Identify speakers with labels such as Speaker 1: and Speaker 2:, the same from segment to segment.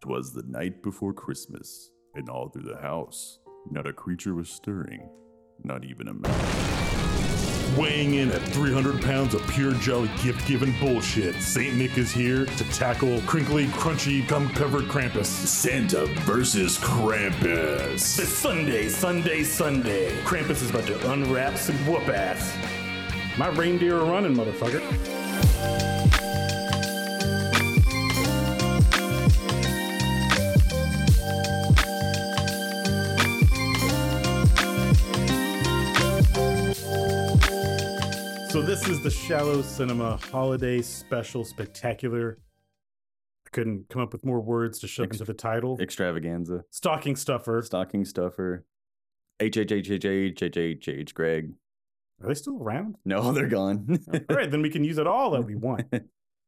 Speaker 1: Twas the night before Christmas, and all through the house, not a creature was stirring, not even a mouse.
Speaker 2: Weighing in at 300 pounds of pure jelly gift giving bullshit, St. Nick is here to tackle crinkly, crunchy, gum covered Krampus.
Speaker 3: Santa versus Krampus.
Speaker 4: It's Sunday, Sunday, Sunday. Krampus is about to unwrap some whoop ass. My reindeer are running, motherfucker. So this is the Shallow Cinema Holiday Special Spectacular. I couldn't come up with more words to shove
Speaker 1: Ex-
Speaker 4: into the title.
Speaker 1: Extravaganza,
Speaker 4: Stocking stuffer.
Speaker 1: stocking stuffer, HHHHHHHH Greg.
Speaker 4: Are they still around?
Speaker 1: No, they're gone.
Speaker 4: All right, then we can use it all that we want.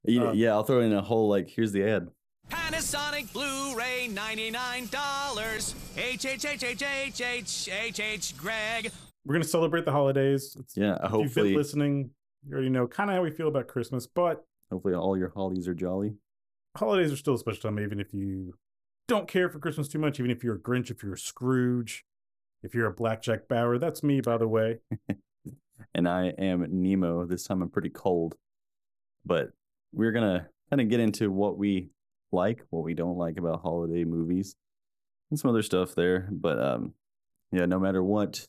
Speaker 1: yeah,
Speaker 4: Uh,
Speaker 1: yeah, I'll throw in a whole like, here's the ad.
Speaker 5: Panasonic Blu-ray, ninety-nine dollars. H H H H H H H H Greg.
Speaker 4: We're gonna celebrate the holidays. It's,
Speaker 1: Yeah, uh,
Speaker 4: if you've been
Speaker 1: hopefully,
Speaker 4: listening, you already know kind of how we feel about Christmas, but
Speaker 1: hopefully all your hollies are jolly.
Speaker 4: holidays are still a special time, even if you don't care for Christmas too much, even if you're a Grinch, if you're a Scrooge, if you're a Blackjack Bauer. That's me, by the way.
Speaker 1: and I am Nemo. This time I'm pretty cold, but we're gonna kind of get into what we like, what we don't like about holiday movies, and some other stuff there. But um, yeah, no matter what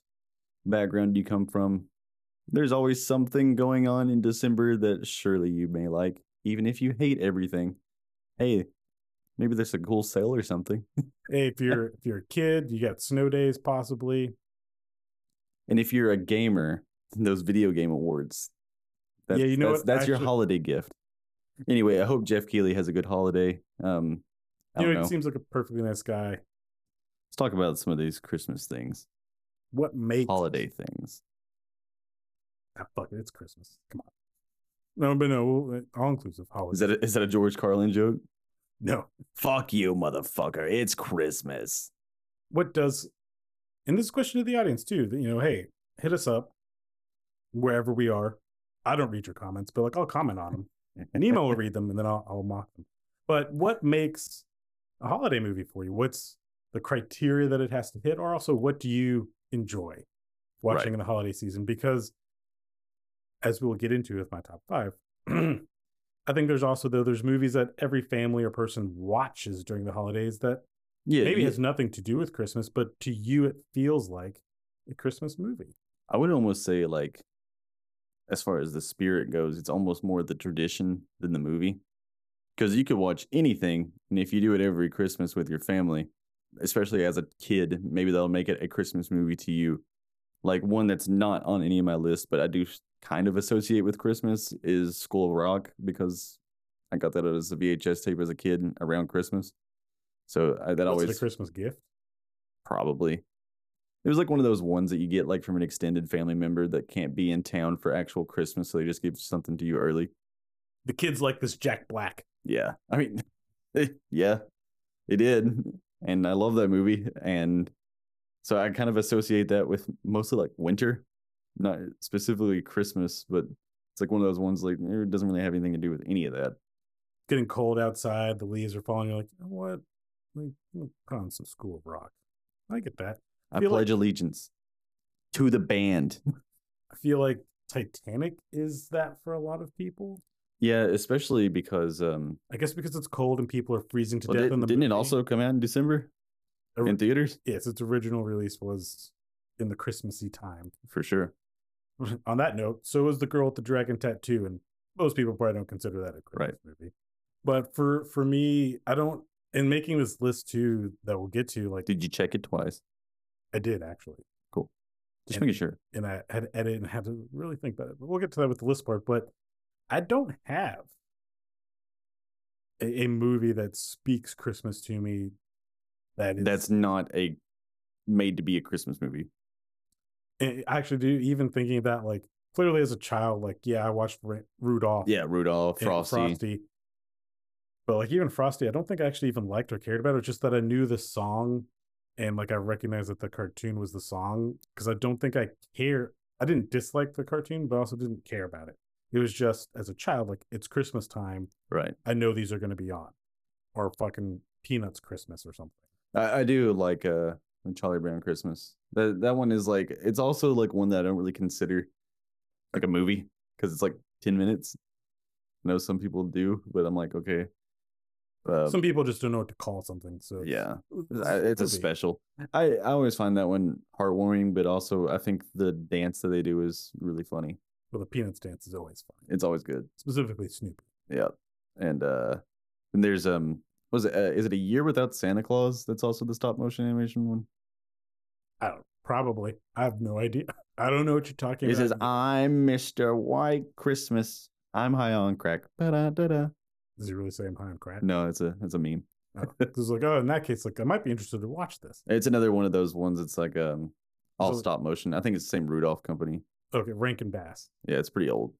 Speaker 1: background you come from, there's always something going on in December that surely you may like, even if you hate everything. Hey, maybe there's a cool sale or something.
Speaker 4: Hey, if you're if you're a kid, you got snow days possibly.
Speaker 1: And if you're a gamer, those video game awards. That's,
Speaker 4: Yeah, you know
Speaker 1: that's,
Speaker 4: what?
Speaker 1: that's your
Speaker 4: Actually-
Speaker 1: holiday gift. Anyway, I hope Jeff Keeley has a good holiday. Um, I
Speaker 4: You
Speaker 1: don't
Speaker 4: know,
Speaker 1: know.
Speaker 4: he seems like a perfectly nice guy.
Speaker 1: Let's talk about some of these Christmas things,
Speaker 4: What makes
Speaker 1: holiday things.
Speaker 4: Ah, fuck it, it's Christmas. Come on. No, but no, all inclusive holidays.
Speaker 1: Is that a, is that a George Carlin joke?
Speaker 4: no.
Speaker 1: Fuck you, motherfucker! It's Christmas.
Speaker 4: what does and this is a question to the audience too that you know hey hit us up wherever we are i don't read your comments but like i'll comment on them nemo will read them and then I'll, I'll mock them but what makes a holiday movie for you what's the criteria that it has to hit or also what do you enjoy watching
Speaker 1: Right.
Speaker 4: in the holiday season because as we'll get into with my top five i think there's also though there's movies that every family or person watches during the holidays that
Speaker 1: Yeah,
Speaker 4: maybe
Speaker 1: you-
Speaker 4: it has nothing to do with Christmas, but to you it feels like a Christmas movie.
Speaker 1: I would almost say like, as far as the spirit goes, it's almost more the tradition than the movie, because you could watch anything, and if you do it every Christmas with your family, especially as a kid, maybe that'll make it a Christmas movie to you. Like one that's not on any of my list, but I do s- kind of associate with Christmas is School of Rock because I got that as a VHS tape as a kid around Christmas. So I, that
Speaker 4: That's
Speaker 1: always
Speaker 4: a Christmas gift.
Speaker 1: probably. It was like one of those ones that you get like from an extended family member that can't be in town for actual Christmas, so they just give something to you early.
Speaker 4: The kids like this Jack Black.
Speaker 1: Yeah, I mean, yeah, it did, and I love that movie, and so I kind of associate that with mostly like winter, not specifically Christmas, but it's like one of those ones like eh, it doesn't really have anything to do with any of that.
Speaker 4: Getting cold outside, the leaves are falling. You're like, you know what? Like, we'll put on some School of Rock. I get that.
Speaker 1: I
Speaker 4: Feel like-
Speaker 1: pledge allegiance to the band.
Speaker 4: I feel like Titanic is that for a lot of people.
Speaker 1: Yeah, especially because um,
Speaker 4: I guess because it's cold and people are freezing to
Speaker 1: well,
Speaker 4: death.
Speaker 1: did,
Speaker 4: in the
Speaker 1: didn't it
Speaker 4: movie.
Speaker 1: also come out in December
Speaker 4: Or-
Speaker 1: in theaters?
Speaker 4: Yes, its original release was in the Christmassy time.
Speaker 1: for sure.
Speaker 4: on that note, so was the girl with the dragon tattoo, and most people probably don't consider that a Christmas
Speaker 1: Right.
Speaker 4: movie. But for for me, I don't. In making this list too, that we'll get to, like
Speaker 1: Did you check it twice?
Speaker 4: I did actually,
Speaker 1: Just
Speaker 4: And-
Speaker 1: making sure.
Speaker 4: and I had to edit and had to really think about it. But we'll get to that with the list part. But I don't have a, a movie that speaks Christmas to me. That is,
Speaker 1: That's not a made to be a Christmas movie.
Speaker 4: I I actually do. Even thinking of that, like clearly as a child, like yeah, I watched Ra- Rudolph.
Speaker 1: Yeah, Rudolph,
Speaker 4: and
Speaker 1: Frosty.
Speaker 4: But like even Frosty, I don't think I actually even liked or cared about it. It's just that I knew the song and like I recognized that the cartoon was the song because I don't think I care. I didn't dislike the cartoon, but I also didn't care about it. It was just as a child, like it's Christmas time.
Speaker 1: Right.
Speaker 4: I know these are going to be on. or fucking Peanuts Christmas or something.
Speaker 1: I, I do like uh Charlie Brown Christmas. That that one is like it's also like one that I don't really consider like a movie because it's like ten minutes. I know some people do, but I'm like okay. Uh,
Speaker 4: Some people just don't know what to call something. So it's-
Speaker 1: yeah, I- it's a
Speaker 4: movie.
Speaker 1: special. I I always find that one heartwarming, but also I think the dance that they do is really funny.
Speaker 4: Well, the Peanuts dance is always fun,
Speaker 1: It's always good.
Speaker 4: specifically Snoopy.
Speaker 1: Yeah, and uh, and there's um, was it uh, is it a year without Santa Claus? That's also the stop motion animation one.
Speaker 4: I don't probably. I have no idea. I don't know what you're talking
Speaker 1: It
Speaker 4: about.
Speaker 1: says, "I'm Mr. White Christmas. I'm high on crack." Ba-da-da-da.
Speaker 4: Does he really say I'm high on crack?
Speaker 1: No, it's a it's a meme.
Speaker 4: Because like, oh, in that case, like I might be interested to watch this.
Speaker 1: It's another one of those ones. It's like um, all
Speaker 4: So-
Speaker 1: stop motion. I think it's the same Rudolph company.
Speaker 4: Okay, Rankin Bass,
Speaker 1: Yeah, it's pretty old.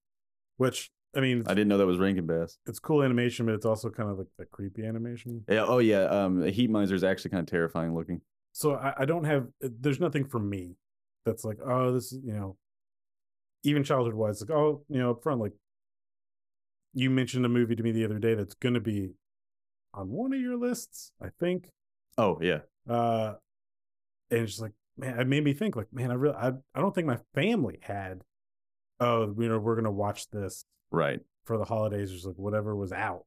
Speaker 4: which I mean, it's,
Speaker 1: I didn't know that was Rankin Bass.
Speaker 4: it's cool animation, but it's also kind of like the creepy animation.
Speaker 1: Yeah. Oh yeah. Um, the heat miser is actually kind of terrifying looking.
Speaker 4: So I, I don't have. uh, There's nothing for me that's like, oh, this is you know, even childhood wise, like, oh, you know, up front, like you mentioned a movie to me the other day that's going to be on one of your lists, I think.
Speaker 1: Oh yeah.
Speaker 4: uh and it's just like man it made me think like man i really i, I don't think my family had oh you know we're gonna watch this
Speaker 1: Right.
Speaker 4: for the holidays or just like whatever was out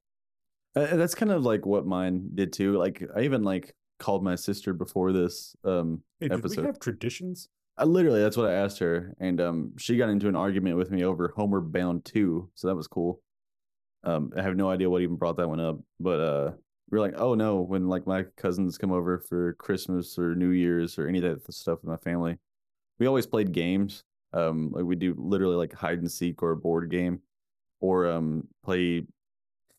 Speaker 1: Uh, and that's kind of like what mine did too. Like I even like called my sister before this. Um,
Speaker 4: hey, did
Speaker 1: Episode.
Speaker 4: we have traditions
Speaker 1: I literally that's what I asked her, and um, she got into an argument with me over Homeward Bound Two, so that was cool. Um, I have no idea what even brought that one up, but uh, we were like, oh no, when like my cousins come over for Christmas or New Year's or any of that stuff with my family, we always played games. Um, like we do literally like hide and seek or a board game, or um, play E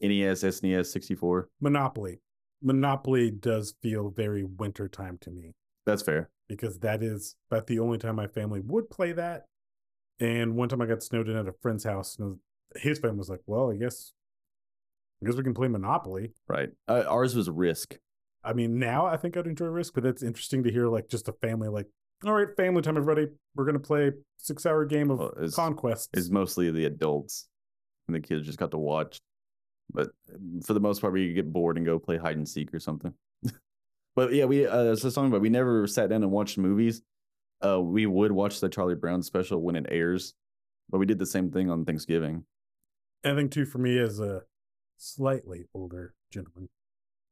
Speaker 1: NES, SNES, sixty four.
Speaker 4: monopoly monopoly does feel very wintertime to me
Speaker 1: That's fair.
Speaker 4: because that is about the only time my family would play that and one time i got snowed in at a friend's house and his family was like well i guess i guess we can play monopoly
Speaker 1: Right. Uh, ours was Risk.
Speaker 4: I mean, now I think I'd enjoy Risk, but that's interesting to hear like just a family like, all right, family time, everybody. We're gonna play six hour game of
Speaker 1: Well, it's-
Speaker 4: conquest.
Speaker 1: uh, is mostly the adults and the kids just got to watch. But um, for the most part, we get bored and go play hide and seek or something. but yeah, we uh, it's a song, but we never sat down and watched movies. Uh, we would watch the Charlie Brown special when it airs, but we did the same thing on Thanksgiving.
Speaker 4: I think too for me as a slightly older gentleman,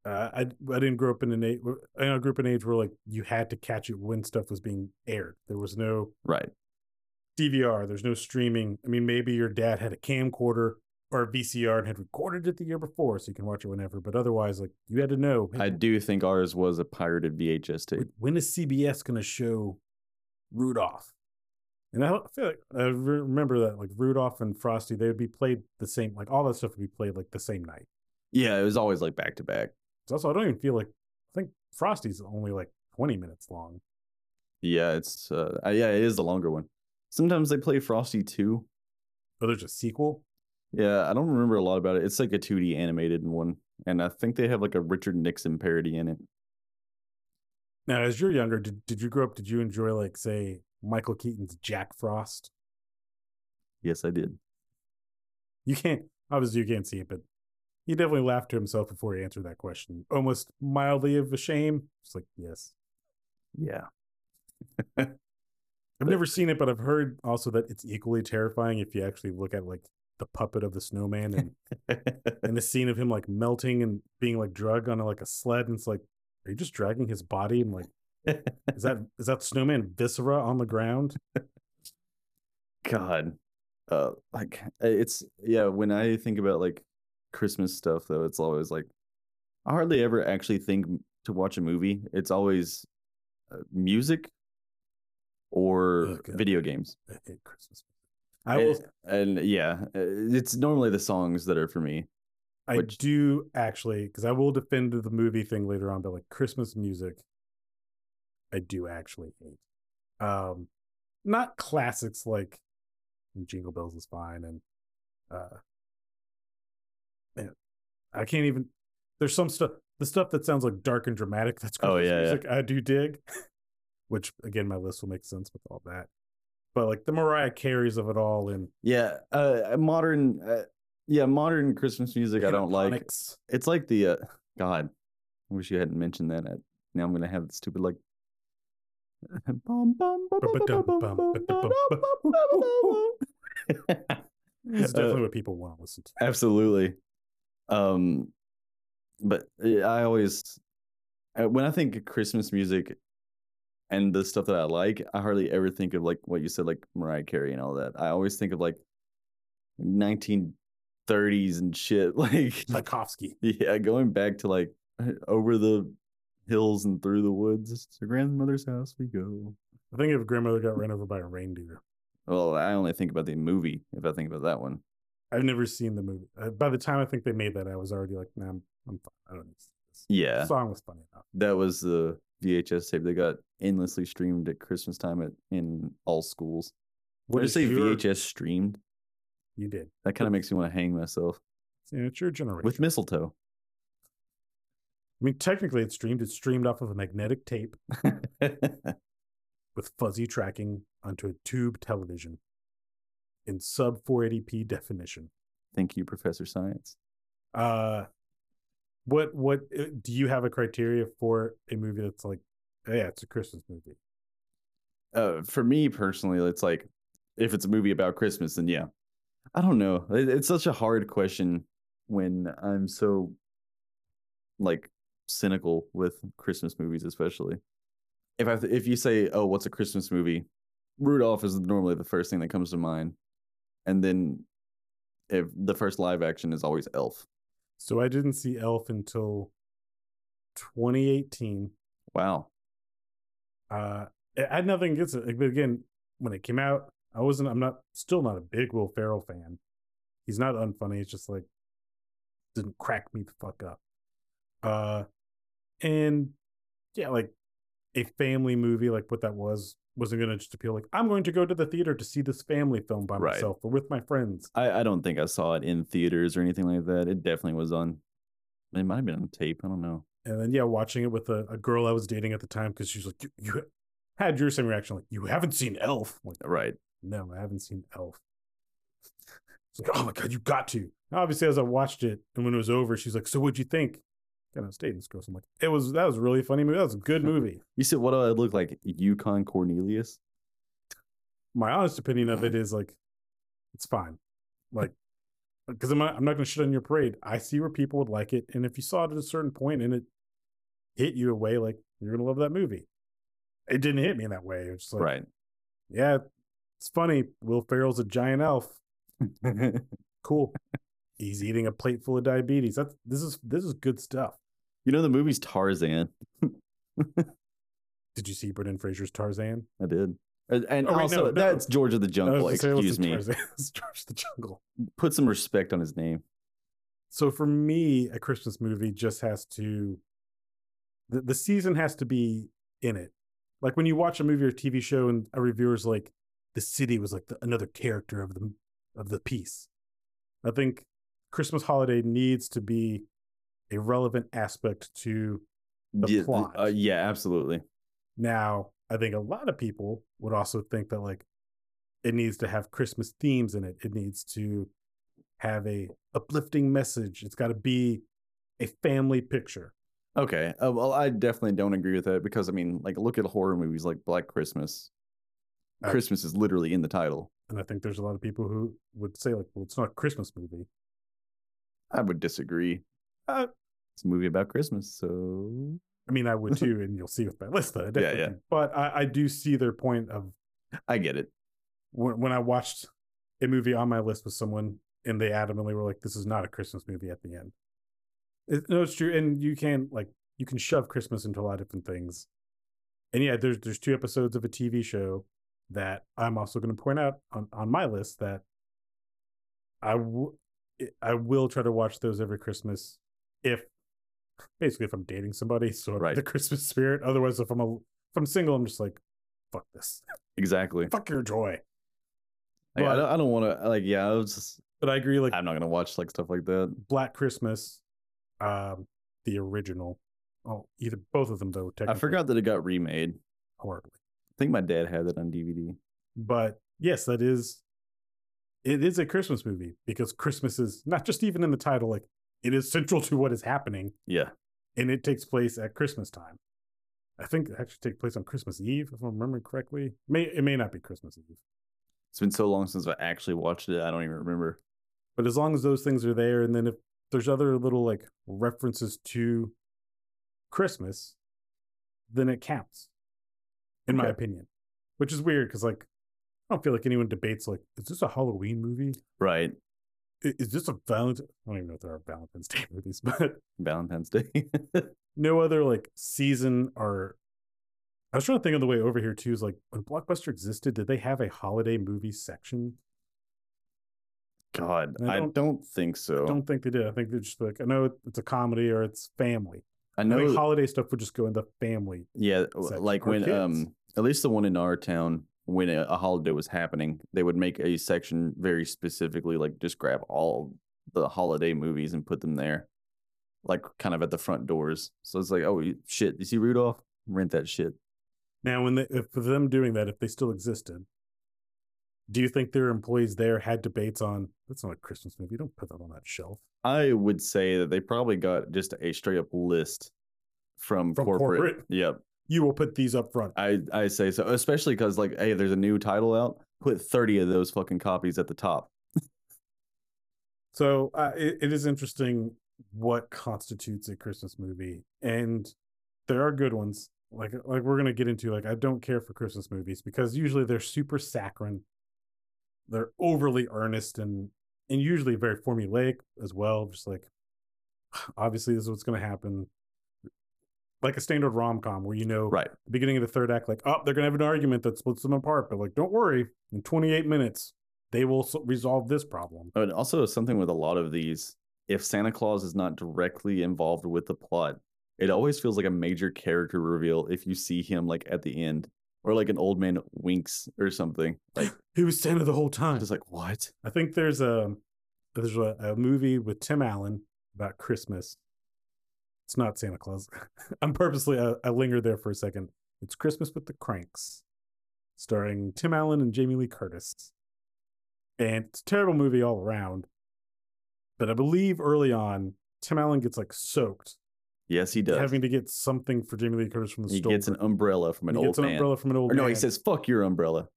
Speaker 4: uh, I I didn't grow up in an age. I know I grew up in an age where like you had to catch it when stuff was being aired. There was no
Speaker 1: Right.
Speaker 4: DVR. There's no streaming. I mean, maybe your dad had a camcorder or a VCR and had recorded it the year before, so you can watch it whenever. But otherwise, like you had to know. hey,
Speaker 1: I do think ours was a pirated VHS tape.
Speaker 4: Like, when is CBS going to show Rudolph? And I don't feel like I re- remember that like Rudolph and Frosty, they would be played the same, like all that stuff would be played like the same night.
Speaker 1: Yeah, it was always like back to back.
Speaker 4: So also, I don't even feel like I think Frosty's only like 20 minutes long.
Speaker 1: Yeah, it's uh, uh, yeah, it is the longer one. Sometimes they play Frosty too.
Speaker 4: Oh, there's a sequel.
Speaker 1: Yeah, I don't remember a lot about it. It's like a 2D animated one, and I think they have like a Richard Nixon parody in it.
Speaker 4: Now, as you're younger, did, did you grow up? Did you enjoy like say Michael Keaton's Jack Frost?
Speaker 1: Yes, I did.
Speaker 4: You can't obviously you can't see it, but he definitely laughed to himself before he answered that question, almost mildly of a shame. It's like yes.
Speaker 1: Yeah.
Speaker 4: I've never seen it, but I've heard also that it's equally terrifying if you actually look at like the puppet of the snowman and, and the scene of him like melting and being like drug on like a sled, and it's like, are you just dragging his body and like, is that is that snowman viscera on the ground?
Speaker 1: God. Uh like it's yeah, when I think about like Christmas stuff though, it's always like I hardly ever actually think m- to watch a movie. It's always uh, music or
Speaker 4: Oh, God.
Speaker 1: video games.
Speaker 4: I hate Christmas. I
Speaker 1: Eh,
Speaker 4: will.
Speaker 1: and, and yeah, uh, it's normally the songs that are for me.
Speaker 4: I
Speaker 1: which-
Speaker 4: do actually because I will defend the movie thing later on, but like Christmas music, I do actually hate. Um, not classics like Jingle Bells is fine, and uh, man, I can't even. There's some stuff. The stuff that sounds like dark and dramatic. That's
Speaker 1: Oh,
Speaker 4: Christmas
Speaker 1: yeah, yeah.
Speaker 4: music. I do dig. Which again, my list will make sense with all that. But like the Mariah Carey's of it all, and
Speaker 1: Yeah, uh modern uh, yeah, modern Christmas music I don't like.
Speaker 4: Pentatonix.
Speaker 1: It's like the uh, God, I wish you hadn't mentioned that. I, now I'm gonna have the stupid like. Bum, bum, bum, bum, bum, bum, bum, bum, bum, bum, bum, bum, bum.
Speaker 4: It's
Speaker 1: Uh,
Speaker 4: definitely what people want to listen to.
Speaker 1: absolutely um but uh, i always uh, when i think of christmas music and the stuff that i like i hardly ever think of like what you said like mariah carey and all that i always think of like 1930s and shit like
Speaker 4: Tchaikovsky.
Speaker 1: yeah going back to like over the hills and through the woods to grandmother's house we go
Speaker 4: I think if grandmother got run over by a reindeer,
Speaker 1: well i only think about the movie if i think about that one
Speaker 4: I've never seen the movie. Uh, by the time I think they made that, I was already like, nah, I'm, I'm fine. I don't need to see this.
Speaker 1: yeah
Speaker 4: The song was funny enough.
Speaker 1: that was the VHS tape. They got endlessly streamed at Christmas time at in all schools. When you
Speaker 4: is
Speaker 1: say
Speaker 4: your-
Speaker 1: VHS streamed,
Speaker 4: You did.
Speaker 1: that kind of makes me want to hang myself
Speaker 4: You know, it's your generation.
Speaker 1: with mistletoe.
Speaker 4: I mean, technically, it's streamed. It's streamed off of a magnetic tape with fuzzy tracking onto a tube television in sub 480p definition.
Speaker 1: Thank you, Professor Science.
Speaker 4: Uh, what what uh, do you have a criteria for a movie that's like, oh, yeah, it's a Christmas movie?
Speaker 1: Uh, for me personally, it's like if it's a movie about Christmas, then yeah. I don't know. It- It's such a hard question when I'm so like cynical with Christmas movies, especially. If I if you say, "Oh, what's a Christmas movie?" Rudolph is normally the first thing that comes to mind, and then if the first live action is always Elf.
Speaker 4: So I didn't see Elf until 2018.
Speaker 1: Wow.
Speaker 4: Uh, I I had nothing against it. Like, But again, when it came out, I wasn't. I'm not. Still not a big Will Ferrell fan. He's not unfunny. It's just like didn't crack me the fuck up. Uh, and yeah, like a family movie, like what that was, wasn't gonna just appeal. Like I'm going to go to the theater to see this family film by
Speaker 1: Right.
Speaker 4: myself or with my friends.
Speaker 1: I I don't think I saw it in theaters or anything like that. It definitely was on. It might have been on tape. I don't know.
Speaker 4: And then yeah, watching it with a, a girl I was dating at the time because she was like, you, you had your same reaction. Like you haven't seen Elf. I'm Like
Speaker 1: Right.
Speaker 4: no, I haven't seen Elf. It's like, oh my god, you got to. Obviously, as I watched it and when it was over, she's like, so what'd you think? And I stayed in school. So I'm like, it was that was a really funny movie. That was a good movie.
Speaker 1: You said, "What do I look like, Yukon Cornelius?"
Speaker 4: My honest opinion of it is like, it's fine. Like, because I'm not, I'm not going to shit on your parade. I see where people would like it, and if you saw it at a certain point and it hit you away, like you're going to love that movie. It didn't hit me in that way. It's just like,
Speaker 1: right.
Speaker 4: yeah, it's funny. Will Ferrell's a giant elf.
Speaker 1: you
Speaker 4: cool. He's eating a plate full of diabetes. That's this is this is good stuff.
Speaker 1: know the movie's Tarzan.
Speaker 4: Did you see Brendan Fraser's Tarzan?
Speaker 1: I did, and, and
Speaker 4: Oh, wait,
Speaker 1: also
Speaker 4: no, no.
Speaker 1: that's George of the
Speaker 4: I was
Speaker 1: Jungle.
Speaker 4: gonna say, what's
Speaker 1: Excuse
Speaker 4: the
Speaker 1: me.
Speaker 4: Tarzan? It's George the Jungle.
Speaker 1: Put some respect on his name.
Speaker 4: So for me, a Christmas movie just has to the, the season has to be in it. Like when you watch a movie or TV show and a reviewer's like, the city was like the, another character of the of the piece. I think Christmas holiday needs to be a relevant aspect to The
Speaker 1: yeah,
Speaker 4: plot.
Speaker 1: uh, yeah, absolutely.
Speaker 4: Now, I think a lot of people would also think that like it needs to have Christmas themes in it. It needs to have a uplifting message. It's got to be a family picture.
Speaker 1: Okay. Uh, well, I definitely don't agree with that because I mean, like, look at horror movies like Black Christmas.
Speaker 4: Uh,
Speaker 1: Christmas is literally in the title.
Speaker 4: And I think there's a lot of people who would say like, well, it's not a Christmas movie.
Speaker 1: I would disagree.
Speaker 4: Uh,
Speaker 1: it's a movie about Christmas, so
Speaker 4: I mean, I would too, and you'll see with my list that I definitely
Speaker 1: yeah.
Speaker 4: do. But I, I do see their point of
Speaker 1: I get it.
Speaker 4: when, when I watched a movie on my list with someone and they adamantly were like, this is not a Christmas movie at the end. It, no, it's true. And you can like, you can shove Christmas into a lot of different things. And yeah, there's, there's two episodes of a TV show that I'm also going to point out on, on my list that I, w- I will try to watch those every Christmas if basically if I'm dating somebody, so
Speaker 1: Right.
Speaker 4: the Christmas spirit, otherwise if I'm a, if I'm single, I'm just like, fuck this,
Speaker 1: Exactly.
Speaker 4: fuck your joy.
Speaker 1: Like, I
Speaker 4: But-
Speaker 1: don't, I don't want to. Like, yeah, I was just,
Speaker 4: But I agree. Like
Speaker 1: I'm not gonna watch like stuff like that.
Speaker 4: Black Christmas, um, the original. Oh, either both of them though.
Speaker 1: I
Speaker 4: Technically,
Speaker 1: forgot that it got remade. I
Speaker 4: horribly.
Speaker 1: think my dad had it on DVD.
Speaker 4: But yes, that is. It is a Christmas movie because Christmas is not just even in the title. Like it is central to what is happening.
Speaker 1: Yeah.
Speaker 4: and it takes place at Christmas time. I think it actually takes place on Christmas Eve, if I'm remembering correctly. May it may not be Christmas Eve,
Speaker 1: It's been so long since I actually watched it. I don't even remember.
Speaker 4: but as long as those things are there, and then if there's other little like references to Christmas, then it counts, in my
Speaker 1: Okay.
Speaker 4: opinion. Which is weird because like I don't feel like anyone debates like is this a Halloween movie?
Speaker 1: Right.
Speaker 4: I- Is this a Valentine? I don't even know if there are Valentine's Day movies, but
Speaker 1: Valentine's Day.
Speaker 4: no other like season or I was trying to think on the way over here too is like when Blockbuster existed, did they have a holiday movie section?
Speaker 1: God,
Speaker 4: I
Speaker 1: I don't,
Speaker 4: don't-
Speaker 1: think so.
Speaker 4: I don't think they did. I think they're just like, I know it's a comedy or it's family.
Speaker 1: I
Speaker 4: I
Speaker 1: know.
Speaker 4: think holiday stuff would just go in the family.
Speaker 1: yeah, w-
Speaker 4: section
Speaker 1: like
Speaker 4: for
Speaker 1: when
Speaker 4: kids.
Speaker 1: um, at least the one in our town, when a, a holiday was happening, they would make a section very specifically, like just grab all the holiday movies and put them there, like kind of at the front doors. So it's like, oh you- shit, you see Rudolph? Rent that shit.
Speaker 4: Now, when they, if for them doing that, if they still existed, do you think their employees there had debates on that's not a Christmas movie? Don't put that on that shelf.
Speaker 1: I would say that they probably got just a straight up list from,
Speaker 4: From
Speaker 1: corporate.
Speaker 4: corporate.
Speaker 1: Yep.
Speaker 4: You will put these up front.
Speaker 1: I, I say so, especially because, like, hey, there's a new title out. Put 30 of those fucking copies at the top.
Speaker 4: So uh, it, it is interesting what constitutes a Christmas movie, and there are good ones. Like like we're gonna get into. Like I don't care for Christmas movies because usually they're super saccharine, they're overly earnest, and and usually very formulaic as well. Just like obviously this is what's gonna happen. Like a standard rom com where you know
Speaker 1: Right.
Speaker 4: the beginning of the third act, like oh they're gonna have an argument that splits them apart, but like don't worry, in 28 minutes they will s- resolve this problem.
Speaker 1: And also, something with a lot of these, if Santa Claus is not directly involved with the plot, it always feels like a major character reveal if you see him, like, at the end or like an old man winks or something. Like,
Speaker 4: He was Santa the whole time.
Speaker 1: just like, what?
Speaker 4: I think there's a there's a, a movie with Tim Allen about Christmas. It's not Santa Claus. I'm purposely uh, I, I linger there for a second. It's Christmas with the Cranks, starring Tim Allen and Jamie Lee Curtis. And it's a terrible movie all around. But I believe early on, Tim Allen gets like soaked,
Speaker 1: Yes, he does.
Speaker 4: having to get something for Jamie Lee Curtis from the
Speaker 1: he
Speaker 4: store.
Speaker 1: gets an umbrella from an
Speaker 4: He
Speaker 1: old
Speaker 4: gets an
Speaker 1: man.
Speaker 4: umbrella from an old
Speaker 1: or no,
Speaker 4: man.
Speaker 1: he says, fuck your umbrella.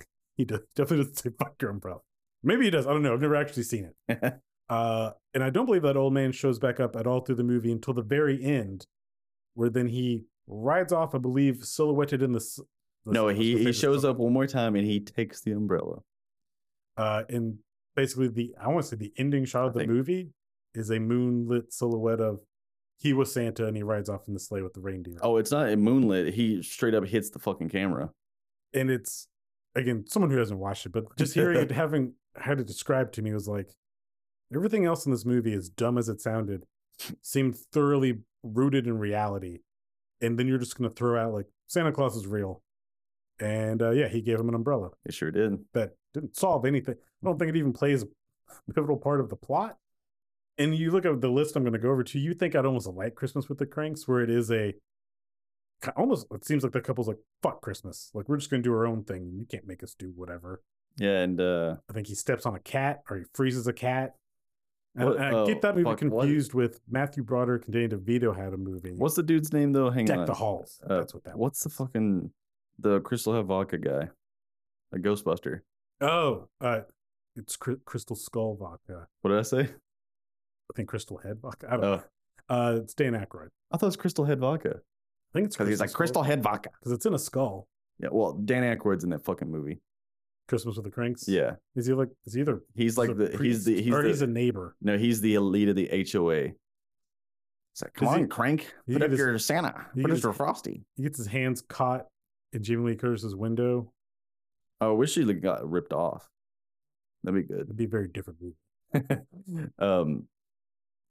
Speaker 4: He does, definitely doesn't say fuck your umbrella. Maybe he does. I don't know. I've never actually seen it. uh, and I don't believe that old man shows back up at all through the movie until the very end, where then he rides off, I believe, silhouetted in the. s- the
Speaker 1: No,
Speaker 4: what's the
Speaker 1: he, he
Speaker 4: famous
Speaker 1: shows
Speaker 4: song?
Speaker 1: up one more time and he takes the umbrella.
Speaker 4: Uh, and basically, the I want to say the ending shot of the
Speaker 1: think-
Speaker 4: movie is a moonlit silhouette of he was Santa and he rides off in the sleigh with the reindeer.
Speaker 1: Oh, it's not in moonlit. He straight up hits the fucking camera.
Speaker 4: and it's again someone who hasn't watched it, but just hearing it having had it described to me was like everything else in this movie, as dumb as it sounded, seemed thoroughly rooted in reality. And then you're just going to throw out like Santa Claus is real, and uh, yeah, he gave him an umbrella
Speaker 1: It sure did.
Speaker 4: that didn't solve anything. I don't think it even plays a pivotal part of the plot. And you look at the list I'm going to go over to, you think I'd almost like Christmas with the Cranks, where it is a ki- almost it seems like the couple's like fuck Christmas, like we're just going to do our own thing. You can't make us do whatever.
Speaker 1: Yeah, and uh
Speaker 4: I think he steps on a cat or he freezes a cat. And,
Speaker 1: What-
Speaker 4: and I get
Speaker 1: oh,
Speaker 4: that movie
Speaker 1: fuck, what-
Speaker 4: confused with Matthew Broderick and Danny DeVito had a movie.
Speaker 1: what's the dude's name though? Hang
Speaker 4: Deck
Speaker 1: on.
Speaker 4: the Halls?
Speaker 1: Uh,
Speaker 4: That's what that.
Speaker 1: What's the fucking the Crystal Head vodka guy? A Ghostbuster.
Speaker 4: Oh, uh, it's Cry- Crystal Skull vodka.
Speaker 1: What did I say?
Speaker 4: I think Crystal Head vodka. I don't
Speaker 1: Oh,
Speaker 4: know. Uh, it's Dan Aykroyd.
Speaker 1: I thought it was Crystal Head vodka
Speaker 4: I think it's
Speaker 1: because he's like Crystal Head vodka.
Speaker 4: because it's in a skull.
Speaker 1: Yeah, well, Dan Aykroyd's in that fucking movie.
Speaker 4: Christmas with the Cranks.
Speaker 1: Yeah,
Speaker 4: is he like is he either
Speaker 1: he's like
Speaker 4: a
Speaker 1: the he's
Speaker 4: priest
Speaker 1: the he's
Speaker 4: or
Speaker 1: the
Speaker 4: he's a neighbor.
Speaker 1: no he's the elite of the HOA. It's like, come
Speaker 4: Does
Speaker 1: on,
Speaker 4: he-
Speaker 1: crank,
Speaker 4: he
Speaker 1: put
Speaker 4: get
Speaker 1: up
Speaker 4: his-
Speaker 1: your Santa,
Speaker 4: he
Speaker 1: put
Speaker 4: get
Speaker 1: up
Speaker 4: his-
Speaker 1: your Frosty.
Speaker 4: He gets his hands caught in Jamie Lee Curtis's window.
Speaker 1: I Oh, wish he got ripped off. That'd be good.
Speaker 4: It'd be a very different movie.
Speaker 1: um,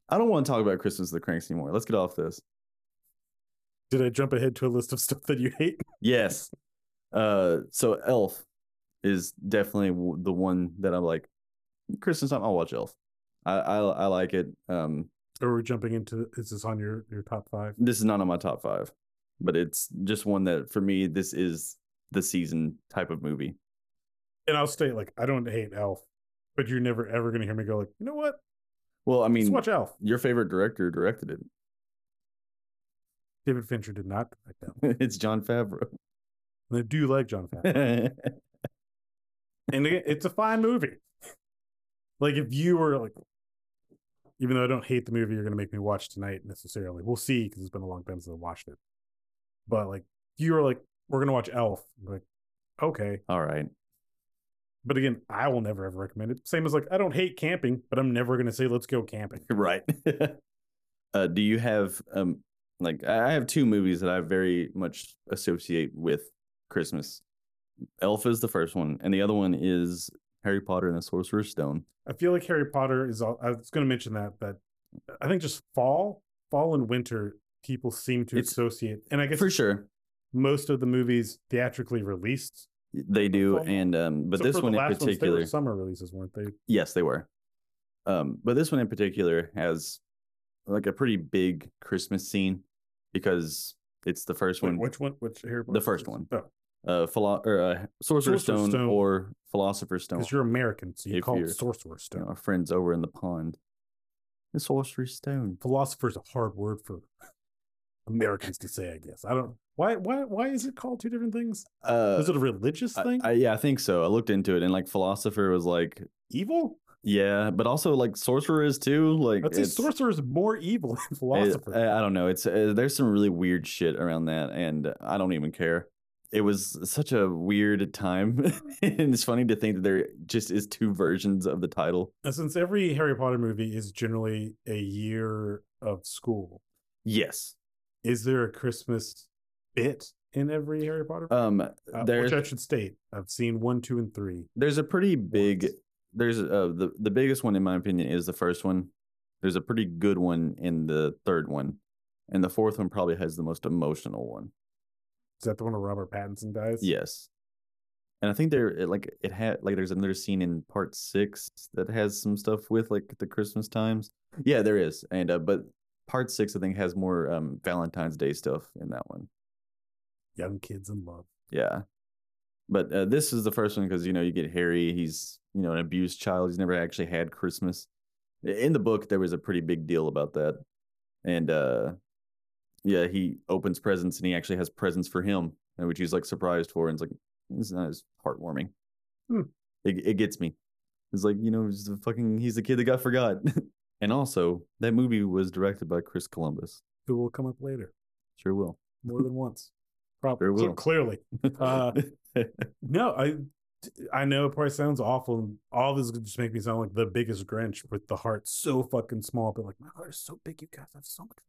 Speaker 1: I don't want to talk about Christmas of the Cranks anymore. Let's get off this.
Speaker 4: Did I jump ahead to a list of stuff that you hate?
Speaker 1: Yes. Uh, so Elf is definitely w- the one that I'm like Christmas time. I'll watch Elf. I I, I like it. Um,
Speaker 4: Or we're jumping into is this on your your top five?
Speaker 1: this is not on my top five, but it's just one that for me this is the season type of movie.
Speaker 4: And I'll state like I don't hate Elf, but you're never ever gonna hear me go like you know what?
Speaker 1: Well, I
Speaker 4: Let's
Speaker 1: mean,
Speaker 4: watch Elf.
Speaker 1: your favorite director directed it.
Speaker 4: David Fincher did not direct that.
Speaker 1: it's John Favreau.
Speaker 4: And I do like John Favreau. and again, it's a fine movie. Like if you were like, even though I don't hate the movie, you're going to make me watch tonight necessarily. We'll see because it's been a long time since I watched it. But like, if you were like, we're going to watch Elf. I'm Like, okay,
Speaker 1: All right.
Speaker 4: but again, I will never ever recommend it. Same as like, I don't hate camping, but I'm never going to say let's go camping.
Speaker 1: Right. uh, do you have um like I I have two movies that I very much associate with Christmas. Elf is the first one, and the other one is Harry Potter and the Sorcerer's Stone.
Speaker 4: I feel like Harry Potter is. All, I was going to mention that that I think just fall, fall and winter, people seem to
Speaker 1: It's-
Speaker 4: associate, and I guess
Speaker 1: For sure,
Speaker 4: most of the movies theatrically released.
Speaker 1: they do,
Speaker 4: Fall.
Speaker 1: and um, but
Speaker 4: So
Speaker 1: this
Speaker 4: for the
Speaker 1: one in
Speaker 4: last ones, they were
Speaker 1: particular,
Speaker 4: summer releases weren't they?
Speaker 1: yes, they were. Um, but this one in particular has like a pretty big Christmas scene because it's the first
Speaker 4: Wait,
Speaker 1: one.
Speaker 4: which one? Which Harry Potter?
Speaker 1: The first
Speaker 4: movies?
Speaker 1: one.
Speaker 4: Oh,
Speaker 1: uh, philo- or, uh
Speaker 4: Sorcerer's
Speaker 1: Sorcerer's, Stone,
Speaker 4: Stone.
Speaker 1: or Philosopher's Stone.
Speaker 4: because you're American, so you
Speaker 1: If
Speaker 4: call it
Speaker 1: you're-
Speaker 4: Sorcerer's
Speaker 1: you
Speaker 4: Stone.
Speaker 1: know, our friends over in the pond. The Sorcerer's Stone.
Speaker 4: Philosopher's a hard word for Americans to say, I guess. I don't. Why? Why? Why is it called two different things?
Speaker 1: Uh,
Speaker 4: is it a religious
Speaker 1: I-
Speaker 4: thing?
Speaker 1: I- yeah, I think so. I looked into it, and like philosopher was like,
Speaker 4: evil?
Speaker 1: yeah, but also like sorcerer is too. Like,
Speaker 4: I'd say
Speaker 1: it's- uh,
Speaker 4: sorcerer is more evil than
Speaker 1: I-
Speaker 4: philosopher.
Speaker 1: I, I don't know. It's uh, there's some really weird shit around that, and I don't even care. It was such a weird time, and it's funny to think that there just is two versions of the title.
Speaker 4: And since every Harry Potter movie is generally a year of school,
Speaker 1: Yes,
Speaker 4: is there a Christmas bit in every Harry Potter? movie?
Speaker 1: um,
Speaker 4: Uh,
Speaker 1: there's
Speaker 4: which I should state, I've seen one, two, and three.
Speaker 1: there's a pretty big
Speaker 4: once.
Speaker 1: there's uh the, the biggest one in my opinion is the first one there's a pretty good one in the third one and the fourth one probably has the most emotional one
Speaker 4: Is that the one where Robert Pattinson dies?
Speaker 1: yes and i think there it, like it had like there's another scene in part six that has some stuff with like the christmas times yeah there is and uh but part six i think has more um valentine's day stuff in that one
Speaker 4: Young kids in love.
Speaker 1: yeah but uh, this is the first one because you know you get harry he's you know an abused child he's never actually had christmas in the book there was a pretty big deal about that and uh yeah he opens presents and he actually has presents for him and which he's like surprised for and it's like it's not as heartwarming
Speaker 4: Hmm.
Speaker 1: it, it gets me it's like you know he's the fucking he's the kid that got forgot and also that movie was directed by chris columbus
Speaker 4: Who will come up later
Speaker 1: sure will
Speaker 4: more than once? Probably.
Speaker 1: Sure
Speaker 4: So
Speaker 1: will.
Speaker 4: clearly. Uh, No, I I know it probably sounds awful. and All this could just make me sound like the biggest Grinch with the heart so fucking small, but like my heart is so big, you guys have so much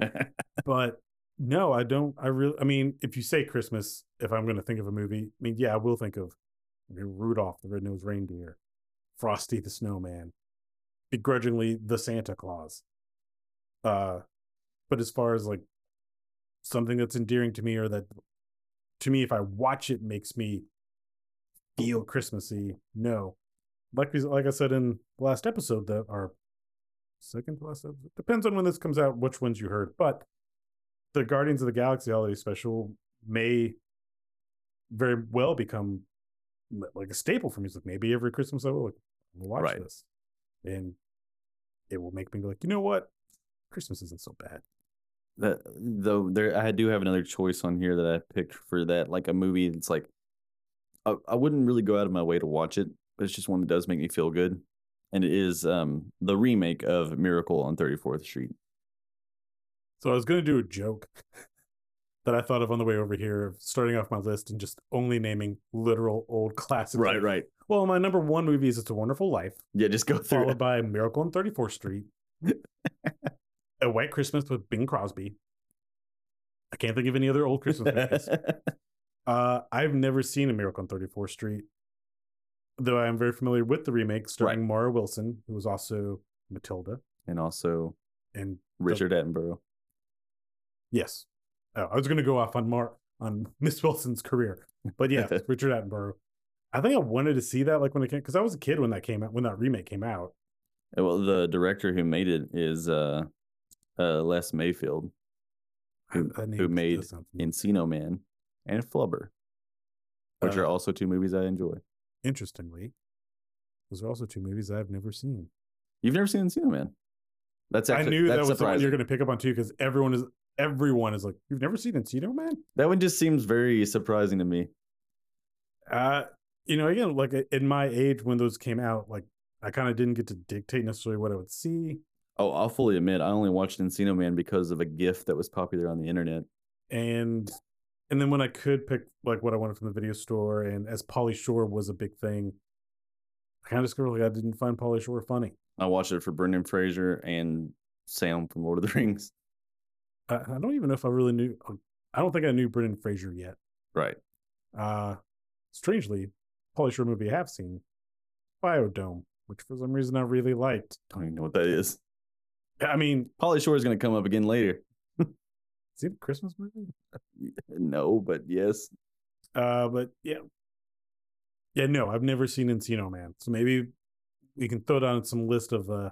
Speaker 4: love. but no, I don't. I really, I mean, if you say Christmas, if I'm going to think of a movie, I mean, yeah, I will think of I mean, Rudolph the Red-Nosed Reindeer, Frosty the Snowman, begrudgingly the Santa Claus. Uh, but as far as like something that's endearing to me or that to me, if I watch it, makes me feel Christmassy. No, like we, like I said in the last episode, that our second to last episode depends on when this comes out, which ones you heard. But the Guardians of the Galaxy holiday special may very well become li- like a staple for music. Maybe every Christmas I will like, watch
Speaker 1: Right.
Speaker 4: this, and it will make me be like, you know what, Christmas isn't so bad.
Speaker 1: that though there i do have another choice on here that i picked for that like a movie that's like I, I wouldn't really go out of my way to watch it but it's just one that does make me feel good and it is um the remake of miracle on 34th street
Speaker 4: So I was going to do a joke that I thought of on the way over here, of starting off my list and just only naming literal old classics. Like,
Speaker 1: right
Speaker 4: Well, my number one movie is It's a Wonderful Life,
Speaker 1: yeah just go through
Speaker 4: followed
Speaker 1: it.
Speaker 4: by Miracle on 34th Street, A White Christmas with Bing Crosby. I can't think of any other old Christmas movies. Uh, I've never seen A Miracle on 34th Street, though I am very familiar with the remake starring Mara Wilson, who was also Matilda.
Speaker 1: and also
Speaker 4: And
Speaker 1: richard attenborough
Speaker 4: Yes. Oh, I was going to go off on Mar on Miss Wilson's career, but yeah, it's Richard Attenborough. I think I wanted to see that like when it came because I was a kid when that came out when that remake came out.
Speaker 1: Uh, well the director who made it is uh uh les mayfield Who-
Speaker 4: That name
Speaker 1: who
Speaker 4: does
Speaker 1: made
Speaker 4: sound familiar.
Speaker 1: encino man and flubber which are
Speaker 4: Uh,
Speaker 1: also two movies i enjoy
Speaker 4: interestingly, those are also two movies I've never seen.
Speaker 1: you've never seen encino man that's actually,
Speaker 4: I knew that
Speaker 1: that's
Speaker 4: was the one
Speaker 1: surprising.
Speaker 4: you're going to pick up on too because everyone is everyone is like, "You've never seen Encino Man?"
Speaker 1: That one just seems very surprising to me.
Speaker 4: Uh, you know, again, like in my age when those came out, like I kind of didn't get to dictate necessarily what I would see,
Speaker 1: Oh, I'll fully admit, I only watched Encino Man because of a GIF that was popular on the internet.
Speaker 4: and and then when I could pick like what I wanted from the video store, and as Polly Shore was a big thing, I kind of discovered like I didn't find Polly Shore funny.
Speaker 1: I watched it for Brendan Fraser and Sam from Lord of the Rings.
Speaker 4: I, I don't even know if I really knew. I don't think I knew Brendan Fraser yet.
Speaker 1: Right.
Speaker 4: Uh, strangely, Polly Shore movie I have seen, Biodome, which for some reason I really liked.
Speaker 1: Don't even know what that is.
Speaker 4: I mean,
Speaker 1: Polly Shore is going to come up again later.
Speaker 4: is it a Christmas movie?
Speaker 1: No, but yes.
Speaker 4: Uh, but yeah, yeah, no, I've never seen Encino Man, so maybe we can throw down some list of uh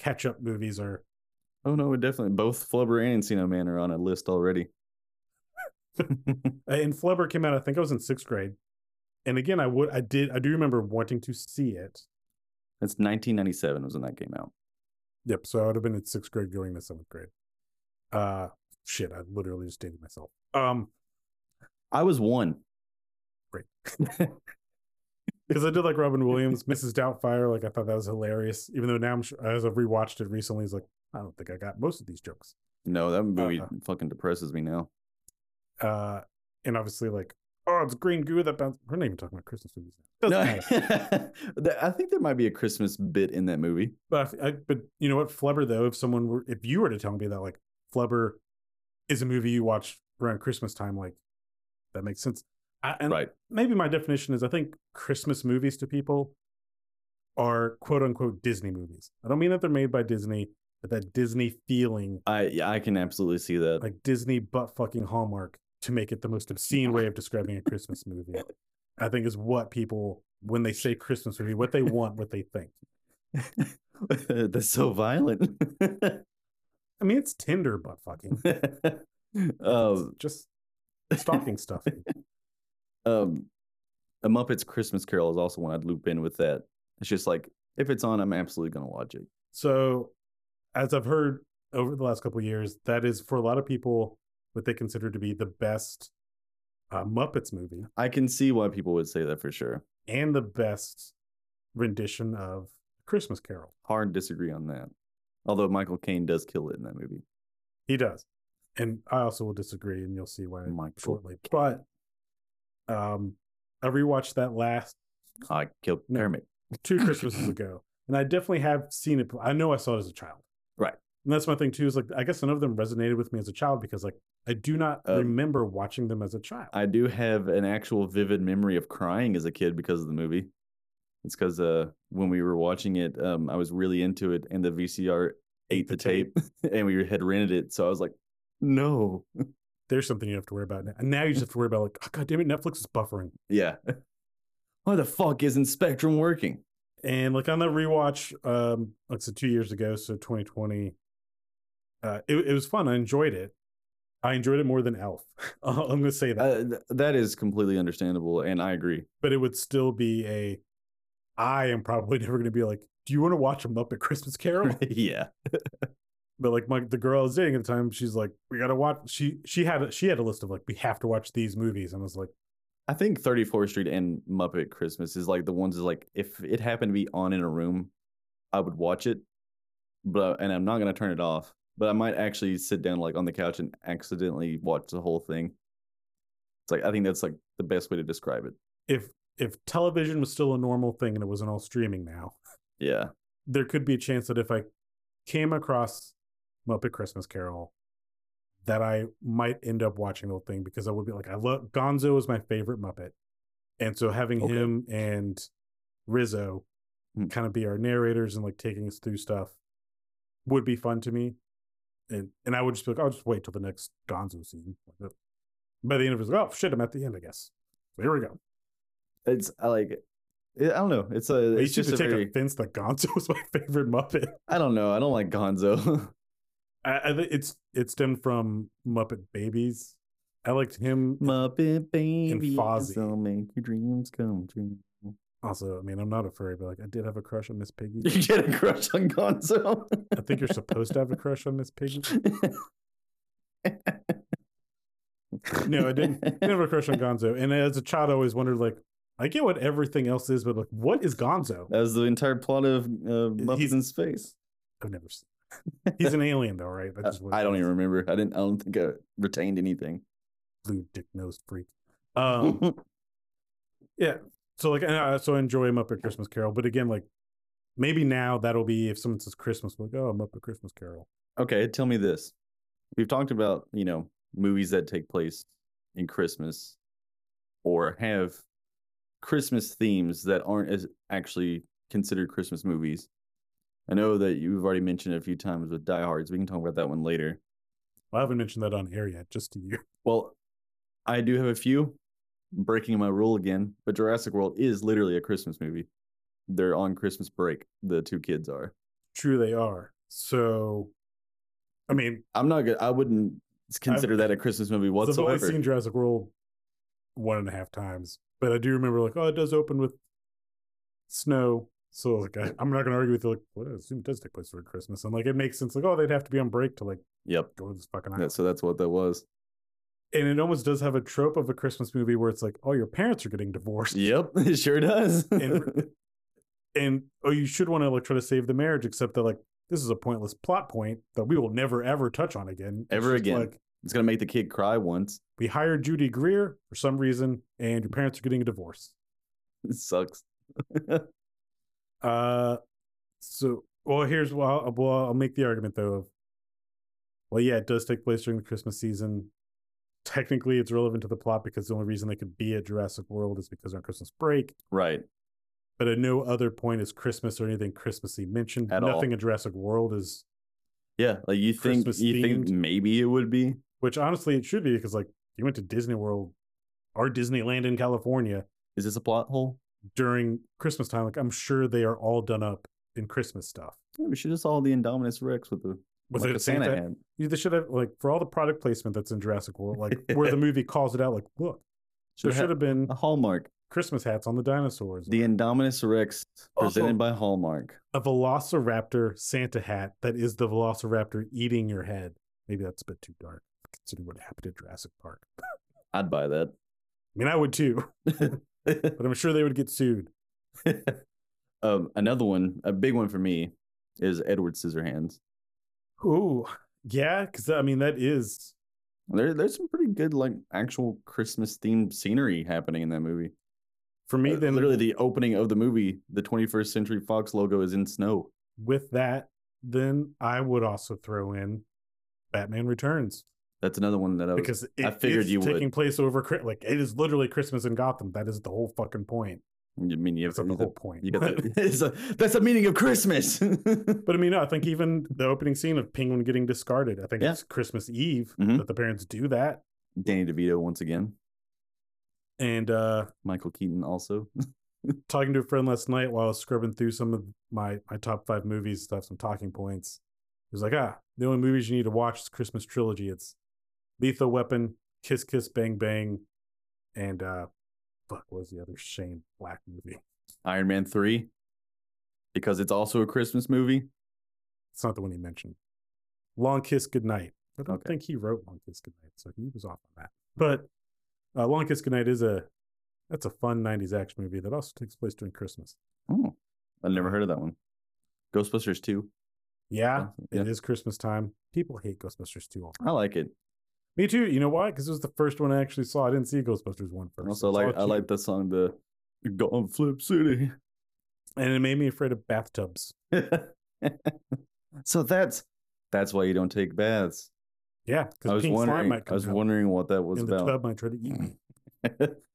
Speaker 4: catch-up movies or
Speaker 1: Oh no, it definitely both Flubber and Encino Man are on a list already.
Speaker 4: Uh, and Flubber came out. I think I was in sixth grade, and again, I would, I did, I do remember wanting to see it.
Speaker 1: That's 1997 was when that came out.
Speaker 4: Yep. So I would have been in sixth grade going to seventh grade. Uh, shit, I literally just dated myself. Um,
Speaker 1: I was one.
Speaker 4: because I did like Robin Williams, Mrs. Doubtfire. Like I thought that was hilarious, even though now I'm sure, as I've rewatched it recently, it's like I don't think I got most of these jokes.
Speaker 1: No, that movie
Speaker 4: Uh-huh.
Speaker 1: fucking depresses me now.
Speaker 4: Uh, and obviously like oh, it's green goo that bounces. We're not even talking about Christmas movies. Now.
Speaker 1: No,
Speaker 4: Doesn't matter.
Speaker 1: That- I think there might be a Christmas bit in that movie.
Speaker 4: But I f- I, but you know what, Flubber though, if someone were, if you were to tell me that like Flubber is a movie you watch around Christmas time, like that makes sense. I, and
Speaker 1: Right.
Speaker 4: maybe my definition is I think Christmas movies to people are quote unquote Disney movies. I don't mean that they're made by Disney, but that Disney feeling,
Speaker 1: I yeah, I can absolutely see that.
Speaker 4: like Disney butt fucking Hallmark, to make it the most obscene way of describing a Christmas movie. I think is what people when they say Christmas movie, what they want, what they think.
Speaker 1: That's so violent.
Speaker 4: I mean, it's Tinder butt fucking.
Speaker 1: um,
Speaker 4: just stocking stuff.
Speaker 1: um, a Muppets Christmas Carol is also one I'd loop in with that. It's just like if it's on, I'm absolutely gonna watch it.
Speaker 4: So, as I've heard over the last couple of years, that is for a lot of people what they consider to be the best uh, Muppets movie
Speaker 1: I can see why people would say that for sure.
Speaker 4: and the best rendition of Christmas Carol.
Speaker 1: Hard disagree on that. Although Michael Caine does kill it in that movie.
Speaker 4: He does, and I also will disagree, and you'll see why
Speaker 1: Michael
Speaker 4: shortly. But um, I rewatched that last
Speaker 1: I killed
Speaker 4: No.
Speaker 1: Kermit.
Speaker 4: two Christmases ago, and I definitely have seen it. I know I saw it as a child,
Speaker 1: Right.
Speaker 4: And that's my thing too. Is like I guess none of them resonated with me as a child because like I do not
Speaker 1: Um,
Speaker 4: remember watching them as a child.
Speaker 1: I do have an actual vivid memory of crying as a kid because of the movie. It's because uh, when we were watching it, um, I was really into it, and the VCR ate the tape, and we had rented it. So I was like, "No,
Speaker 4: There's something you have to worry about now. And now you just have to worry about like, oh, god damn it, Netflix is buffering.
Speaker 1: yeah, why the fuck isn't Spectrum working?"
Speaker 4: And like on that rewatch, um, like so two years ago, so 2020, uh, it, it was fun. I enjoyed it. I enjoyed it more than Elf. I'm gonna say that.
Speaker 1: Uh, th- that is completely understandable, and I agree.
Speaker 4: but it would still be a I am probably never gonna be like, do you want to watch a Muppet Christmas Carol?
Speaker 1: yeah,
Speaker 4: but like my the girl I was dating at the time, she's like, we gotta watch. She she had a, she had a list of like we have to watch these movies, and I was like,
Speaker 1: I think 34th Street and Muppet Christmas is like the ones that like if it happened to be on in a room, I would watch it, but and I'm not gonna turn it off. But I might actually sit down like on the couch and accidentally watch the whole thing. It's like I think that's like the best way to describe it.
Speaker 4: if if television was still a normal thing and it wasn't all streaming now,
Speaker 1: Yeah,
Speaker 4: there could be a chance that if I came across Muppet Christmas Carol, that I might end up watching the whole thing because I would be like, I love Gonzo is my favorite Muppet, and so having
Speaker 1: Okay.
Speaker 4: him and Rizzo
Speaker 1: Hmm.
Speaker 4: kind of be our narrators and like taking us through stuff would be fun to me, and and I would just be like, I'll just wait till the next Gonzo scene. By the end of it, it's like, oh shit, I'm at the end, I guess. So here we go.
Speaker 1: it's I like it. I don't know. It's a
Speaker 4: You
Speaker 1: it's
Speaker 4: should
Speaker 1: just a
Speaker 4: take
Speaker 1: very
Speaker 4: offense that Gonzo is my favorite Muppet.
Speaker 1: I don't know. I don't like Gonzo.
Speaker 4: I, I think it's it stemmed from Muppet Babies. I liked him.
Speaker 1: Muppet baby,
Speaker 4: Fozzie.
Speaker 1: will make your dreams come true.
Speaker 4: Also, I mean, I'm not a furry, but like I did have a crush on Miss
Speaker 1: You
Speaker 4: Piggy.
Speaker 1: get a crush on Gonzo.
Speaker 4: I think you're supposed to have a crush on Miss Piggy. No, I didn't. Never a crush on Gonzo. And as a child, I always wondered, like, I get what everything else is, but like, what is Gonzo?
Speaker 1: That was the entire plot of uh, Muppets
Speaker 4: He's-
Speaker 1: in Space.
Speaker 4: I've never seen. He's an alien, though, right? That's just what
Speaker 1: Uh, I
Speaker 4: it
Speaker 1: don't
Speaker 4: is.
Speaker 1: even remember. I didn't. I don't think I retained anything.
Speaker 4: Blue dick nose freak. Um, so like, and I, so I enjoy Muppet Christmas Carol, but again, like, maybe now that'll be if someone says Christmas, like, oh, Muppet Christmas Carol.
Speaker 1: okay, tell me this. We've talked about you know movies that take place in Christmas, or have Christmas themes that aren't as actually considered Christmas movies. I know that you've already mentioned it a few times with Die Hards. We can talk about that one later.
Speaker 4: Well, I haven't mentioned that on air yet, just to you.
Speaker 1: Well, I do have a few. Breaking my rule again, but Jurassic World is literally a Christmas movie. They're on Christmas break. The two kids are.
Speaker 4: True, they are. So, I mean,
Speaker 1: I'm not good. I wouldn't consider that a Christmas movie
Speaker 4: I've
Speaker 1: whatsoever.
Speaker 4: only seen Jurassic World one and a half times, but I do remember like, oh, it does open with snow. So like, I, I'm not gonna argue with you, like, well, I assume it does take place during Christmas, and like, it makes sense. Like, oh, they'd have to be on break to like
Speaker 1: Yep.
Speaker 4: go to this fucking island,
Speaker 1: That, so that's what that was.
Speaker 4: and it almost does have a trope of a Christmas movie where it's like, oh, your parents are getting divorced,
Speaker 1: Yep. It sure does.
Speaker 4: And- and oh, you should want to like try to save the marriage, except that like this is a pointless plot point that we will never ever touch on again, It's
Speaker 1: Ever
Speaker 4: just,
Speaker 1: again.
Speaker 4: Like,
Speaker 1: it's gonna make the kid cry once.
Speaker 4: we hired Judy Greer for some reason, and your parents are getting a divorce.
Speaker 1: It sucks.
Speaker 4: Uh, so well, here's well, I'll, well, I'll make the argument though of, well, yeah, it does take place during the Christmas season. Technically, it's relevant to the plot because the only reason they could be at Jurassic World is because they're on Christmas break.
Speaker 1: Right.
Speaker 4: But at no other point is Christmas or anything Christmassy mentioned.
Speaker 1: At all.
Speaker 4: Nothing in Jurassic World is,
Speaker 1: Yeah. Like you think
Speaker 4: Christmas
Speaker 1: you think
Speaker 4: themed.
Speaker 1: maybe it would be.
Speaker 4: which honestly it should be because like you went to Disney World or Disneyland in California
Speaker 1: Is this a plot hole?
Speaker 4: during Christmas time. Like I'm sure they are all done up in Christmas stuff.
Speaker 1: Yeah, we should have saw the Indominus Rex with the
Speaker 4: Was
Speaker 1: like
Speaker 4: it
Speaker 1: a
Speaker 4: a Santa?
Speaker 1: Santa
Speaker 4: Santa
Speaker 1: hat.
Speaker 4: You- they should have like for all the product placement that's in Jurassic World, like where the movie calls it out, like look, there should have been
Speaker 1: a hallmark.
Speaker 4: Christmas hats on the dinosaurs,
Speaker 1: Uh-huh. The Indominus Rex
Speaker 4: Oh.
Speaker 1: presented by Hallmark.
Speaker 4: a Velociraptor Santa hat that is the Velociraptor eating your head. Maybe that's a bit too dark considering what happened at Jurassic Park. I
Speaker 1: I'd buy that.
Speaker 4: mean, I would too, but I'm sure they would get sued.
Speaker 1: um, another one, a big one for me, is Edward Scissorhands.
Speaker 4: Ooh, yeah, because I mean that is
Speaker 1: There, there's some pretty good like actual Christmas themed scenery happening in that movie.
Speaker 4: for me.
Speaker 1: Uh,
Speaker 4: Then
Speaker 1: literally the opening of the movie, the 21st Century Fox logo is in snow.
Speaker 4: with that, then I would also throw in Batman Returns.
Speaker 1: That's another one that I was,
Speaker 4: because it,
Speaker 1: I figured
Speaker 4: it's
Speaker 1: you would.
Speaker 4: taking place over Chri- like it is literally Christmas in Gotham. That is the whole fucking point.
Speaker 1: I mean you have
Speaker 4: That's not the
Speaker 1: to the-
Speaker 4: whole point.
Speaker 1: you got the, it's a, that's the meaning of Christmas.
Speaker 4: but I mean, no, I think even the opening scene of Penguin getting discarded. I think
Speaker 1: Yeah.
Speaker 4: it's Christmas Eve
Speaker 1: Mhm.
Speaker 4: that the parents do that,
Speaker 1: Danny DeVito once again.
Speaker 4: and uh
Speaker 1: Michael Keaton also.
Speaker 4: talking to a friend last night while I was scrubbing through some of my my top five movies to have some talking points. He was like, ah, the only movies you need to watch is Christmas trilogy. It's Lethal Weapon, Kiss Kiss Bang Bang, and uh fuck, what was the other Shane Black movie?
Speaker 1: Iron Man 3 because it's also a Christmas movie.
Speaker 4: It's not the one he mentioned. Long Kiss Goodnight. I don't
Speaker 1: Okay.
Speaker 4: think he wrote Long Kiss Goodnight, so he was off on that. But uh, Long Kiss Goodnight is a that's a fun '90s action movie that also takes place during Christmas.
Speaker 1: Oh, I've never heard of that one. Ghostbusters 2.
Speaker 4: Ah, Yeah,
Speaker 1: Yeah.
Speaker 4: it is Christmas time. People hate Ghostbusters 2. all the time.
Speaker 1: I like it.
Speaker 4: Me too. You know why? Because it was the first one I actually saw. I didn't see Ghostbusters one first.
Speaker 1: Also,
Speaker 4: It's all
Speaker 1: like I
Speaker 4: cute.
Speaker 1: like the song the Gone Flip City.
Speaker 4: and it made me afraid of bathtubs.
Speaker 1: so that's that's why you don't take baths.
Speaker 4: Yeah,
Speaker 1: I
Speaker 4: because
Speaker 1: was
Speaker 4: pink slime
Speaker 1: wondering.
Speaker 4: might
Speaker 1: I
Speaker 4: come
Speaker 1: was
Speaker 4: out,
Speaker 1: wondering what that was
Speaker 4: and the tub
Speaker 1: about.
Speaker 4: might try to eat me.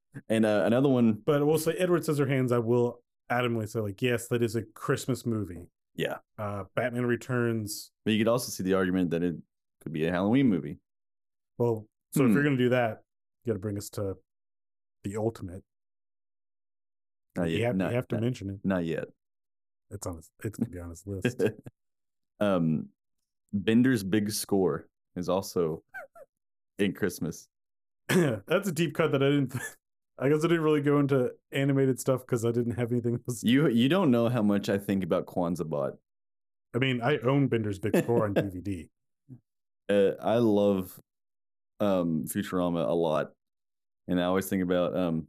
Speaker 1: and uh, another one.
Speaker 4: But we'll say Edward Scissorhands. I will adamantly say, like, yes, that is a Christmas movie.
Speaker 1: Yeah.
Speaker 4: Uh, Batman Returns.
Speaker 1: But you could also see the argument that it could be a Halloween movie.
Speaker 4: Well, so if
Speaker 1: Hmm.
Speaker 4: you're going to do that, you got to bring us to the ultimate.
Speaker 1: Not yet.
Speaker 4: you have,
Speaker 1: not,
Speaker 4: you have to
Speaker 1: not-
Speaker 4: mention it.
Speaker 1: not yet.
Speaker 4: It's on. His, it's going to be on his list.
Speaker 1: um, Bender's Big Score is also in Christmas.
Speaker 4: That's a deep cut that I didn't. I guess I didn't really go into animated stuff because I didn't have anything. Else.
Speaker 1: You you don't know how much I think about Kwanzaa Bot.
Speaker 4: I mean, I own Bender's Big Four on DVD.
Speaker 1: Uh, I love um Futurama a lot, and I always think about um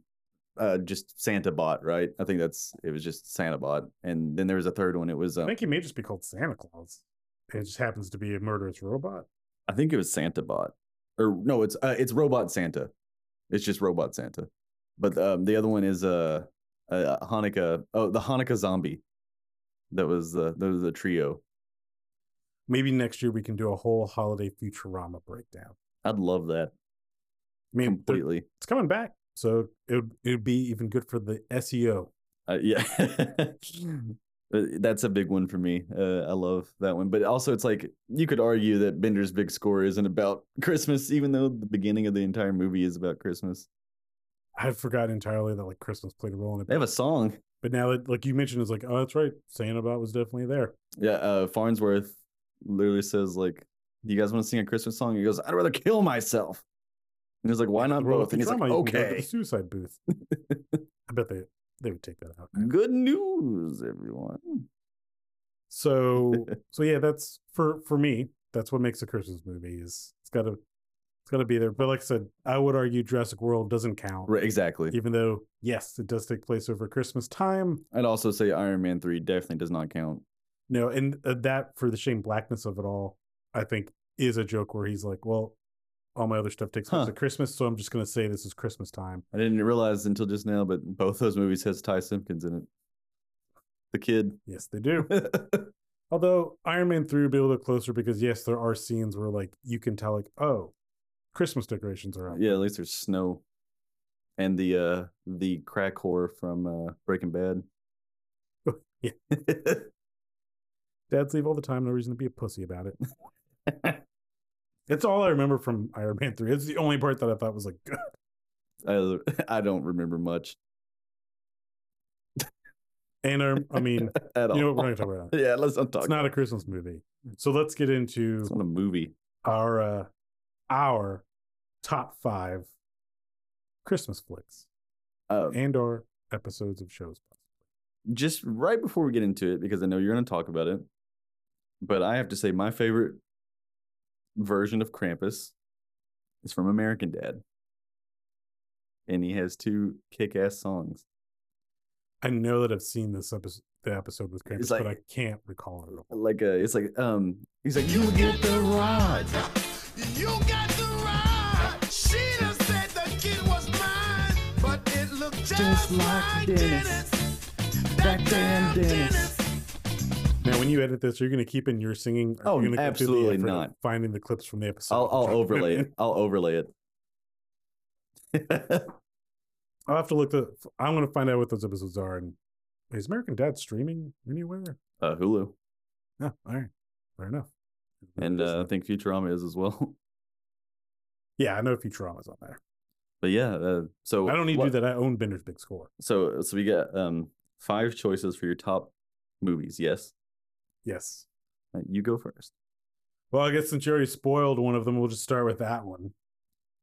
Speaker 1: uh just Santa Bot, right? I think that's it was just Santa Bot, and then there was a third one. It was
Speaker 4: I
Speaker 1: um,
Speaker 4: think he may just be called Santa Claus. It just happens to be a murderous robot.
Speaker 1: I think it was Santa Bot, or no, it's uh, it's Robot Santa. It's just Robot Santa, but um the other one is uh, uh Hanukkah. Oh, the Hanukkah zombie. That was the that was the trio.
Speaker 4: Maybe next year we can do a whole holiday Futurama breakdown.
Speaker 1: I'd love that
Speaker 4: I mean, they're-
Speaker 1: completely.
Speaker 4: it's coming back, so it would it would be even good for the E SEO.
Speaker 1: Uh, yeah. Uh, That's a big one for me. Uh, I love that one. But also, it's like you could argue that Bender's big score isn't about Christmas, even though the beginning of the entire movie is about Christmas.
Speaker 4: I had forgot entirely that like Christmas played a role in
Speaker 1: They
Speaker 4: it,
Speaker 1: have a song.
Speaker 4: but now that like you mentioned, it's like oh that's right, Santa Bot was definitely there.
Speaker 1: Yeah. Uh, Farnsworth literally says, like, do you guys want to sing a Christmas song? He goes, I'd rather kill myself. And he's like, why not
Speaker 4: Roll
Speaker 1: both? And he's like,
Speaker 4: Futurama, you can go to the
Speaker 1: okay.
Speaker 4: suicide booth. I bet they they would take that out.
Speaker 1: Good news, everyone.
Speaker 4: So so yeah, that's for for me. That's what makes a Christmas movie is it's gotta it's gotta be there. But like I said, I would argue Jurassic World doesn't count,
Speaker 1: Right, exactly.
Speaker 4: even though yes, it does take place over Christmas time.
Speaker 1: I'd also say Iron Man 3 definitely does not count.
Speaker 4: No, and uh, that for the Shane Blackness of it all, I think is a joke where he's like, well, all my other stuff takes place
Speaker 1: Huh.
Speaker 4: at Christmas, so I'm just gonna say this is Christmas time.
Speaker 1: I didn't realize until just now, but both those movies has Ty Simpkins in it. The kid.
Speaker 4: Yes, they do. Although Iron Man 3 would be a little bit closer because yes, there are scenes where like you can tell like, oh, Christmas decorations are up.
Speaker 1: yeah, at least there's snow. And the uh the crack whore from uh Breaking Bad.
Speaker 4: Yeah. Dads leave all the time, no reason to be a pussy about it. That's all I remember from Iron Man 3. It's the only part that I thought was like good.
Speaker 1: I, I don't remember much
Speaker 4: And I, I mean,
Speaker 1: at all.
Speaker 4: you know what we're not gonna talk about it.
Speaker 1: yeah, let's not talk.
Speaker 4: It's not a Christmas movie. So let's get into
Speaker 1: it's not a movie.
Speaker 4: our uh, our top five Christmas flicks
Speaker 1: Uh,
Speaker 4: and our episodes of shows.
Speaker 1: just right before we get into it, because I know you're going to talk about it, but I have to say my favorite version of Krampus is from American Dad, and he has two kick-ass songs.
Speaker 4: I know that I've seen this episode, the episode with Krampus,
Speaker 1: It's like-
Speaker 4: but I can't recall it at all.
Speaker 1: Like uh it's like um, he's like you
Speaker 6: You get the rod. You got the rod. She done said the kid was mine, but it looked just, like Dennis. That damn Dennis.
Speaker 4: Now, when you edit this, you're going to keep in your singing.
Speaker 1: Oh,
Speaker 4: you gonna go through the effort
Speaker 1: absolutely
Speaker 4: of
Speaker 1: not.
Speaker 4: Finding the clips from the episode.
Speaker 1: I'll I'll
Speaker 4: and drop them
Speaker 1: overlay
Speaker 4: in.
Speaker 1: it. I'll overlay it.
Speaker 4: I'll have to look the. I'm going to find out what those episodes are. And is American Dad streaming anywhere?
Speaker 1: uh, Hulu,
Speaker 4: No, all right, fair enough.
Speaker 1: and uh, I think Futurama is as well.
Speaker 4: yeah, I know Futurama's on there.
Speaker 1: But yeah, uh, so
Speaker 4: I don't need
Speaker 1: what-
Speaker 4: to do that. I own Bender's Big Score.
Speaker 1: So so we got um five choices for your top movies. Yes,
Speaker 4: Yes.
Speaker 1: Uh, you go first.
Speaker 4: Well, I guess since you already spoiled one of them, we'll just start with that one.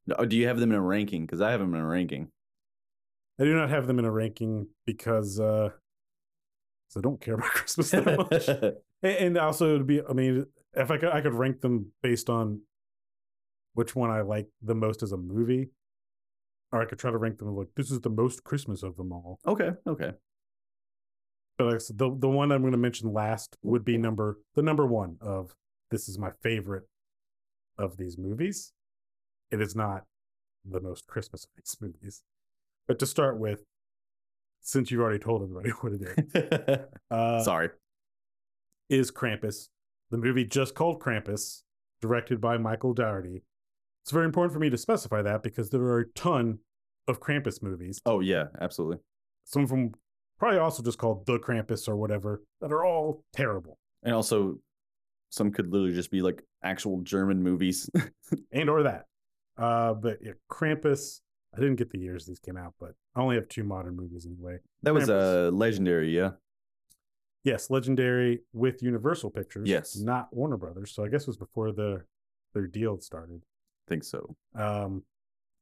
Speaker 1: No, Oh, do you have them in a ranking? Because I have them in a ranking.
Speaker 4: I do not have them in a ranking because uh 'cause I don't care about Christmas that much. And, and also, it would be, I mean, if I could, I could rank them based on which one I like the most as a movie, or I could try to rank them like this is the most Christmas of them all.
Speaker 1: okay, okay.
Speaker 4: But like I said, the the one I'm going to mention last would be number the number one of this is my favorite of these movies. It is not the most Christmas of these movies, but to start with, since you've already told everybody what it is, uh,
Speaker 1: Sorry.
Speaker 4: is Krampus. The movie just called Krampus, directed by Michael Dougherty. It's very important for me to specify that because there are a ton of Krampus movies,
Speaker 1: Oh yeah, absolutely.
Speaker 4: some of them probably also just called The Krampus or whatever, that are all terrible
Speaker 1: And also, some could literally just be like actual German movies.
Speaker 4: and or that. Uh, but yeah, Krampus, I didn't get the years these came out, but I only have two modern movies anyway.
Speaker 1: that was
Speaker 4: Krampus.
Speaker 1: uh legendary. Yeah.
Speaker 4: Yes, Legendary with Universal Pictures.
Speaker 1: Yes.
Speaker 4: Not Warner Brothers. So I guess it was before the, their deal started.
Speaker 1: think so.
Speaker 4: Um,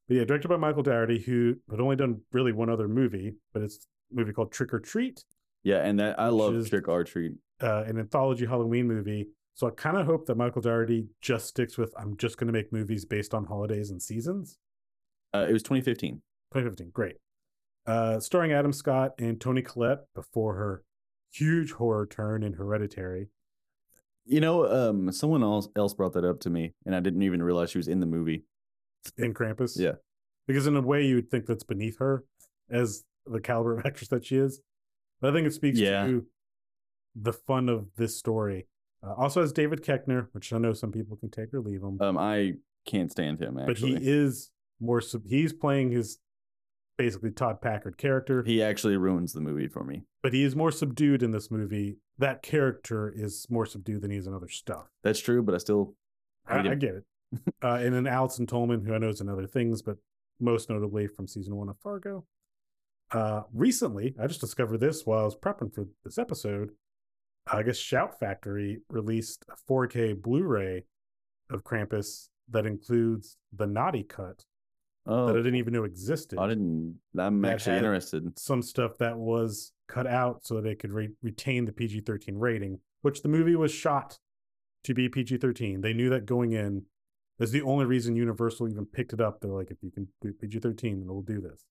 Speaker 4: but yeah, directed by Michael Dougherty, who had only done really one other movie, but it's a movie called Trick or Treat,
Speaker 1: Yeah, and that I
Speaker 4: Which
Speaker 1: love
Speaker 4: is-
Speaker 1: Trick or Treat.
Speaker 4: uh, an anthology Halloween movie So I kind of hope that Michael Dougherty just sticks with I'm just going to make movies based on holidays and seasons.
Speaker 1: Uh, it was 2015.
Speaker 4: 2015, great. Uh, starring Adam Scott and Toni Collette before her huge horror turn in Hereditary.
Speaker 1: You know, um, someone else else brought that up to me, and I didn't even realize she was in the movie.
Speaker 4: in Krampus.
Speaker 1: Yeah.
Speaker 4: Because in a way you would think that's beneath her as the caliber of actress that she is. But I think it speaks
Speaker 1: Yeah.
Speaker 4: to the fun of this story. Uh, also has David Keckner, which I know some people can take or leave him,
Speaker 1: Um, I can't stand him
Speaker 4: but
Speaker 1: actually.
Speaker 4: he is more sub- he's playing his basically Todd Packard character,
Speaker 1: he actually ruins the movie for me.
Speaker 4: but he is more subdued in this movie. That character is more subdued than he is in other stuff.
Speaker 1: That's true, but I still
Speaker 4: I,
Speaker 1: Hate
Speaker 4: I
Speaker 1: him.
Speaker 4: get it. uh, and then Allison Tolman, who I know is in other things, but most notably from season one of Fargo. Uh, recently, I just discovered this while I was prepping for this episode. I guess Shout Factory released a 4K Blu ray of Krampus that includes the naughty cut
Speaker 1: oh
Speaker 4: that I didn't even know existed.
Speaker 1: I didn't. I'm
Speaker 4: That
Speaker 1: actually
Speaker 4: had-
Speaker 1: interested.
Speaker 4: Some stuff that was cut out so that it could re- retain the PG 13 rating, which the movie was shot to be PG 13. They knew that going in. That's the only reason Universal even picked it up. They're like, if you can do PG 13, then we'll do this.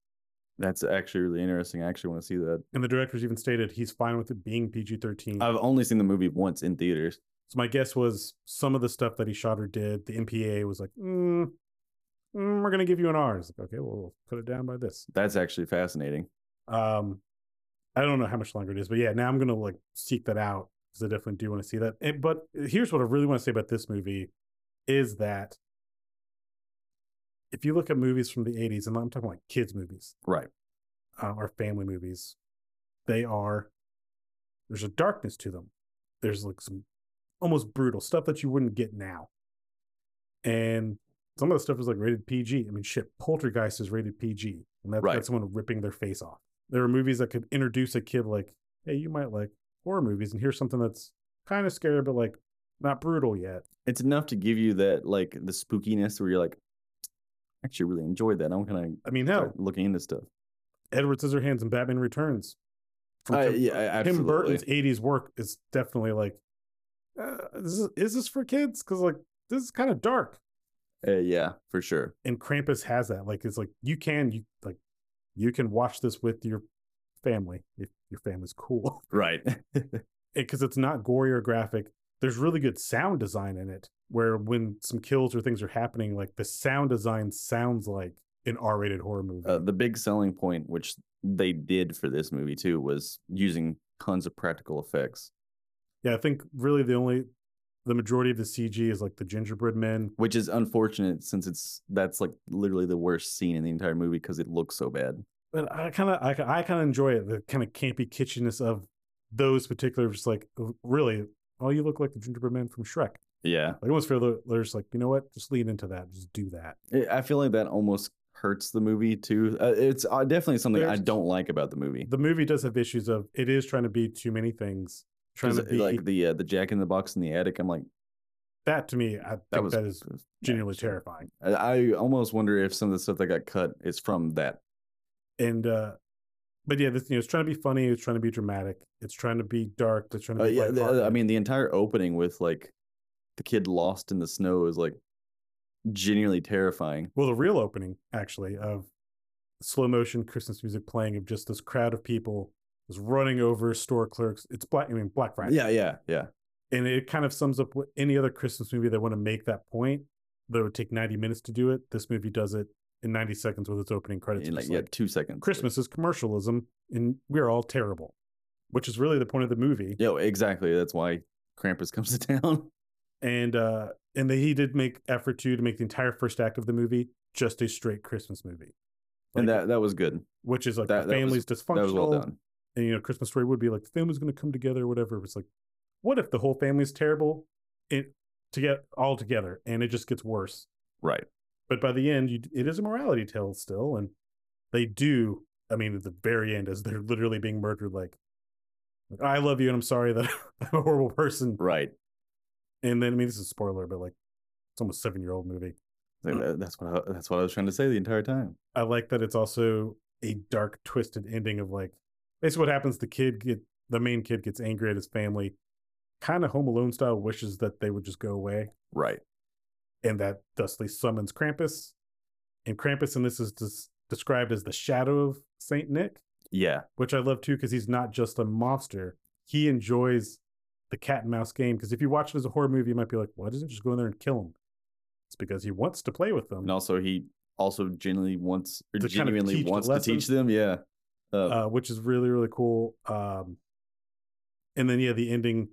Speaker 1: That's actually really interesting. I actually want to see that.
Speaker 4: And the directors even stated he's fine with it being PG 13.
Speaker 1: I've only seen the movie once in theaters.
Speaker 4: so my guess was some of the stuff that he shot or did, the MPA was like, mm, mm, we're going to give you an R. It's like, okay, well, we'll cut it down by this.
Speaker 1: That's actually fascinating.
Speaker 4: Um, I don't know how much longer it is, but yeah, now I'm gonna like seek that out because I definitely do want to see that. And, but here's what I really want to say about this movie is that if you look at movies from the 80s, and I'm talking like kids' movies,
Speaker 1: Right.
Speaker 4: uh, or family movies, they are there's a darkness to them. There's like some almost brutal stuff that you wouldn't get now, and some of the stuff is like rated PG. I mean, shit, Poltergeist is rated PG, and that's
Speaker 1: Right.
Speaker 4: that's someone ripping their face off. There are movies that could introduce a kid like, hey, you might like horror movies, and here's something that's kind of scary, but like not brutal yet.
Speaker 1: It's enough to give you that like the spookiness where you're like, "I actually really enjoyed that. I'm gonna
Speaker 4: I mean, hell,
Speaker 1: start looking into stuff.
Speaker 4: Edward Scissorhands and Batman Returns. From
Speaker 1: Uh,
Speaker 4: Tim-
Speaker 1: yeah, I-
Speaker 4: Tim
Speaker 1: absolutely.
Speaker 4: Burton's '80s work is definitely like, uh, is, this, is this for kids? Because like this is kind of dark,
Speaker 1: Uh, yeah, for sure.
Speaker 4: and Krampus has that. Like it's like you can you like you can watch this with your family if your family's cool,
Speaker 1: Right.
Speaker 4: because it's not gory or graphic. There's really good sound design in it, where when some kills or things are happening, like the sound design sounds like an R-rated horror movie.
Speaker 1: uh, the big selling point, which they did for this movie too, was using tons of practical effects,
Speaker 4: Yeah, I think really the only the majority of the CG is like the gingerbread men.
Speaker 1: which is unfortunate since it's that's like literally the worst scene in the entire movie because it looks so bad.
Speaker 4: But I kind of I, ki- I kind of enjoy it the kind of campy kitschiness of those particular just like r- really oh you look like the gingerbread man from Shrek.
Speaker 1: Yeah,
Speaker 4: Like almost feel they're they're just like you know what just lean into that just do that.
Speaker 1: I- I feel like that almost hurts the movie too. Uh, it's uh, definitely something I
Speaker 4: There's-
Speaker 1: don't like about the movie.
Speaker 4: The movie does have issues of it is trying to be too many things. Trying
Speaker 1: 'Cause,
Speaker 4: to
Speaker 1: uh,
Speaker 4: be
Speaker 1: like the uh, the Jack in the Box in the attic. I'm like
Speaker 4: that to me I
Speaker 1: that
Speaker 4: think
Speaker 1: was
Speaker 4: that is
Speaker 1: was-
Speaker 4: genuinely terrifying.
Speaker 1: I, I almost wonder if some of the stuff that got cut is from that.
Speaker 4: And uh but yeah, this you know it's trying to be funny, it's trying to be dramatic, it's trying to be dark, it's trying to
Speaker 1: Uh,
Speaker 4: be
Speaker 1: yeah, the-
Speaker 4: lighthearted.
Speaker 1: I mean the entire opening with like the kid lost in the snow is like genuinely terrifying.
Speaker 4: Well, the real opening, actually, of slow motion Christmas music playing of just this crowd of people is running over store clerks. It's black. I mean, Black Friday.
Speaker 1: Yeah, yeah, yeah.
Speaker 4: and it kind of sums up what any other Christmas movie that want to make that point. That would take ninety minutes to do it. This movie does it in ninety seconds with its opening credits.
Speaker 1: In
Speaker 4: It's
Speaker 1: like,
Speaker 4: just
Speaker 1: yeah,
Speaker 4: like,
Speaker 1: two seconds. Like,
Speaker 4: Christmas is commercialism, and we're all terrible, which is really the point of the movie.
Speaker 1: Yeah, exactly. That's why Krampus comes to town.
Speaker 4: And uh, and they, he did make effort to to make the entire first act of the movie just a straight Christmas movie,
Speaker 1: and
Speaker 4: Like,
Speaker 1: that that was good.
Speaker 4: which is like
Speaker 1: that-
Speaker 4: the
Speaker 1: that was-
Speaker 4: family's dysfunctional.
Speaker 1: That was well done.
Speaker 4: and you know christmas story would be like the family's going to come together or whatever it's like what if the whole family's terrible it to get all together and it just gets worse
Speaker 1: Right.
Speaker 4: but by the end you, it is a morality tale still and they do i mean at the very end as they're literally being murdered like i love you and i'm sorry that i'm a horrible person
Speaker 1: Right.
Speaker 4: and then i mean this is a spoiler but like it's almost seven year old movie
Speaker 1: Like, that- that's what I, that's what I was trying to say the entire time.
Speaker 4: I like that it's also a dark, twisted ending of like basically what happens. The kid get the main kid gets angry at his family, kind of Home Alone style wishes that they would just go away
Speaker 1: Right.
Speaker 4: and that Dusty summons Krampus. And Krampus, and this is des- described as the shadow of Saint Nick,
Speaker 1: Yeah.
Speaker 4: which I love too because he's not just a monster. He enjoys the cat and mouse game because if you watch it as a horror movie, you might be like, why doesn't he just go in there and kill him? It's because he wants to play with them.
Speaker 1: And also he also genuinely wants or
Speaker 4: To kind of
Speaker 1: genuinely
Speaker 4: teach the
Speaker 1: wants to teach
Speaker 4: lesson.
Speaker 1: them. Yeah. Uh,
Speaker 4: uh, which is really really cool. Um, and then yeah, the ending,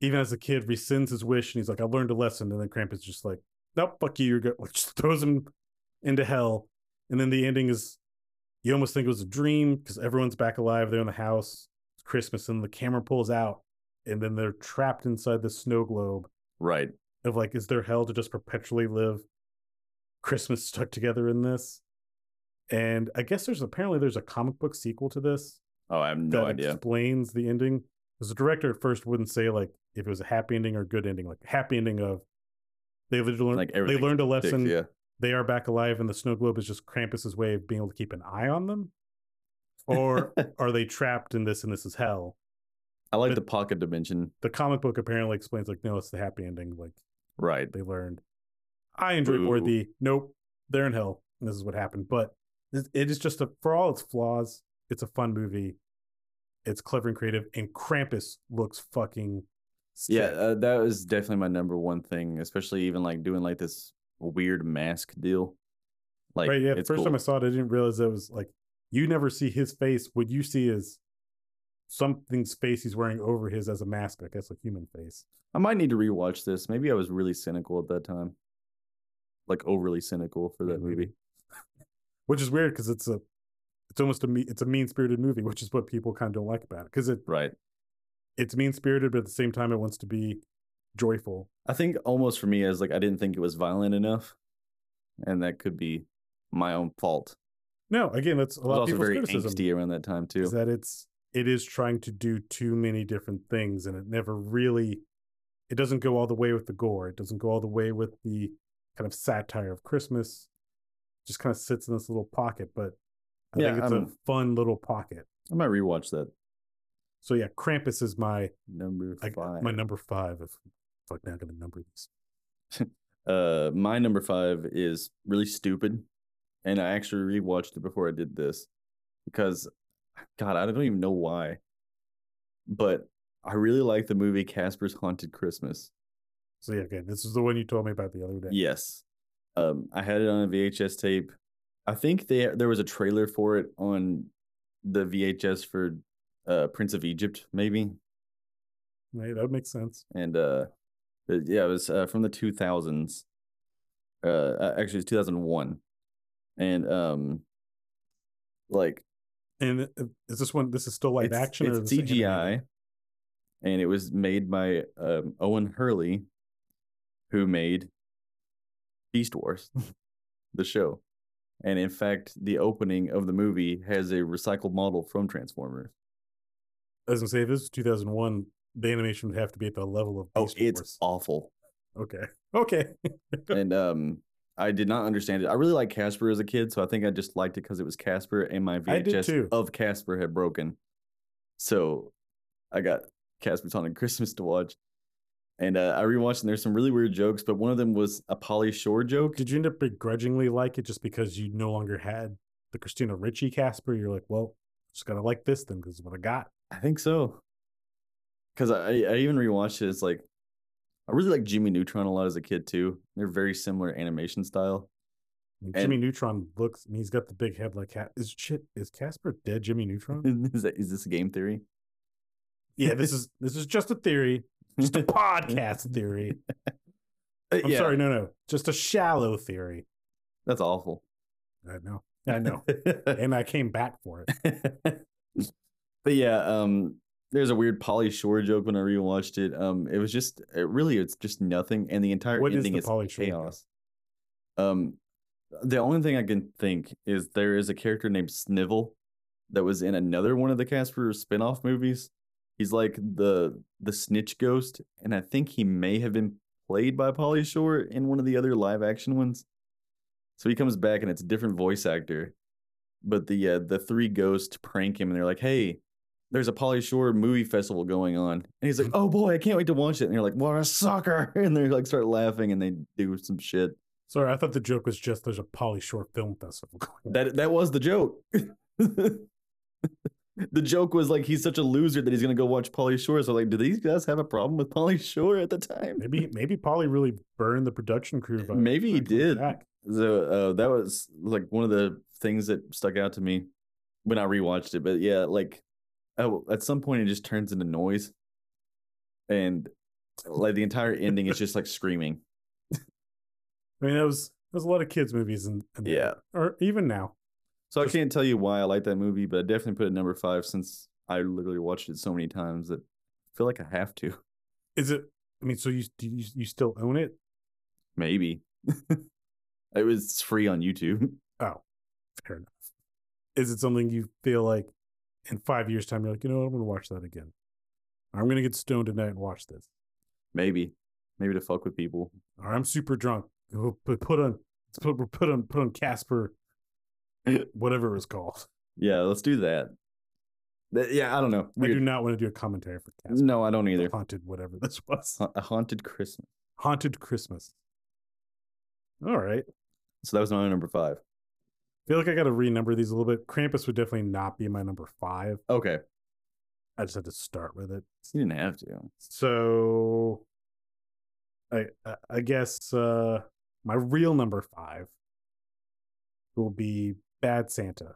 Speaker 4: even as a kid, rescinds his wish and he's like, "I learned a lesson." And then Krampus just like, "Nope, fuck you, you're good." Like, just throws him into hell. And then the ending is, you almost think it was a dream because everyone's back alive. They're in the house. It's Christmas, and the camera pulls out, and then they're trapped inside the snow globe
Speaker 1: right.
Speaker 4: of like, is there hell to just perpetually live Christmas stuck together in this? And I guess there's apparently there's a comic book sequel to this
Speaker 1: Oh, I have no
Speaker 4: that
Speaker 1: idea.
Speaker 4: explains the ending. Because the director at first wouldn't say like if it was a happy ending or a good ending, like happy ending of they literally
Speaker 1: Like
Speaker 4: they
Speaker 1: everything
Speaker 4: learned a
Speaker 1: Dick,
Speaker 4: lesson.
Speaker 1: yeah.
Speaker 4: They are back alive, and the snow globe is just Krampus's way of being able to keep an eye on them. Or are they trapped in this and this is hell?
Speaker 1: I like
Speaker 4: but-
Speaker 1: the pocket dimension.
Speaker 4: The comic book apparently explains like no, it's the happy ending. Like
Speaker 1: Right.
Speaker 4: they learned. I enjoy more
Speaker 1: Ooh.
Speaker 4: the nope, they're in hell. And this is what happened. But it it is just a for all its flaws, it's a fun movie. It's clever and creative, and Krampus looks fucking sick.
Speaker 1: Yeah, uh, that was definitely my number one thing, especially even like doing like this weird mask deal. Like,
Speaker 4: right. Yeah, the
Speaker 1: it's
Speaker 4: first
Speaker 1: cool.
Speaker 4: time I saw it, I didn't realize it was like you never see his face. What you see is something's face he's wearing over his as a mask, I guess a human face.
Speaker 1: I might need to rewatch this. Maybe I was really cynical at that time, like overly cynical for that
Speaker 4: Maybe.
Speaker 1: movie.
Speaker 4: Which is weird because it's a it's almost a me- it's a mean spirited movie, which is what people kind of don't like about it. Because it
Speaker 1: Right.
Speaker 4: it's mean spirited, but at the same time, it wants to be joyful.
Speaker 1: I think almost for me, I was like, I didn't think it was violent enough, and that could be my own fault.
Speaker 4: No, again, that's a
Speaker 1: I was
Speaker 4: lot of
Speaker 1: also
Speaker 4: people's
Speaker 1: very
Speaker 4: criticism
Speaker 1: angsty around that time too.
Speaker 4: is that it's it is trying to do too many different things, and it never really it doesn't go all the way with the gore. It doesn't go all the way with the kind of satire of Christmas. just kind of sits in this little pocket, but I
Speaker 1: Yeah,
Speaker 4: think it's a
Speaker 1: I'm-
Speaker 4: fun little pocket.
Speaker 1: I might rewatch that.
Speaker 4: So yeah, Krampus is my
Speaker 1: Number
Speaker 4: like,
Speaker 1: five.
Speaker 4: my number five. If fuck, now I'm gonna number these.
Speaker 1: Uh, my number five is really stupid, and I actually rewatched it before I did this because, God, I don't even know why, but I really like the movie Casper's Haunted Christmas.
Speaker 4: So yeah, again, this is the one you told me about the other day.
Speaker 1: Yes, um, I had it on a VHS tape. I think they there was a trailer for it on the VHS for uh, Prince of Egypt, maybe,
Speaker 4: Right, that makes sense.
Speaker 1: and uh, but yeah, it was uh, from the two thousands. Uh, uh, actually, it's two thousand one, and um, like
Speaker 4: And uh, is this one? This is still live
Speaker 1: it's,
Speaker 4: action. or is
Speaker 1: it's
Speaker 4: this animated?
Speaker 1: CGI, and it was made by um, Owen Hurley, who made Beast Wars, the show, and in fact, the opening of the movie has a recycled model from Transformers.
Speaker 4: I was gonna say if this was 2001, the animation would have to be at the level of Oh, Beast
Speaker 1: Oh, it's
Speaker 4: Wars.
Speaker 1: awful.
Speaker 4: okay, okay.
Speaker 1: and um I did not understand it. I really liked Casper as a kid, so I think I just liked it because it was Casper and my
Speaker 4: I did too.
Speaker 1: VHS of Casper had broken. So I got Casper's Haunted Christmas to watch. And uh, I rewatched and there's some really weird jokes, but one of them was a Polly Shore joke.
Speaker 4: Did you end up begrudgingly like it just because you no longer had the Christina Ricci Casper? You're like, well, just gotta like this then because what I got.
Speaker 1: I think so. Cause I, I even rewatched it. It's like I really like Jimmy Neutron a lot as a kid too. They're very similar animation style.
Speaker 4: I mean, Jimmy Neutron looks. I mean, he's got the big head like cat. Is shit? Is Casper dead? Jimmy Neutron?
Speaker 1: is, that, is this game theory?
Speaker 4: yeah, this is this is just a theory, just a podcast theory. I'm
Speaker 1: Uh, Yeah,
Speaker 4: sorry, no, no, just a shallow theory.
Speaker 1: That's awful.
Speaker 4: I know, I know, and I came back for it.
Speaker 1: but yeah, um, there's a weird Polly Shore joke when I rewatched it. Um, it was just it really, it's just nothing, and the entire
Speaker 4: What is
Speaker 1: ending
Speaker 4: the
Speaker 1: is,
Speaker 4: Polly Shore joke?
Speaker 1: chaos. Um, the only thing I can think is there is a character named Snivel that was in another one of the Casper spin-off movies. He's like the the snitch ghost, and I think he may have been played by Polly Shore in one of the other live action ones. So he comes back and it's a different voice actor. But the uh, the three ghosts prank him and they're like, "Hey, there's a Polly Shore movie festival going on. And he's like, oh boy, I can't wait to watch it. And you're like, what a sucker. And they like start laughing and they do some shit.
Speaker 4: Sorry, I thought the joke was just there's a Polly Shore film festival going.
Speaker 1: That that was the joke. the joke was like he's such a loser that he's gonna go watch Polly Shore. So like, do these guys have a problem with Polly Shore at the time?
Speaker 4: Maybe maybe Polly really burned the production crew. By
Speaker 1: Maybe he
Speaker 4: by coming
Speaker 1: did.
Speaker 4: back.
Speaker 1: So uh, that was like one of the things that stuck out to me when I rewatched it. But yeah, like oh, at some point it just turns into noise, and like the entire ending is just like screaming.
Speaker 4: I mean, that was there's a lot of kids movies and
Speaker 1: Yeah.
Speaker 4: or even now.
Speaker 1: So I
Speaker 4: Just-
Speaker 1: can't tell you why I like that movie, but I definitely put it number five since I literally watched it so many times that I feel like I have to.
Speaker 4: Is it? I mean, so you do you, you still own it?
Speaker 1: Maybe it was free on YouTube.
Speaker 4: Fair enough. Is it something you feel like in five years' time you're like, you know, what, I'm going to watch that again. I'm going to get stoned tonight and watch this.
Speaker 1: Maybe, maybe to fuck with people.
Speaker 4: Or I'm super drunk. We'll put put on put put on put on Casper, whatever it was called.
Speaker 1: Yeah, let's do that. Th- yeah, I don't know.
Speaker 4: I do
Speaker 1: Weird.
Speaker 4: not want to do a commentary for Casper.
Speaker 1: No, I don't
Speaker 4: the
Speaker 1: either.
Speaker 4: Haunted, whatever this was.
Speaker 1: Ha- A haunted Christmas.
Speaker 4: Haunted Christmas. All right.
Speaker 1: So that was my number five.
Speaker 4: feel like I got to renumber these a little bit. Krampus would definitely not be my number five.
Speaker 1: Okay,
Speaker 4: I just had to start with it.
Speaker 1: you didn't have to.
Speaker 4: So, I I- I guess uh, my real number five will be Bad Santa,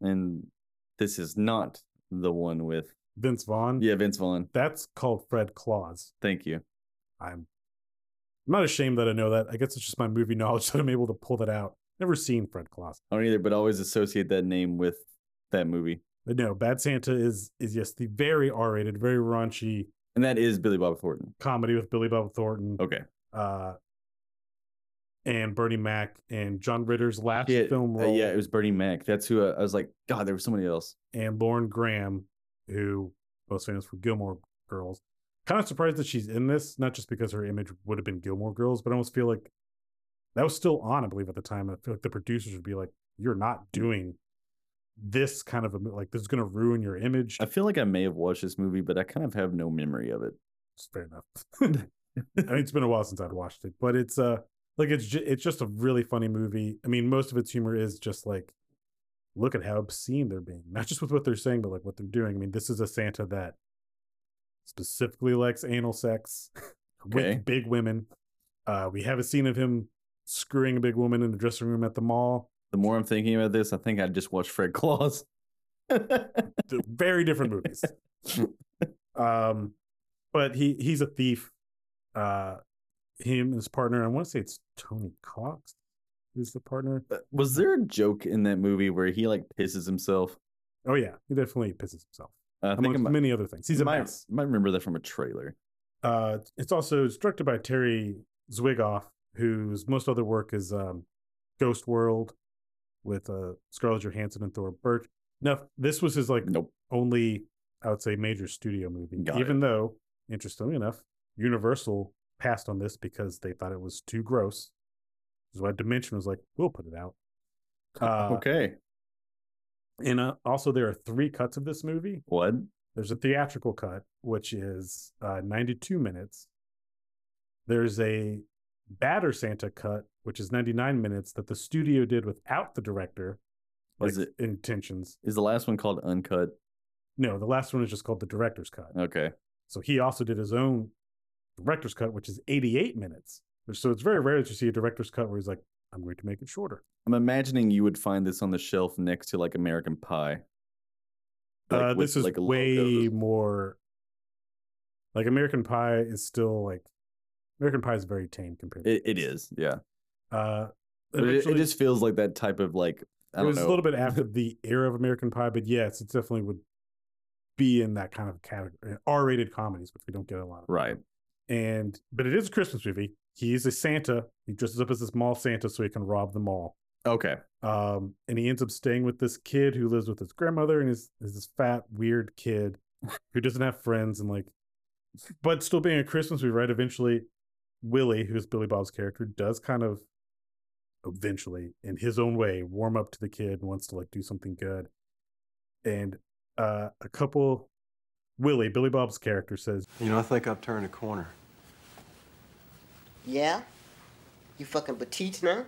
Speaker 1: And this is not the one with
Speaker 4: Vince Vaughn.
Speaker 1: yeah Vince Vaughn.
Speaker 4: that's called Fred Claus.
Speaker 1: Thank you.
Speaker 4: I'm I'm not ashamed that I know that. I guess it's just my movie knowledge that I'm able to pull that out. Never seen Fred Claus.
Speaker 1: I don't either, but I always associate that name with that movie,
Speaker 4: But no, Bad Santa is is yes the very R-rated, very raunchy
Speaker 1: and that is Billy Bob Thornton.
Speaker 4: comedy with Billy Bob Thornton.
Speaker 1: Okay,
Speaker 4: uh, and Bernie Mac and John Ritter's last
Speaker 1: yeah,
Speaker 4: film
Speaker 1: uh,
Speaker 4: role,
Speaker 1: yeah, it was Bernie Mac. That's who uh, I, I was like. God, there was somebody else.
Speaker 4: and Lauren Graham, who most famous for Gilmore Girls. Kind of surprised that she's in this, not just because her image would have been Gilmore Girls, but I almost feel like that was still on, I believe, at the time. I feel like the producers would be like, "You're not doing this kind of a mo- like this is going to ruin your image."
Speaker 1: I feel like I may have watched this movie, but I kind of have no memory of it.
Speaker 4: It's fair enough. I mean, it's been a while since I'd watched it, but it's uh like it's ju- it's just a really funny movie. I mean, most of its humor is just like, look at how obscene they're being, not just with what they're saying, but like what they're doing. I mean, this is a Santa that specifically likes anal sex
Speaker 1: Okay.
Speaker 4: with big women. Uh, we have a scene of him screwing a big woman in the dressing room at the mall.
Speaker 1: The more I'm thinking about this, I think I just watched Fred Claus.
Speaker 4: They're very different movies. um but he he's a thief uh him and his partner i want to say it's tony cox who's the partner
Speaker 1: was there a joke in that movie where he like pisses himself?
Speaker 4: oh yeah he definitely pisses himself
Speaker 1: I think
Speaker 4: amongst
Speaker 1: I'm,
Speaker 4: many other things he's a
Speaker 1: might,
Speaker 4: mess
Speaker 1: might remember that from a trailer.
Speaker 4: uh it's also it's directed by terry zwigoff whose most other work is um ghost world with uh scarlett johansson and thor burke now this was his like
Speaker 1: Nope.
Speaker 4: only, I would say, major studio movie.
Speaker 1: Got
Speaker 4: Even though, interestingly enough, Universal passed on this because they thought it was too gross. This is why Dimension was like, we'll put it out. Uh,
Speaker 1: okay.
Speaker 4: And uh, also, there are three cuts of this movie.
Speaker 1: What?
Speaker 4: There's a theatrical cut, which is uh, 92 minutes. There's a Batter Santa cut, which is 99 minutes, that the studio did without the director.
Speaker 1: Is
Speaker 4: like,
Speaker 1: it-
Speaker 4: intentions?
Speaker 1: Is the last one called Uncut?
Speaker 4: No, the last one is just called the director's cut.
Speaker 1: Okay.
Speaker 4: So he also did his own director's cut, which is 88 minutes. So it's very rare that you see a director's cut where he's like, I'm going to make it shorter.
Speaker 1: I'm imagining you would find this on the shelf next to like American Pie. Like,
Speaker 4: uh,
Speaker 1: with,
Speaker 4: this is
Speaker 1: like,
Speaker 4: way
Speaker 1: logos.
Speaker 4: more like American Pie is still like American Pie is very tame compared.
Speaker 1: It, it is, yeah.
Speaker 4: to uh,
Speaker 1: But it, it
Speaker 4: eventually-
Speaker 1: just feels like that type of like I
Speaker 4: it
Speaker 1: don't
Speaker 4: was
Speaker 1: know.
Speaker 4: a little bit after the era of American Pie, but yes, it definitely would be in that kind of category, R-rated comedies, which we don't get a lot of.
Speaker 1: right.
Speaker 4: and but it is a Christmas movie. He is a Santa. He dresses up as this mall Santa so he can rob the mall.
Speaker 1: Okay.
Speaker 4: Um, and he ends up staying with this kid who lives with his grandmother and is, is this fat, weird kid who doesn't have friends and like, but still being a Christmas movie, right? Eventually, Willie, who's Billy Bob's character, does kind of eventually, in his own way, warm up to the kid and wants to like do something good. And uh, a couple. Willie, Billy Bob's character says,
Speaker 7: You know, I think I've turned a corner.
Speaker 8: Yeah? You fucking petite now?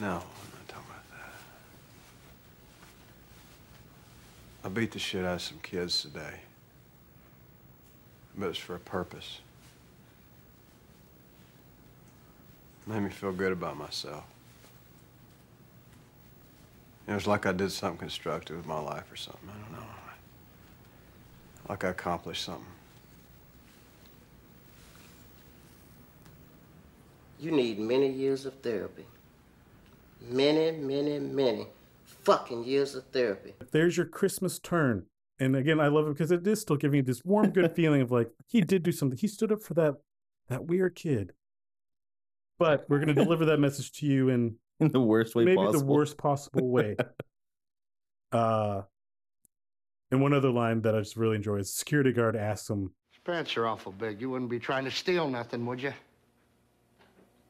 Speaker 7: No, I'm not talking about that. I beat the shit out of some kids today. But it was for a purpose. Made me feel good about myself. It was like I did something constructive with my life or something. I don't know. Like I accomplished something.
Speaker 8: You need many years of therapy. Many, many, many fucking years of therapy.
Speaker 4: "There's your Christmas turn." And again, I love it because it is still giving you this warm, good feeling of like he did do something. He stood up for that that weird kid. But we're going to deliver that message to you in
Speaker 1: in the worst way
Speaker 4: maybe
Speaker 1: possible.
Speaker 4: the worst possible way. uh, and one other line that I just really enjoy is security guard asks him,
Speaker 9: Pants are awful big. You wouldn't be trying to steal nothing, would you?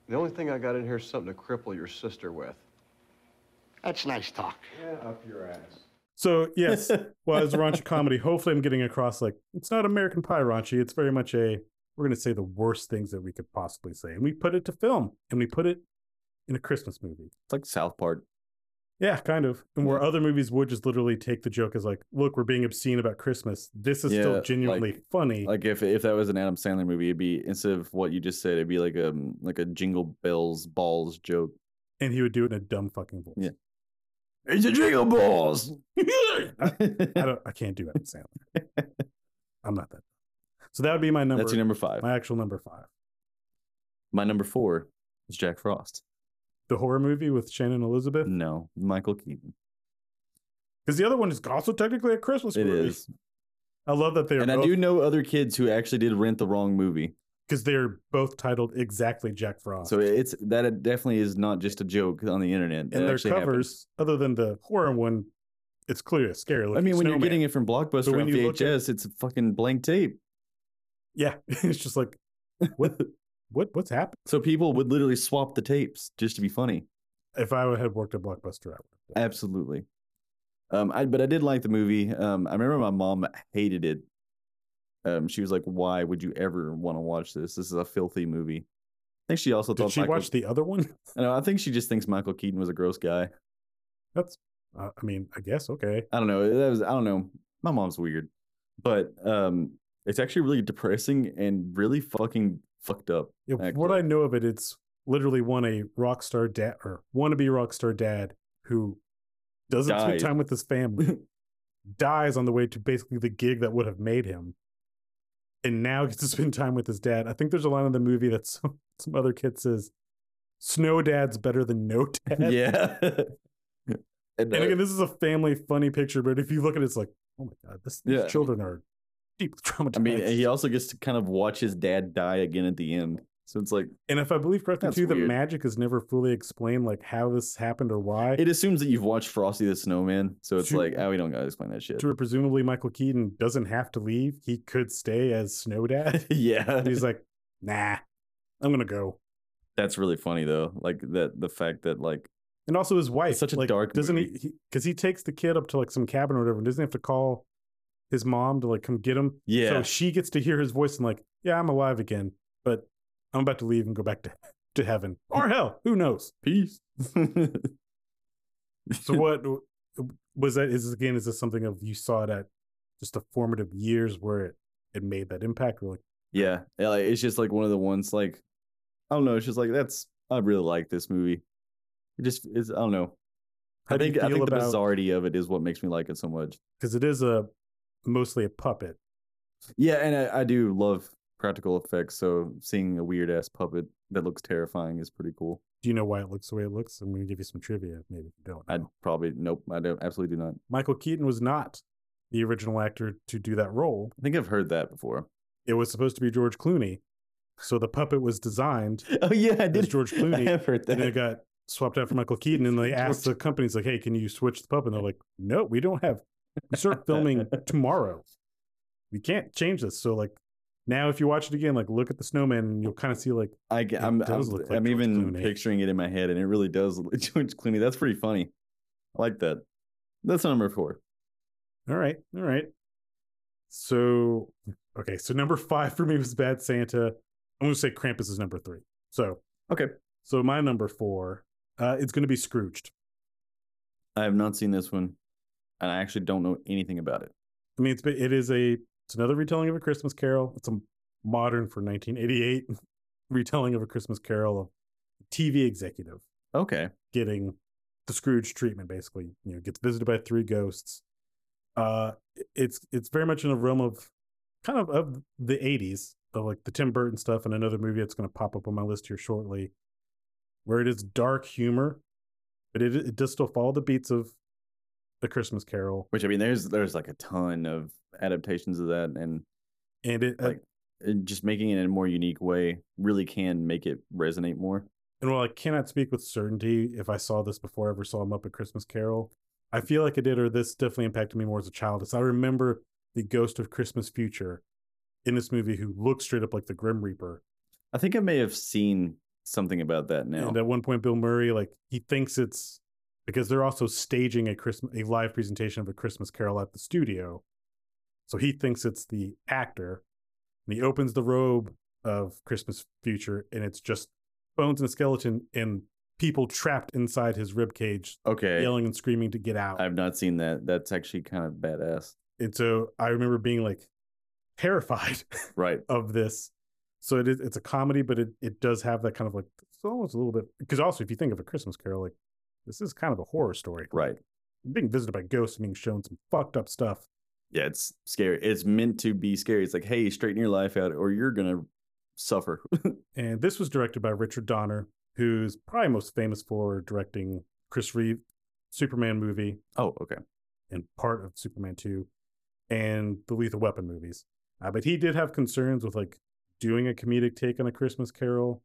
Speaker 7: The only thing I got in here is something to cripple your sister with.
Speaker 9: That's nice talk.
Speaker 7: Yeah, up your ass.
Speaker 4: So yes, well, it's raunchy comedy. Hopefully, I'm getting across like it's not American Pie raunchy. It's very much a we're going to say the worst things that we could possibly say, and we put it to film, and we put it in a Christmas movie.
Speaker 1: It's like South Park.
Speaker 4: Yeah, kind of. And where other movies would just literally take the joke as like, look, we're being obscene about Christmas. This is
Speaker 1: Yeah,
Speaker 4: still
Speaker 1: like-
Speaker 4: genuinely funny.
Speaker 1: Like if if that was an Adam Sandler movie, it'd be instead of what you just said, it'd be like a like a jingle bells balls joke.
Speaker 4: and he would do it in a dumb fucking voice.
Speaker 1: Yeah. It's a jingle balls.
Speaker 4: I don't. I can't do Adam Sandler. I'm not that. So that would be my number.
Speaker 1: That's your number five.
Speaker 4: My actual number five.
Speaker 1: My number four is Jack Frost.
Speaker 4: The horror movie with Shannon Elizabeth.
Speaker 1: No, Michael Keaton.
Speaker 4: Because the other one is also technically a Christmas
Speaker 1: It
Speaker 4: movie.
Speaker 1: is,
Speaker 4: I love that they're
Speaker 1: and I
Speaker 4: both,
Speaker 1: do know other kids who actually did rent the wrong movie.
Speaker 4: because they're both titled exactly Jack Frost.
Speaker 1: So it's that it definitely is not just a joke on the internet. It
Speaker 4: and their
Speaker 1: actually
Speaker 4: covers,
Speaker 1: happened.
Speaker 4: other than the horror one, it's clear, it's scary.
Speaker 1: I mean, when you're getting it from Blockbuster
Speaker 4: So when
Speaker 1: on
Speaker 4: you look at-
Speaker 1: VHS, it's a fucking blank tape.
Speaker 4: yeah, it's just like what, what, what's happened?
Speaker 1: So people would literally swap the tapes just to be funny.
Speaker 4: If I had worked at Blockbuster, I would.
Speaker 1: Absolutely. Um, I but I did like the movie. Um, I remember my mom hated it. Um, she was like, "Why would you ever want to watch this? This is a filthy movie." I think she also
Speaker 4: Did
Speaker 1: thought
Speaker 4: she
Speaker 1: Michael,
Speaker 4: watch the other one?
Speaker 1: I know. I think she just thinks Michael Keaton was a gross guy.
Speaker 4: That's, uh, I mean, I guess okay.
Speaker 1: I don't know. That was I don't know. My mom's weird, but um, it's actually really depressing and really fucking fucked up.
Speaker 4: Yeah, what
Speaker 1: Actually.
Speaker 4: I know of it, it's literally one a rock star dad or wannabe rock star dad who doesn't
Speaker 1: Died.
Speaker 4: spend time with his family, dies on the way to basically the gig that would have made him, and now gets to spend time with his dad. I think there's a line in the movie that some, some other kid says, "Snow dad's better than no dad."
Speaker 1: yeah. and,
Speaker 4: And
Speaker 1: uh,
Speaker 4: again, this is a family funny picture, but if you look at it, it's like, oh my god, this,
Speaker 1: Yeah.
Speaker 4: these children are deeply traumatized.
Speaker 1: uh, I mean, he also gets to kind of watch his dad die again at the end. So it's like
Speaker 4: and if I believe correctly,
Speaker 1: That's
Speaker 4: too, the
Speaker 1: weird.
Speaker 4: magic is never fully explained, like how this happened or why.
Speaker 1: it assumes that you've watched Frosty the Snowman, so it's
Speaker 4: Sure.
Speaker 1: like, oh, we don't gotta explain that shit.
Speaker 4: to where presumably Michael Keaton doesn't have to leave. He could stay as Snow Dad.
Speaker 1: yeah,
Speaker 4: And he's like, nah, I'm gonna go.
Speaker 1: that's really funny though. Like that, the fact that like
Speaker 4: And also his wife.
Speaker 1: such a
Speaker 4: like,
Speaker 1: dark
Speaker 4: doesn't
Speaker 1: movie.
Speaker 4: he? Because he, takes the kid up to like some cabin or whatever, and doesn't he have to call his mom to like come get him.
Speaker 1: Yeah.
Speaker 4: So she gets to hear his voice and like, yeah, I'm alive again, but I'm about to leave and go back to to heaven or hell. Who knows?
Speaker 1: peace.
Speaker 4: So what was that? Is this, again? Is this something of you saw it at just the formative years where it it made that impact? Or like,
Speaker 1: yeah, yeah, like, it's just like one of the ones like I don't know. It's just like that's I really like this movie. It just is. I don't know.
Speaker 4: how
Speaker 1: I
Speaker 4: do you
Speaker 1: think I
Speaker 4: feel
Speaker 1: think the
Speaker 4: about-
Speaker 1: bizarrety of it is what makes me like it so much.
Speaker 4: because it is a mostly a puppet.
Speaker 1: Yeah, and I, I do love practical effects. So seeing a weird ass puppet that looks terrifying is pretty cool.
Speaker 4: Do you know why it looks the way it looks? I'm going to give you some trivia. Maybe you don't.
Speaker 1: I'd
Speaker 4: know.
Speaker 1: probably nope. I don't absolutely do not.
Speaker 4: Michael Keaton was not the original actor to do that role.
Speaker 1: I think I've heard that before.
Speaker 4: It was supposed to be George Clooney. So the puppet was designed,
Speaker 1: Oh yeah, I
Speaker 4: did- George Clooney,
Speaker 1: I have heard
Speaker 4: and it
Speaker 1: that.
Speaker 4: got swapped out for Michael Keaton. And they asked the companies, like, "Hey, can you switch the puppet?" And they're like, "No, we don't have. We start filming tomorrow. We can't change this." So like. Now, if you watch it again, like look at the snowman, and you'll kind of see like
Speaker 1: I,
Speaker 4: it
Speaker 1: am I'm,
Speaker 4: does look like
Speaker 1: I'm
Speaker 4: George
Speaker 1: even
Speaker 4: Clooney.
Speaker 1: picturing it in my head, and it really does look like George Clooney. That's pretty funny. I like that. That's number four.
Speaker 4: All right. All right. So, okay. So number five for me was Bad Santa. I'm going to say Krampus is number three. So,
Speaker 1: Okay.
Speaker 4: so my number four, uh, it's going to be Scrooged.
Speaker 1: I have not seen this one, and I actually don't know anything about it.
Speaker 4: I mean, it's been- it is a it's another retelling of a Christmas Carol. It's a modern for 1988 retelling of a Christmas Carol of TV executive
Speaker 1: Okay.
Speaker 4: getting the Scrooge treatment. Basically, you know, gets visited by three ghosts. Uh, it's it's very much in the realm of kind of of the 80s of like the Tim Burton stuff and another movie that's going to pop up on my list here shortly, where it is dark humor, but it it does still follow the beats of the Christmas Carol,
Speaker 1: Which I mean, there's there's like a ton of adaptations of that, and
Speaker 4: and it uh,
Speaker 1: Like, it- just making it in a more unique way really can make it resonate more.
Speaker 4: And while I cannot speak with certainty if I saw this before I ever saw Muppet Christmas Carol, I feel like I did, or this definitely impacted me more as a child. Is I remember the ghost of Christmas Future in this movie who looked straight up like the Grim Reaper.
Speaker 1: I think I may have seen something about that now.
Speaker 4: And uh, at one point, Bill Murray, like, he thinks it's because they're also staging a Christmas, a live presentation of a Christmas Carol at the studio. So he thinks it's the actor. And he opens the robe of Christmas Future, and it's just bones and a skeleton and people trapped inside his rib cage
Speaker 1: okay.
Speaker 4: yelling and screaming to get out.
Speaker 1: I've not seen that. That's actually kind of badass.
Speaker 4: and so I remember being like terrified
Speaker 1: Right.
Speaker 4: of this. So it is it's a comedy, but it, it does have that kind of like it's almost a little bit because also if you think of a Christmas Carol, like this is kind of a horror story.
Speaker 1: Right.
Speaker 4: Being visited by ghosts and being shown some fucked up stuff.
Speaker 1: Yeah, it's scary. It's meant to be scary. It's like, hey, straighten your life out or you're going to suffer.
Speaker 4: And this was directed by Richard Donner, who's probably most famous for directing Chris Reeve Superman movie
Speaker 1: oh, okay.
Speaker 4: and part of Superman 2 and the Lethal Weapon movies. Uh, but he did have concerns with like doing a comedic take on a Christmas Carol,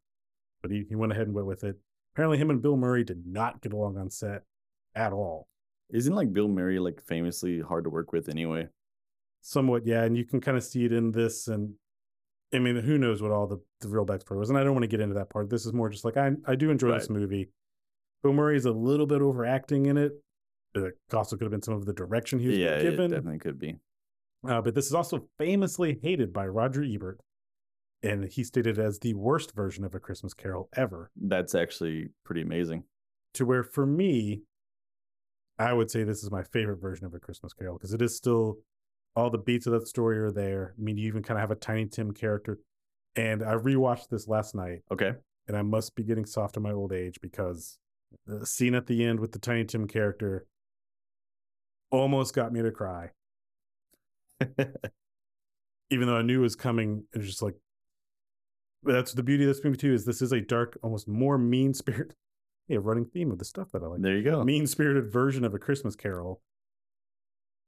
Speaker 4: but he, he went ahead and went with it. Apparently, him and Bill Murray did not get along on set at all.
Speaker 1: Isn't like Bill Murray like famously hard to work with anyway?
Speaker 4: Somewhat, yeah. And you can kind of see it in this. And I mean, who knows what all the, the real backstory was. And I don't want to get into that part. This is more just like, I, I do enjoy this movie. Bill Murray's a little bit overacting in it. It also could have been some of the direction he was
Speaker 1: yeah, it
Speaker 4: given.
Speaker 1: definitely could be.
Speaker 4: Uh, but this is also famously hated by Roger Ebert, and he stated it as the worst version of A Christmas Carol ever.
Speaker 1: That's actually pretty amazing.
Speaker 4: To where, for me, I would say this is my favorite version of A Christmas Carol because it is still all the beats of that story are there. I mean, you even kind of have a Tiny Tim character. And I rewatched this last night,
Speaker 1: Okay.
Speaker 4: and I must be getting soft in my old age because the scene at the end with the Tiny Tim character almost got me to cry. even though I knew it was coming, it's just like that's the beauty of this movie too. Is this is a dark, almost more mean spirit, yeah, running theme of the stuff that I like,
Speaker 1: There you go.
Speaker 4: mean spirited version of a Christmas Carol.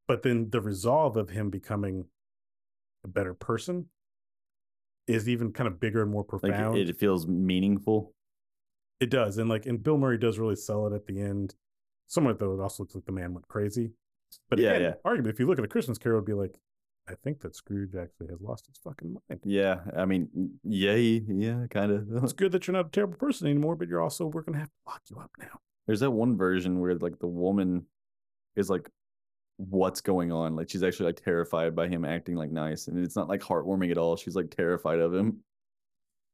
Speaker 4: But then the resolve of him becoming a better person is even kind of bigger and more
Speaker 1: like
Speaker 4: profound.
Speaker 1: it, it feels meaningful.
Speaker 4: It does, and like, and Bill Murray does really sell it at the end. Somewhat though, it also looks like the man went crazy. But
Speaker 1: Yeah,
Speaker 4: again,
Speaker 1: yeah.
Speaker 4: arguably, if you look at a Christmas Carol, it'd be like, I think that Scrooge actually has lost his fucking mind.
Speaker 1: Yeah. I mean, yeah, yeah, kind
Speaker 4: It's
Speaker 1: of.
Speaker 4: good that you're not a terrible person anymore, but you're also we're gonna have to lock you up now.
Speaker 1: There's that one version where like the woman is like, what's going on? Like she's actually like terrified by him acting like nice. And it's not like heartwarming at all. She's like terrified of him.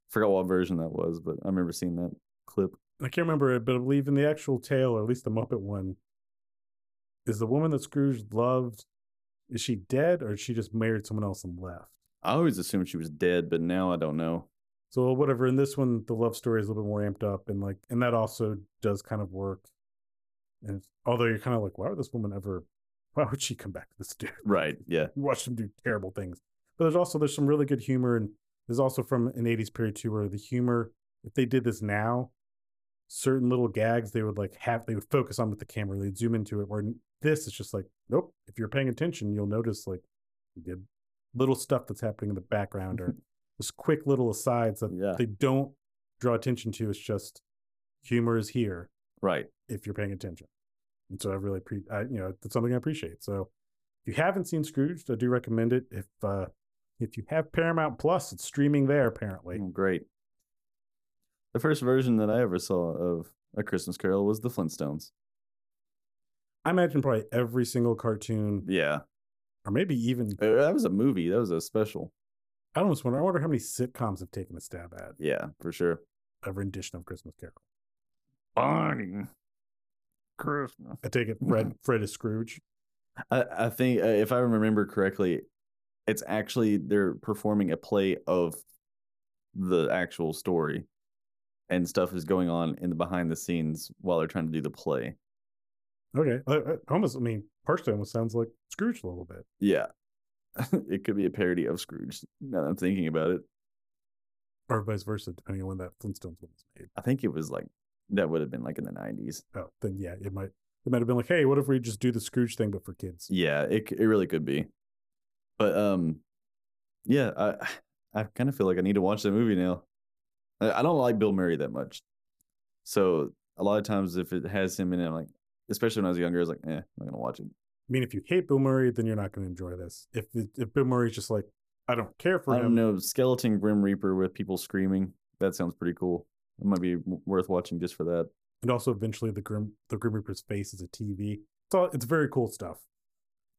Speaker 1: Forgot what version that was, but I remember seeing that clip.
Speaker 4: I can't remember it, but I believe in the actual tale, or at least the Muppet one, is the woman that Scrooge loved. Is she dead, or is she just married someone else and left?
Speaker 1: I always assumed she was dead, but now I don't know.
Speaker 4: So whatever. In this one, the love story is a little bit more amped up, and like, and that also does kind of work. And it's- although you're kind of like, why would this woman ever? Why would she come back to this dude?
Speaker 1: Right. Yeah.
Speaker 4: You watched him do terrible things. But there's also there's some really good humor, and there's also from an '80s period too, where the humor, if they did this now, certain little gags they would like have they would focus on with the camera, they'd zoom into it. Where this is just like, nope. If you're paying attention, you'll notice like they did little stuff that's happening in the background or just quick little asides that
Speaker 1: Yeah.
Speaker 4: they don't draw attention to. It's just humor is here
Speaker 1: Right.
Speaker 4: if you're paying attention. And so I really, pre- I, you know, that's something I appreciate. So if you haven't seen Scrooged, I do recommend it. If uh, if you have Paramount Plus, it's streaming there apparently.
Speaker 1: Mm, Great. The first version that I ever saw of A Christmas Carol was The Flintstones.
Speaker 4: I imagine probably every single cartoon
Speaker 1: Yeah.
Speaker 4: or maybe even
Speaker 1: Uh, That was a movie. That was a special.
Speaker 4: I almost wonder. I wonder how many sitcoms have taken a stab at
Speaker 1: Yeah, for sure.
Speaker 4: a rendition of Christmas Carol.
Speaker 1: Bonnie. Christmas.
Speaker 4: I take it Fred Fred is Scrooge.
Speaker 1: I, I think uh, if I remember correctly, it's actually they're performing a play of the actual story, and stuff is going on in the behind the scenes while they're trying to do the play.
Speaker 4: Okay, I, I almost. I mean, partially almost sounds like Scrooge a little bit.
Speaker 1: Yeah, it could be a parody of Scrooge. Now that I'm thinking about it,
Speaker 4: or vice versa, depending on when that Flintstones one was made.
Speaker 1: I think it was like that would have been like in the '90s.
Speaker 4: Oh, then yeah, it might it might have been like, hey, what if we just do the Scrooge thing but for kids?
Speaker 1: Yeah, it c- it really could be, but um, yeah, I I kind of feel like I need to watch the movie now. I, I don't like Bill Murray that much, so a lot of times if it has him in it, I'm like, especially when I was younger, I was like, eh, I'm not gonna watch it.
Speaker 4: I mean, if you hate Bill Murray, then you're not going to enjoy this. If it, if Bill Murray's just like, I don't care for
Speaker 1: I
Speaker 4: him,
Speaker 1: don't know. Skeleton Grim Reaper with people screaming. That sounds pretty cool. It might be w- worth watching just for that.
Speaker 4: and also eventually the Grim the Grim Reaper's face is a TV. It's all it's very cool stuff.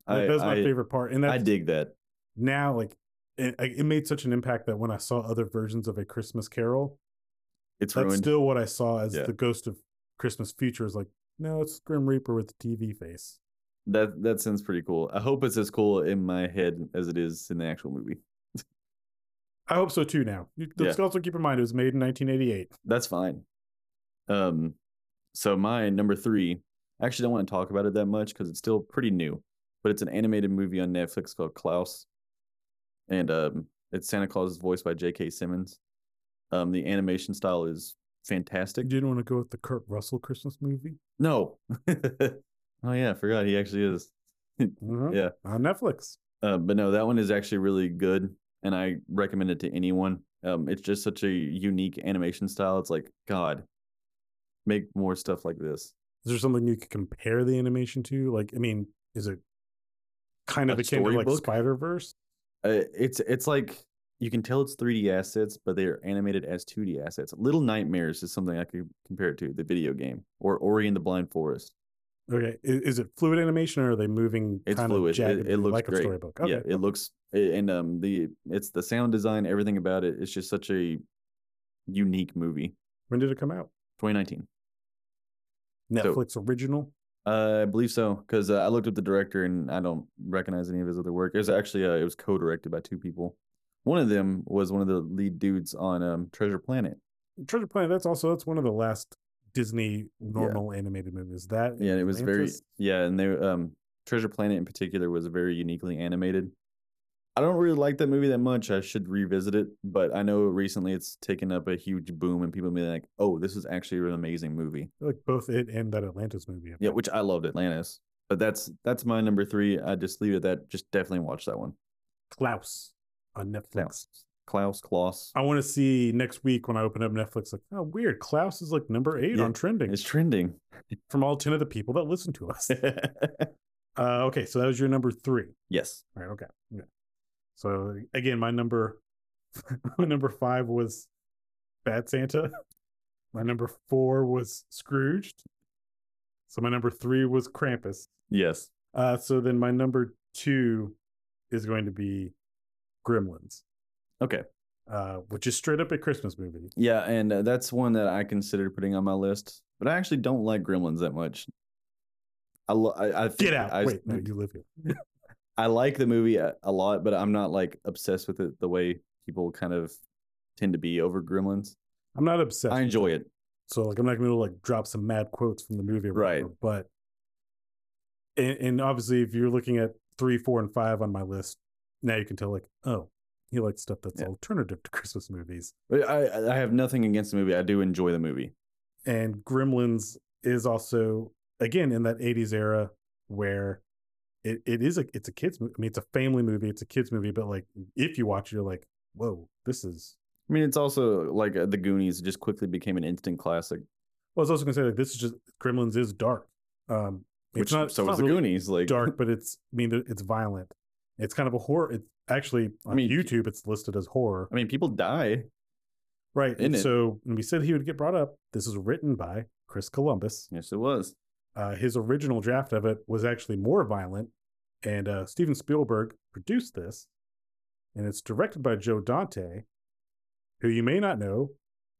Speaker 1: I,
Speaker 4: Like, that's my
Speaker 1: I-
Speaker 4: favorite part, and
Speaker 1: I
Speaker 4: that's
Speaker 1: dig that.
Speaker 4: now like it, like, it made such an impact that when I saw other versions of a Christmas Carol,
Speaker 1: It's
Speaker 4: that's
Speaker 1: ruined.
Speaker 4: still what I saw as
Speaker 1: Yeah.
Speaker 4: the ghost of Christmas future is like, no, it's Grim Reaper with the TV face.
Speaker 1: That that sounds pretty cool. I hope it's as cool in my head as it is in the actual movie.
Speaker 4: I hope so too. Now, You- let's also keep in mind it was made in 1988.
Speaker 1: That's fine. Um, so my number three, I actually don't want to talk about it that much because it's still pretty new, but it's an animated movie on Netflix called Klaus, and um, it's Santa Claus is voiced by J.K. Simmons. Um, the animation style is
Speaker 4: You
Speaker 1: fantastic.
Speaker 4: didn't want to go with the Kurt Russell Christmas movie
Speaker 1: No, oh yeah, I forgot he actually is. Yeah.
Speaker 4: on Netflix.
Speaker 1: Uh, but no, that one is actually really good, and I recommend it to anyone. Um, it's just such a unique animation style. It's like God, make more stuff like this.
Speaker 4: Is there something you could compare the animation to? Like, I mean, is it kind of
Speaker 1: A
Speaker 4: akin to like
Speaker 1: storybook?
Speaker 4: Spider Verse?
Speaker 1: Uh, it's it's like you can tell it's 3D assets, but they are animated as 2D assets. Little Nightmares is something I could compare it to the video game or Ori and the Blind Forest.
Speaker 4: Okay, i- is, it fluid animation or are they moving?
Speaker 1: It's
Speaker 4: kind Of
Speaker 1: fluid. It-
Speaker 4: jaggedly
Speaker 1: it looks
Speaker 4: like a
Speaker 1: great.
Speaker 4: storybook. Okay.
Speaker 1: Yeah, it looks and um the it's the sound design, everything about it. It's just such a unique movie.
Speaker 4: when did it come out?
Speaker 1: 2019.
Speaker 4: Netflix original.
Speaker 1: Uh, I believe so, because uh, I looked up the director and I don't recognize any of his other work. It was actually uh, it was co-directed by two people. One of them was one of the lead dudes on um, Treasure Planet.
Speaker 4: Treasure Planet. That's also that's one of the last Disney normal animated movies. That
Speaker 1: Yeah, and it was very
Speaker 4: Atlantis?
Speaker 1: yeah, and they um Treasure Planet in particular was very uniquely animated. I don't really like that movie that much. I should revisit it, but I know recently it's taken up a huge boom and people being like, "Oh, this is actually an amazing movie."
Speaker 4: like both it and that Atlantis movie.
Speaker 1: Yeah, which I loved Atlantis. But that's that's my number three. I just leave it at that. Just definitely watch that one.
Speaker 4: Klaus on Netflix.
Speaker 1: Klaus, Klaus, Klaus.
Speaker 4: I want to see next week when I open up Netflix. Like, oh, weird. Klaus is like number eight
Speaker 1: Yeah,
Speaker 4: on trending
Speaker 1: It's trending.
Speaker 4: from all ten of the people that listen to us. Uh, okay, so that was your number three.
Speaker 1: yes.
Speaker 4: All right, okay. Yeah. So again, my number my number five was Bad Santa. My number four was Scrooged. So my number three was Krampus.
Speaker 1: Yes.
Speaker 4: Uh, so then my number two is going to be Gremlins,
Speaker 1: Okay.
Speaker 4: uh, which is straight up a Christmas movie.
Speaker 1: Yeah, and uh, that's one that I considered putting on my list, but I actually don't like Gremlins that much. I lo- I, I think
Speaker 4: Get out!
Speaker 1: I,
Speaker 4: Wait, no, you live here.
Speaker 1: I like the movie a, a lot, but I'm not like obsessed with it the way people kind of tend to be over Gremlins.
Speaker 4: I'm not obsessed.
Speaker 1: I
Speaker 4: with
Speaker 1: enjoy it.
Speaker 4: So like I'm not gonna be able to like drop some mad quotes from the movie, or
Speaker 1: Right.
Speaker 4: whatever, But and, and obviously, if you're looking at three, four, and five on my list, now you can tell like, oh, he likes stuff that's
Speaker 1: Yeah.
Speaker 4: alternative to Christmas movies.
Speaker 1: But I I- I have nothing against the movie. I do enjoy the movie.
Speaker 4: And Gremlins is also again in that '80s era where it, it is a it's a kids movie. I mean, it's a family movie. It's a kids movie, but like if you watch it, you're like, whoa, this is.
Speaker 1: I mean, it's also like uh, the Goonies just quickly became an instant classic,
Speaker 4: Well, I was also gonna say like this is just Gremlins is dark. Um, it's
Speaker 1: which
Speaker 4: not- it's
Speaker 1: so
Speaker 4: not
Speaker 1: is the
Speaker 4: really-
Speaker 1: Goonies. Like
Speaker 4: dark, but it's I mean there- it's violent. It's kind of a horror. It's actually on
Speaker 1: mean,
Speaker 4: YouTube. It's listed as horror,
Speaker 1: I mean, people die.
Speaker 4: right?
Speaker 1: in
Speaker 4: And
Speaker 1: it.
Speaker 4: so when we said he would get brought up, this is written by Chris Columbus.
Speaker 1: Yes, it was.
Speaker 4: Uh, his original draft of it was actually more violent, And uh, Steven Spielberg produced this, and it's directed by Joe Dante, who you may not know,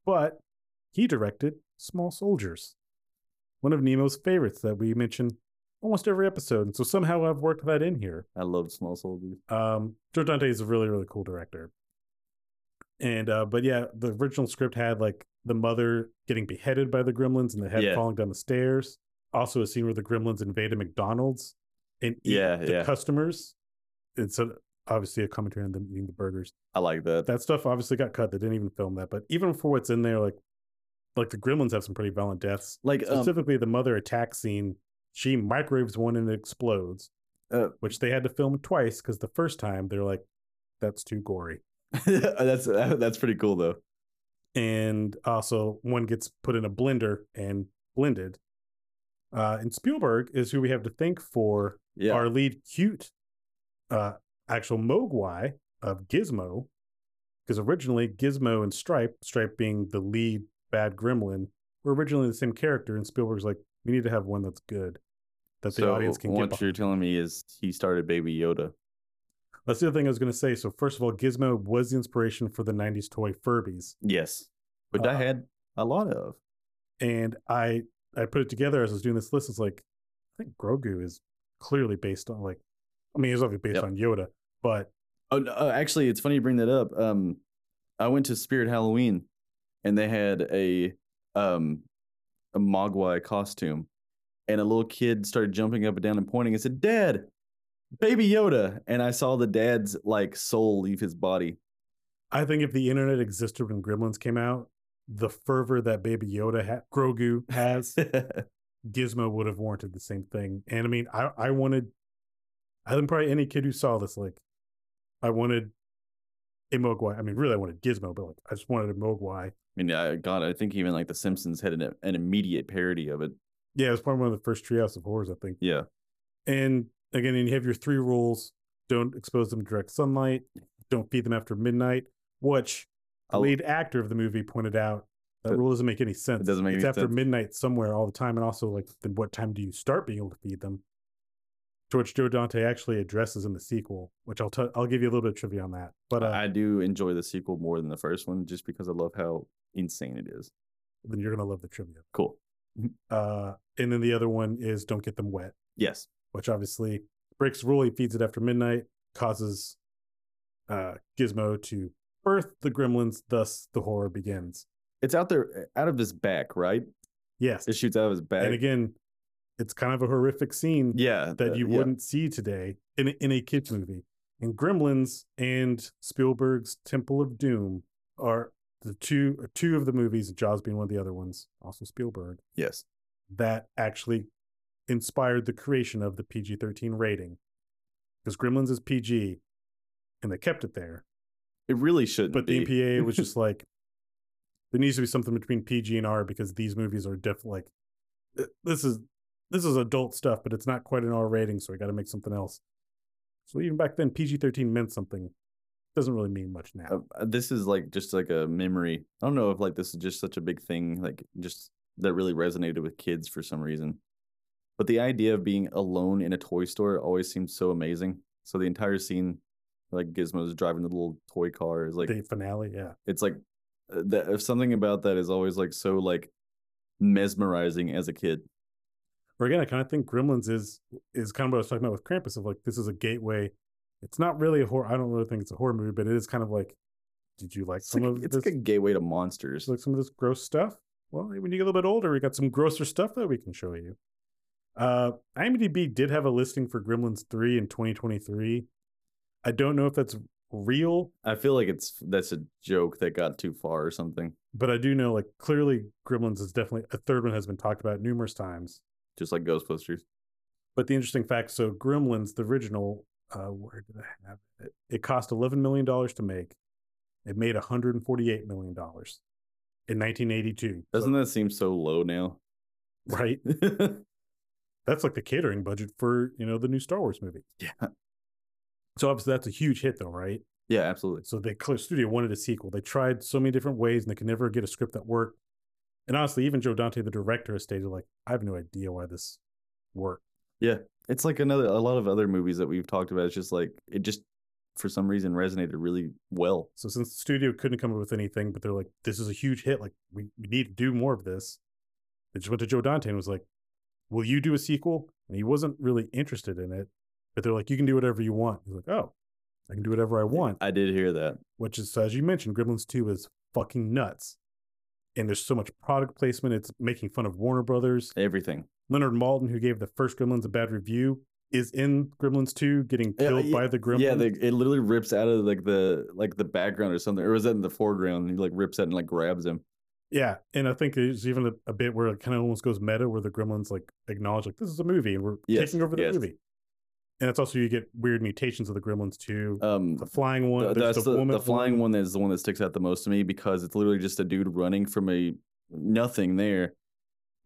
Speaker 4: but he directed Small Soldiers, one of Nemo's favorites that we mention almost every episode. And so somehow I've worked that in here.
Speaker 1: I loved Small Soldiers.
Speaker 4: Um, Joe Dante is a really, really cool director. And uh, but yeah, the original script had like the mother getting beheaded by the gremlins and the head
Speaker 1: Yeah.
Speaker 4: falling down the stairs. Also, a scene where the gremlins invade a McDonald's and eat
Speaker 1: Yeah,
Speaker 4: the
Speaker 1: yeah.
Speaker 4: customers. It's a, obviously a commentary on them eating the burgers.
Speaker 1: I like that.
Speaker 4: That stuff obviously got cut. They didn't even film that. But even for what's in there, like like the gremlins have some pretty violent deaths.
Speaker 1: like um,
Speaker 4: Specifically, the mother attack scene. She microwaves one and it explodes,
Speaker 1: Uh,
Speaker 4: which they had to film twice because the first time they're like, "That's too gory."
Speaker 1: that's that's pretty cool though.
Speaker 4: and also one gets put in a blender and blended. Uh, and Spielberg is who we have to thank for
Speaker 1: Yeah,
Speaker 4: our lead cute uh, actual Mogwai of Gizmo, because originally Gizmo and Stripe, Stripe being the lead bad gremlin, were originally the same character, and Spielberg's like, we need to have one that's good that the
Speaker 1: so
Speaker 4: audience can
Speaker 1: what
Speaker 4: get. behind."
Speaker 1: you're telling me is he started Baby Yoda.
Speaker 4: That's the other thing I was going to say. So first of all, Gizmo was the inspiration for the '90s toy Furbies.
Speaker 1: Yes, which I
Speaker 4: Uh,
Speaker 1: had a lot of.
Speaker 4: and I I put it together as I was doing this list. It's like I think Grogu is clearly based on like I mean he's obviously based
Speaker 1: Yep.
Speaker 4: on Yoda, but
Speaker 1: Oh, no, uh, actually, it's funny you bring that up. Um, I went to Spirit Halloween, and they had a um a Mogwai costume, and a little kid started jumping up and down and pointing and said, "Dad, Baby Yoda!" And I saw the dad's like soul leave his body.
Speaker 4: I think if the internet existed when Gremlins came out, the fervor that Baby Yoda ha- Grogu has, Gizmo would have warranted the same thing. And I mean, I I wanted, I think probably any kid who saw this, like, I wanted a Mogwai. I mean, really, I wanted Gizmo, but like, I just wanted a Mogwai
Speaker 1: I mean, I, God, I think even like The Simpsons had an, an immediate parody of it.
Speaker 4: Yeah, it was probably one of the first Treehouse of Horrors, I think.
Speaker 1: Yeah.
Speaker 4: And again, and you have your three rules: don't expose them to direct sunlight, don't feed them after midnight. Which the
Speaker 1: I'll-
Speaker 4: lead actor of the movie pointed out that
Speaker 1: That-
Speaker 4: rule doesn't make any sense.
Speaker 1: doesn't make
Speaker 4: it's
Speaker 1: any
Speaker 4: after
Speaker 1: sense.
Speaker 4: midnight somewhere all the time, and also like, then what time do you start being able to feed them? To which Joe Dante actually addresses in the sequel, which I'll tell. I'll give you a little bit of trivia on that. But uh,
Speaker 1: I do enjoy the sequel more than the first one, just because I love how insane it is.
Speaker 4: then you're gonna love the trivia.
Speaker 1: Cool.
Speaker 4: Uh, and then the other one is don't get them wet.
Speaker 1: Yes.
Speaker 4: which obviously breaks the rule. He feeds it after midnight, causes uh, Gizmo to birth the gremlins. Thus, the horror begins.
Speaker 1: It's out there, eh, out of his back, right?
Speaker 4: Yes,
Speaker 1: It shoots out of his back.
Speaker 4: and again, it's kind of a horrific scene
Speaker 1: yeah,
Speaker 4: that
Speaker 1: uh,
Speaker 4: you
Speaker 1: yeah.
Speaker 4: wouldn't see today in a, in a kids movie. And Gremlins and Spielberg's Temple of Doom are the two are two of the movies, Jaws being one of the other ones, also Spielberg,
Speaker 1: Yes.
Speaker 4: that actually inspired the creation of the PG 13 rating. Because Gremlins is PG and they kept it there.
Speaker 1: It really shouldn't.
Speaker 4: But the
Speaker 1: be.
Speaker 4: MPA was just like, there needs to be something between PG and R because these movies are definitely like, th- this is this is adult stuff, but it's not quite an R rating, so we got to make something else. So even back then, PG 13 meant something. Doesn't really mean much now.
Speaker 1: Uh, uh, this is like just like a memory. I don't know if like this is just such a big thing, like just that really resonated with kids for some reason. But the idea of being alone in a toy store always seems so amazing. So the entire scene, like Gizmo's driving the little toy car, is like
Speaker 4: the finale, yeah.
Speaker 1: it's like uh, that. If something about that is always like so like mesmerizing as a kid.
Speaker 4: Or again, I kind of think Gremlins is is kind of what I was talking about with Krampus of like this is a gateway. It's not really a horror. I don't really think it's a horror movie, but it is kind of like, did you like
Speaker 1: It's,
Speaker 4: some
Speaker 1: like,
Speaker 4: of
Speaker 1: it's
Speaker 4: this?
Speaker 1: like a gateway to monsters.
Speaker 4: like some of this gross stuff. Well, when you get a little bit older, we got some grosser stuff that we can show you. Uh, IMDb did have a listing for Gremlins three in 2023. I don't know if that's real,
Speaker 1: I feel like it's that's a joke that got too far or something.
Speaker 4: but I do know like clearly Gremlins is definitely a third one has been talked about numerous times.
Speaker 1: Just like Ghostbusters.
Speaker 4: But the interesting fact, so Gremlins, the original, uh, where did I have it? It cost eleven million dollars to make. It made one hundred and forty-eight million dollars in 1982. So-
Speaker 1: Doesn't that seem so low now?
Speaker 4: right? That's like the catering budget for you know the new Star Wars movie.
Speaker 1: Yeah.
Speaker 4: So obviously that's a huge hit though, right?
Speaker 1: Yeah, absolutely.
Speaker 4: So they clear studio wanted a sequel. They tried so many different ways and they could never get a script that worked. And honestly, even Joe Dante, the director, has stated like, I have no idea why this worked.
Speaker 1: Yeah, it's like another a lot of other movies that we've talked about. It's just like it just for some reason resonated really well.
Speaker 4: So since the studio couldn't come up with anything, but they're like, this is a huge hit. Like we, we need to do more of this. They just went to Joe Dante and was like, will you do a sequel? And he wasn't really interested in it, but they're like, you can do whatever you want. He's like, oh, I can do whatever I want.
Speaker 1: I did hear that.
Speaker 4: Which is, as you mentioned, Gremlins 2 is fucking nuts. And there's so much product placement. It's making fun of Warner Brothers.
Speaker 1: Everything.
Speaker 4: Leonard Malton, who gave the first Gremlins a bad review, is in Gremlins 2 getting
Speaker 1: Yeah,
Speaker 4: killed
Speaker 1: yeah,
Speaker 4: by the Gremlin.
Speaker 1: Yeah, they, it literally rips out of like the like the background or something, or was that in the foreground? And he like rips out and like grabs him.
Speaker 4: Yeah, and I think there's even a, a bit where it kind of almost goes meta, where the gremlins like acknowledge like this is a movie and we're
Speaker 1: Yes,
Speaker 4: taking over the
Speaker 1: yes.
Speaker 4: movie, and that's also you get weird mutations of the gremlins too.
Speaker 1: Um,
Speaker 4: the flying one,
Speaker 1: th-
Speaker 4: there's
Speaker 1: that's
Speaker 4: the,
Speaker 1: the,
Speaker 4: woman
Speaker 1: the flying one that's the one that sticks out the most to me because it's literally just a dude running from a nothing there,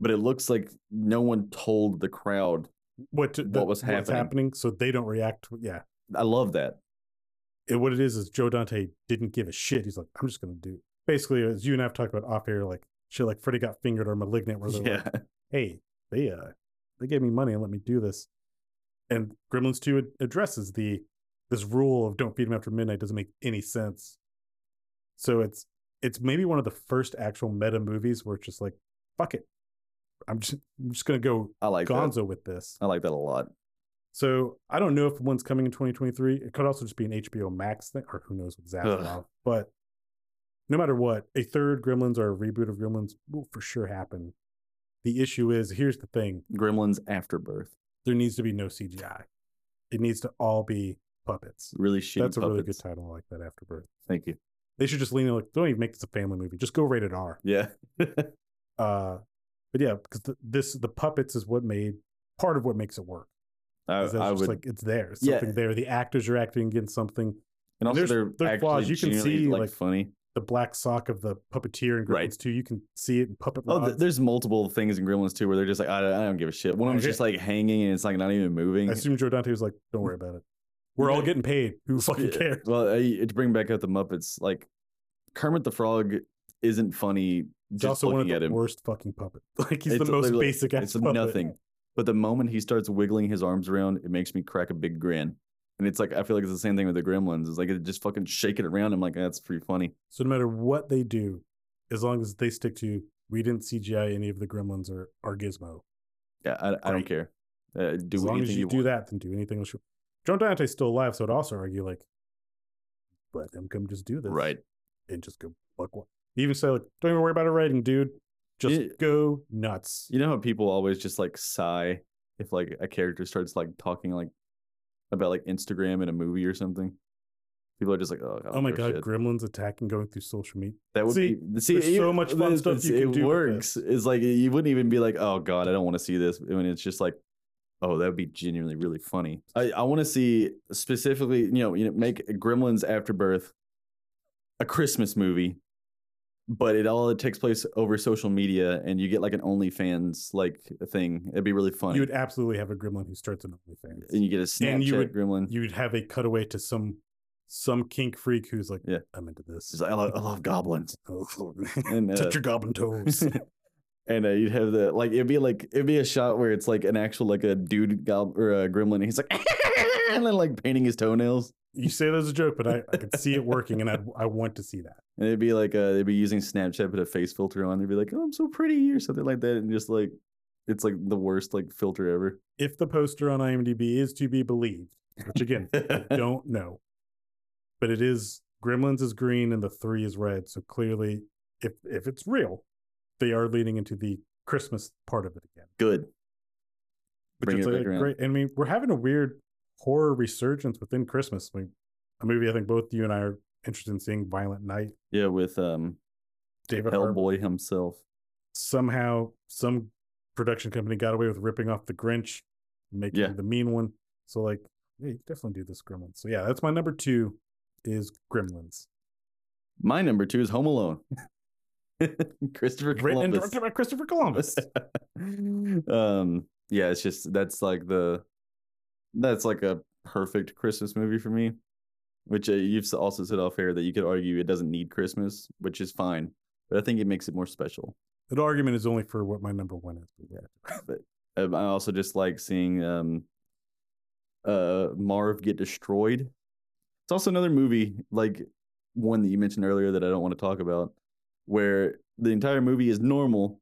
Speaker 1: but it looks like no one told the crowd.
Speaker 4: What to,
Speaker 1: what
Speaker 4: the- what's
Speaker 1: was happening.
Speaker 4: happening? So they don't react. to- Yeah,
Speaker 1: I love that.
Speaker 4: and what it is is Joe Dante didn't give a shit. He's like, I'm just gonna do. Basically, as you and I've talked about off air, like shit, like Freddy got fingered or malignant, where they're like,
Speaker 1: Yeah,
Speaker 4: hey, they uh they gave me money and let me do this. And Gremlins 2 ad- addresses the this rule of don't feed them after midnight doesn't make any sense. So it's it's maybe one of the first actual meta movies where it's just like, fuck it. I'm just I'm just gonna go
Speaker 1: I like
Speaker 4: gonzo
Speaker 1: that.
Speaker 4: with this.
Speaker 1: I like that a lot.
Speaker 4: So I don't know if one's coming in 2023. It could also just be an HBO Max thing, or who knows with Zaslav. But no matter what, a third Gremlins or a reboot of Gremlins will for sure happen. The issue is here's the thing:
Speaker 1: Gremlins Afterbirth,
Speaker 4: there needs to be no CGI. It needs to all be puppets.
Speaker 1: really shitty.
Speaker 4: That's a really good
Speaker 1: puppets.
Speaker 4: title. I like that after birth.
Speaker 1: Thank you.
Speaker 4: They should just lean in like, don't even make this a family movie. Just go rated R.
Speaker 1: Yeah,
Speaker 4: Uh, but yeah, because the, this the puppets is what made part of what makes it work.
Speaker 1: I,
Speaker 4: Is that it's
Speaker 1: I
Speaker 4: just
Speaker 1: would.
Speaker 4: like it's there, It's
Speaker 1: Yeah.
Speaker 4: something there. The actors are acting against something.
Speaker 1: and also,
Speaker 4: there's-
Speaker 1: they're,
Speaker 4: there's
Speaker 1: actually
Speaker 4: flaws. You can
Speaker 1: genuinely,
Speaker 4: see,
Speaker 1: like,
Speaker 4: like,
Speaker 1: funny.
Speaker 4: the black sock of the puppeteer in Gremlins
Speaker 1: Right.
Speaker 4: 2. You can see it in puppet
Speaker 1: Oh,
Speaker 4: rods.
Speaker 1: th- there's multiple things in Gremlins too where they're just like, I, I don't give a shit. One of them's
Speaker 4: Okay.
Speaker 1: just like hanging and it's like not even moving.
Speaker 4: I assume Joe Dante was like, don't worry about it. We're all getting paid. Who fucking
Speaker 1: Yeah.
Speaker 4: cares?
Speaker 1: Well, I, to bring back up the Muppets, like Kermit the Frog isn't funny
Speaker 4: He's
Speaker 1: just
Speaker 4: also one of
Speaker 1: looking
Speaker 4: the
Speaker 1: at him.
Speaker 4: worst fucking puppet. Like he's
Speaker 1: It's
Speaker 4: the most
Speaker 1: literally-
Speaker 4: basic ass
Speaker 1: It's
Speaker 4: puppet.
Speaker 1: nothing. But the moment he starts wiggling his arms around, it makes me crack a big grin. And it's like I feel like it's the same thing with the Gremlins. It's like it just fucking shaking around. I'm like, that's pretty funny.
Speaker 4: So no matter what they do, as long as they stick to we didn't CGI any of the gremlins or, or Gizmo.
Speaker 1: Yeah, I, I don't
Speaker 4: Right.
Speaker 1: care. Uh, do
Speaker 4: as long
Speaker 1: anything
Speaker 4: as you,
Speaker 1: you
Speaker 4: do
Speaker 1: want.
Speaker 4: that, then do anything else. you- Joe Dante's still alive, so I'd also argue like let them come just do this.
Speaker 1: Right.
Speaker 4: And just go fuck one. Even say like, don't even worry about it writing, dude. Just
Speaker 1: Yeah.
Speaker 4: go nuts.
Speaker 1: You know how people always just like sigh if like a character starts like talking like about like Instagram in a movie or something. People are just like, oh, I don't
Speaker 4: Oh my
Speaker 1: give a
Speaker 4: god,
Speaker 1: shit.
Speaker 4: gremlins attacking going through social media.
Speaker 1: that would
Speaker 4: See,
Speaker 1: be see
Speaker 4: there's
Speaker 1: it-
Speaker 4: so much fun
Speaker 1: it's-
Speaker 4: stuff you
Speaker 1: it's-
Speaker 4: can
Speaker 1: it
Speaker 4: do with
Speaker 1: works. It's like you wouldn't even be like, oh god, I don't want to see this. When it's just like, oh, that would be genuinely really funny. I I want to see specifically, you know, you know, make Gremlins Afterbirth a Christmas movie. But it all it takes place over social media, and you get like an OnlyFans like thing. It'd be really funny.
Speaker 4: You would absolutely have a gremlin who starts an OnlyFans.
Speaker 1: and you get a Snapchat
Speaker 4: And you would-
Speaker 1: gremlin.
Speaker 4: You'd have a cutaway to some some kink freak who's like,
Speaker 1: Yeah.
Speaker 4: I'm into this. Oh,
Speaker 1: It's like, I, love, I love goblins. And, uh,
Speaker 4: Touch your goblin toes.
Speaker 1: and uh, you'd have the like it'd be like it'd be a shot where it's like an actual like a dude gob or a gremlin. And he's like and then like painting his toenails.
Speaker 4: you say that as a joke, but I, I could see it working, and I I want to see that.
Speaker 1: And it'd be like uh, they'd be using Snapchat with a face filter on. They'd be like, "Oh, I'm so pretty," or something like that, and just like it's like the worst like filter ever.
Speaker 4: If the poster on IMDb is to be believed, which again, don't know, but it is Gremlins is green and the three is red, so clearly, if if it's real, they are leaning into the Christmas part of it again,
Speaker 1: Good.
Speaker 4: which
Speaker 1: Bring
Speaker 4: is
Speaker 1: it
Speaker 4: like
Speaker 1: back around.
Speaker 4: great. And I mean, we're having a weird horror resurgence within Christmas. I mean, a movie I think both you and I are interested in seeing, Violent Night.
Speaker 1: Yeah, with um
Speaker 4: David Harbour.
Speaker 1: Hellboy himself.
Speaker 4: somehow some production company got away with ripping off the Grinch, making
Speaker 1: Yeah.
Speaker 4: the mean one. So like, yeah, you definitely do this Gremlins. So yeah, that's my number two is Gremlins,
Speaker 1: My number two is Home Alone. Christopher
Speaker 4: written and
Speaker 1: Columbus.
Speaker 4: directed by Christopher Columbus.
Speaker 1: um yeah it's just that's like the that's like a perfect christmas movie for me which uh, you've s- also said off air that you could argue it doesn't need christmas which is fine but i think it makes it more special
Speaker 4: that argument is only for what my number one is. But yeah.
Speaker 1: but Um, I also just like seeing um, uh, Marv get destroyed. It's also another movie, like one that you mentioned earlier that I don't want to talk about, where the entire movie is normal,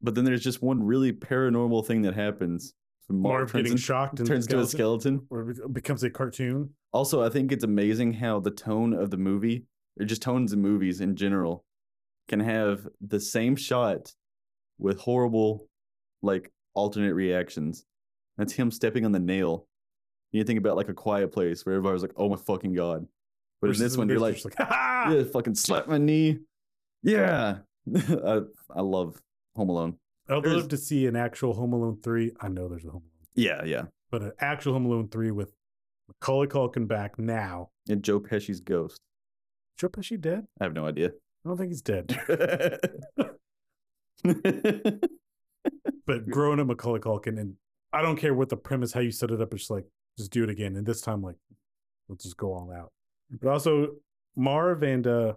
Speaker 1: but then there's just one really paranormal thing that happens.
Speaker 4: Marv
Speaker 1: turns
Speaker 4: getting
Speaker 1: in-
Speaker 4: shocked and
Speaker 1: turns to a skeleton.
Speaker 4: Or it becomes a cartoon.
Speaker 1: Also, I think it's amazing how the tone of the movie, or just tones of movies in general, can have the same shot with horrible, like alternate reactions. That's him stepping on the nail. You think about like a quiet place where everybody's like, "Oh my fucking god," but in
Speaker 4: versus
Speaker 1: this one, you're like,
Speaker 4: there's just "Ah!" "Ha-ha!"
Speaker 1: "Yeah, fucking slap my knee." Yeah, I, I love Home Alone.
Speaker 4: I'd love
Speaker 1: there's-
Speaker 4: to see an actual Home Alone three. I know there's a Home Alone,
Speaker 1: Yeah, yeah,
Speaker 4: but an actual Home Alone three with Macaulay Culkin back now.
Speaker 1: and Joe Pesci's ghost.
Speaker 4: Joe Pesci dead?
Speaker 1: I have no idea.
Speaker 4: I don't think he's dead. but growing up Macaulay Culkin, and I don't care what the premise, how you set it up, it's just like just do it again. And this time, like let's just go all out. But also Marv and uh,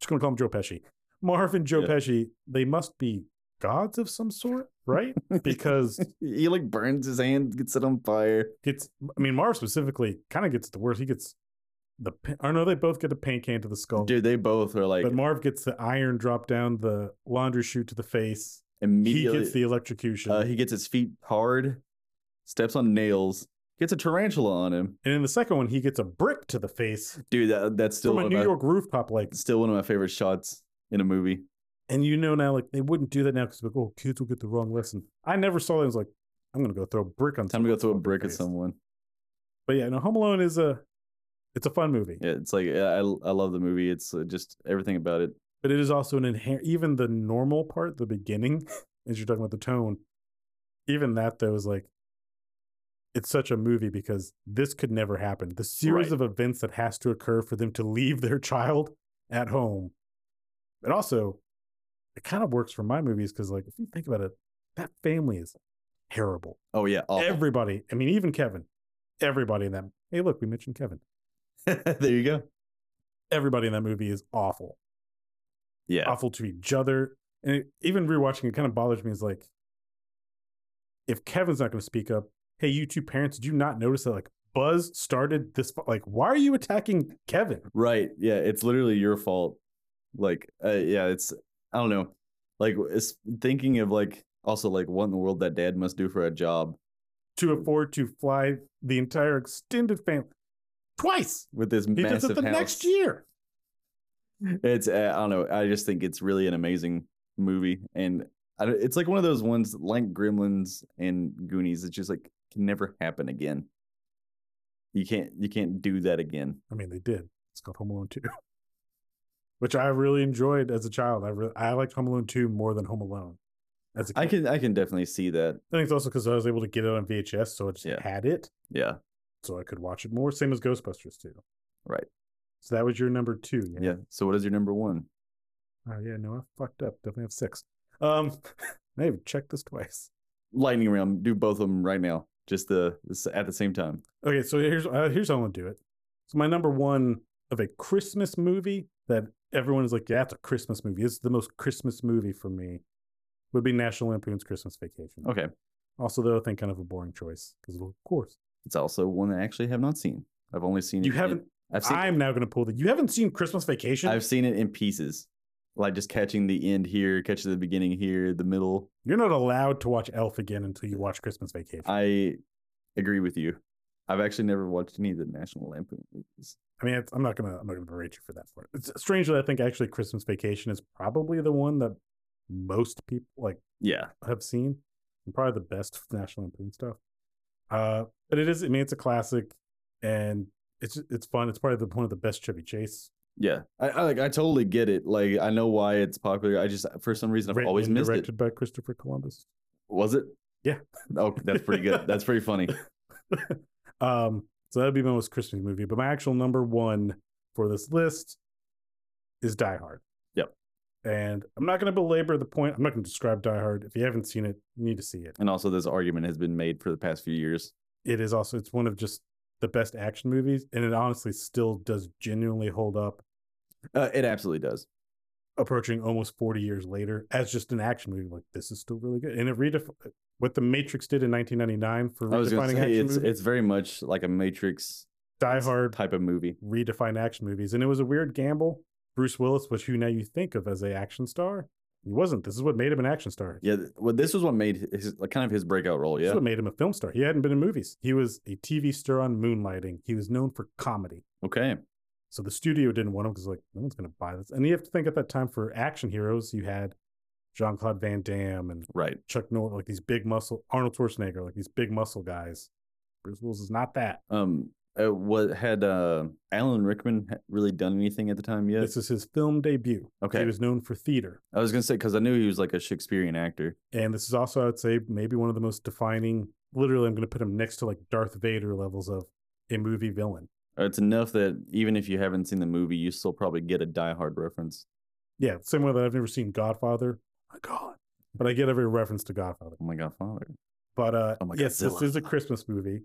Speaker 4: just gonna call him Joe Pesci. Marv and Joe
Speaker 1: Yeah.
Speaker 4: Pesci, they must be gods of some sort, right? Because
Speaker 1: he like burns his hand, gets it on fire.
Speaker 4: gets I mean Marv specifically kind of gets the worst. He gets the pa- I know they both get the paint can to the skull.
Speaker 1: Dude, they both are like
Speaker 4: but Marv gets the iron drop down the laundry chute to the face. He
Speaker 1: immediately.
Speaker 4: gets the electrocution.
Speaker 1: uh, he gets his feet hard, steps on nails, gets a tarantula on him.
Speaker 4: and in the second one, he gets a brick to the face
Speaker 1: Dude, that, that's still
Speaker 4: from
Speaker 1: one
Speaker 4: a
Speaker 1: of
Speaker 4: New
Speaker 1: my,
Speaker 4: York rooftop. Like,
Speaker 1: still one of my favorite shots in a movie.
Speaker 4: and you know now, like they wouldn't do that now because like, oh, kids will get the wrong lesson. I never saw that. I was like, I'm gonna go throw a brick on.
Speaker 1: Time to go
Speaker 4: someone's
Speaker 1: throw a
Speaker 4: fucking
Speaker 1: brick at
Speaker 4: face.
Speaker 1: someone.
Speaker 4: But yeah, no, Home Alone is a, it's a fun movie,
Speaker 1: Yeah, it's like I, I love the movie. It's uh, just everything about it.
Speaker 4: but it is also an inherent. Even the normal part, the beginning, as you're talking about the tone, even that though is like. It's such a movie because this could never happen. The series
Speaker 1: Right.
Speaker 4: of events that has to occur for them to leave their child at home. But also, it kind of works for my movies because, like, if you think about it, that family is terrible.
Speaker 1: Oh yeah, awful.
Speaker 4: Everybody, I mean, even Kevin, everybody in that. Hey, look, we mentioned Kevin.
Speaker 1: there you go.
Speaker 4: Everybody in that movie is awful,
Speaker 1: Yeah,
Speaker 4: awful to each other. And it, even rewatching it kind of bothers me. Is like, if Kevin's not going to speak up, hey, you two parents, did you not notice that? Like, Buzz started this. fi- Like, why are you attacking Kevin?
Speaker 1: right. Yeah, it's literally your fault. Like, uh, yeah, it's I don't know. Like, it's thinking of like also like what in the world that dad must do for a job
Speaker 4: To
Speaker 1: Mm.
Speaker 4: afford to fly the entire extended family twice.
Speaker 1: with this
Speaker 4: He does
Speaker 1: massive
Speaker 4: it the
Speaker 1: house.
Speaker 4: next year.
Speaker 1: it's uh, I don't know. I just think it's really an amazing movie, and I, don't- it's like one of those ones like Gremlins and Goonies. It's just like can never happen again. You can't you can't do that again.
Speaker 4: I mean, they did. It's called Home Alone 2, which I really enjoyed as a child. I re- I liked Home Alone 2 more than Home Alone. As a kid.
Speaker 1: I can I can definitely see that.
Speaker 4: I think it's also because I was able to get it on VHS, so I just
Speaker 1: Yeah.
Speaker 4: had it,
Speaker 1: Yeah,
Speaker 4: so I could watch it more. Same as Ghostbusters too.
Speaker 1: Right.
Speaker 4: So that was your number two.
Speaker 1: yeah. So what is your number one?
Speaker 4: Oh yeah. No, I fucked up. Definitely have six. Um, I even checked this twice.
Speaker 1: Lightning round. Do both of them right now. Just the this, at the same time.
Speaker 4: Okay, so here's uh, here's how I'm gonna do it. So my number one of a Christmas movie that everyone is like, yeah, it's a Christmas movie. It's the most Christmas movie for me. Would be National Lampoon's Christmas Vacation.
Speaker 1: Okay.
Speaker 4: Also, though, I think kind of a boring choice because, of course,
Speaker 1: It's also one I actually have not seen. I've only seen
Speaker 4: you
Speaker 1: it in-
Speaker 4: haven't.
Speaker 1: I've seen
Speaker 4: I'm now going to pull the. You haven't seen Christmas Vacation.
Speaker 1: I've seen it in pieces, like just catching the end here, catching the beginning here, the middle.
Speaker 4: You're not allowed to watch Elf again until you watch Christmas Vacation. I,
Speaker 1: I agree with you. I've actually never watched any of the National Lampoon movies.
Speaker 4: mean, it's, I'm not gonna. I'm not gonna berate you for that. For it. It's, strangely, I think actually Christmas Vacation is probably the one that most people like
Speaker 1: Yeah,
Speaker 4: have seen, and probably the best of National Lampoon stuff. Uh, but it is. I mean, it's a classic, and it's it's fun. It's probably the one of the best Chevy Chase.
Speaker 1: yeah. I, I like. I totally get it. Like, I know why it's popular. I just, for some reason, I've
Speaker 4: written
Speaker 1: always
Speaker 4: and
Speaker 1: missed
Speaker 4: directed
Speaker 1: it.
Speaker 4: by Christopher Columbus.
Speaker 1: Was it?
Speaker 4: Yeah.
Speaker 1: Oh, that's pretty good. That's pretty funny.
Speaker 4: um, so that'd be my most Christmas movie. But my actual number one for this list is Die Hard.
Speaker 1: Yep.
Speaker 4: And I'm not going to belabor the point. I'm not going to describe Die Hard. If you haven't seen it, you need to see it.
Speaker 1: And also, this argument has been made for the past few years.
Speaker 4: It is also it's one of just the best action movies, and it honestly still does genuinely hold up.
Speaker 1: Uh, it absolutely does.
Speaker 4: approaching almost 40 years later as just an action movie like this is still really good and it redef- what the matrix did in 1999 for
Speaker 1: I was going
Speaker 4: redefining
Speaker 1: to
Speaker 4: action
Speaker 1: say it's
Speaker 4: movies
Speaker 1: it's very much like a Matrix
Speaker 4: die hard
Speaker 1: type of movie.
Speaker 4: redefined action movies and it was a weird gamble bruce willis which who now you think of as a action star he wasn't this is what made him an action star
Speaker 1: Yeah, th- well, this was what made his like, kind of his breakout role.
Speaker 4: This
Speaker 1: Yeah,
Speaker 4: is what made him a film star. He hadn't been in movies. He was a TV star on Moonlighting. He was known for comedy.
Speaker 1: okay.
Speaker 4: So the studio didn't want him because, like, no one's going to buy this. And you have to think at that time for action heroes, you had Jean Claude Van Damme and
Speaker 1: Right.
Speaker 4: Chuck Norris, like these big muscle, Arnold Schwarzenegger, like these big muscle guys. Bruce Willis is not that.
Speaker 1: Um, uh, what had uh, Alan Rickman ha- really done anything at the time yet?
Speaker 4: This is his film debut.
Speaker 1: Okay.
Speaker 4: He was known for theater.
Speaker 1: I was gonna say because I knew he was like a Shakespearean actor.
Speaker 4: And this is also, I would say, maybe one of the most defining, literally, I'm going to put him next to like Darth Vader levels of a movie villain.
Speaker 1: Uh, It's enough that even if you haven't seen the movie, you still probably get a Die Hard reference.
Speaker 4: Yeah, same way that I've never seen Godfather. my God. But I get every reference to Godfather.
Speaker 1: Oh my God, Father!
Speaker 4: But uh,
Speaker 1: Oh my
Speaker 4: yes, this
Speaker 1: Godzilla.
Speaker 4: is a Christmas movie.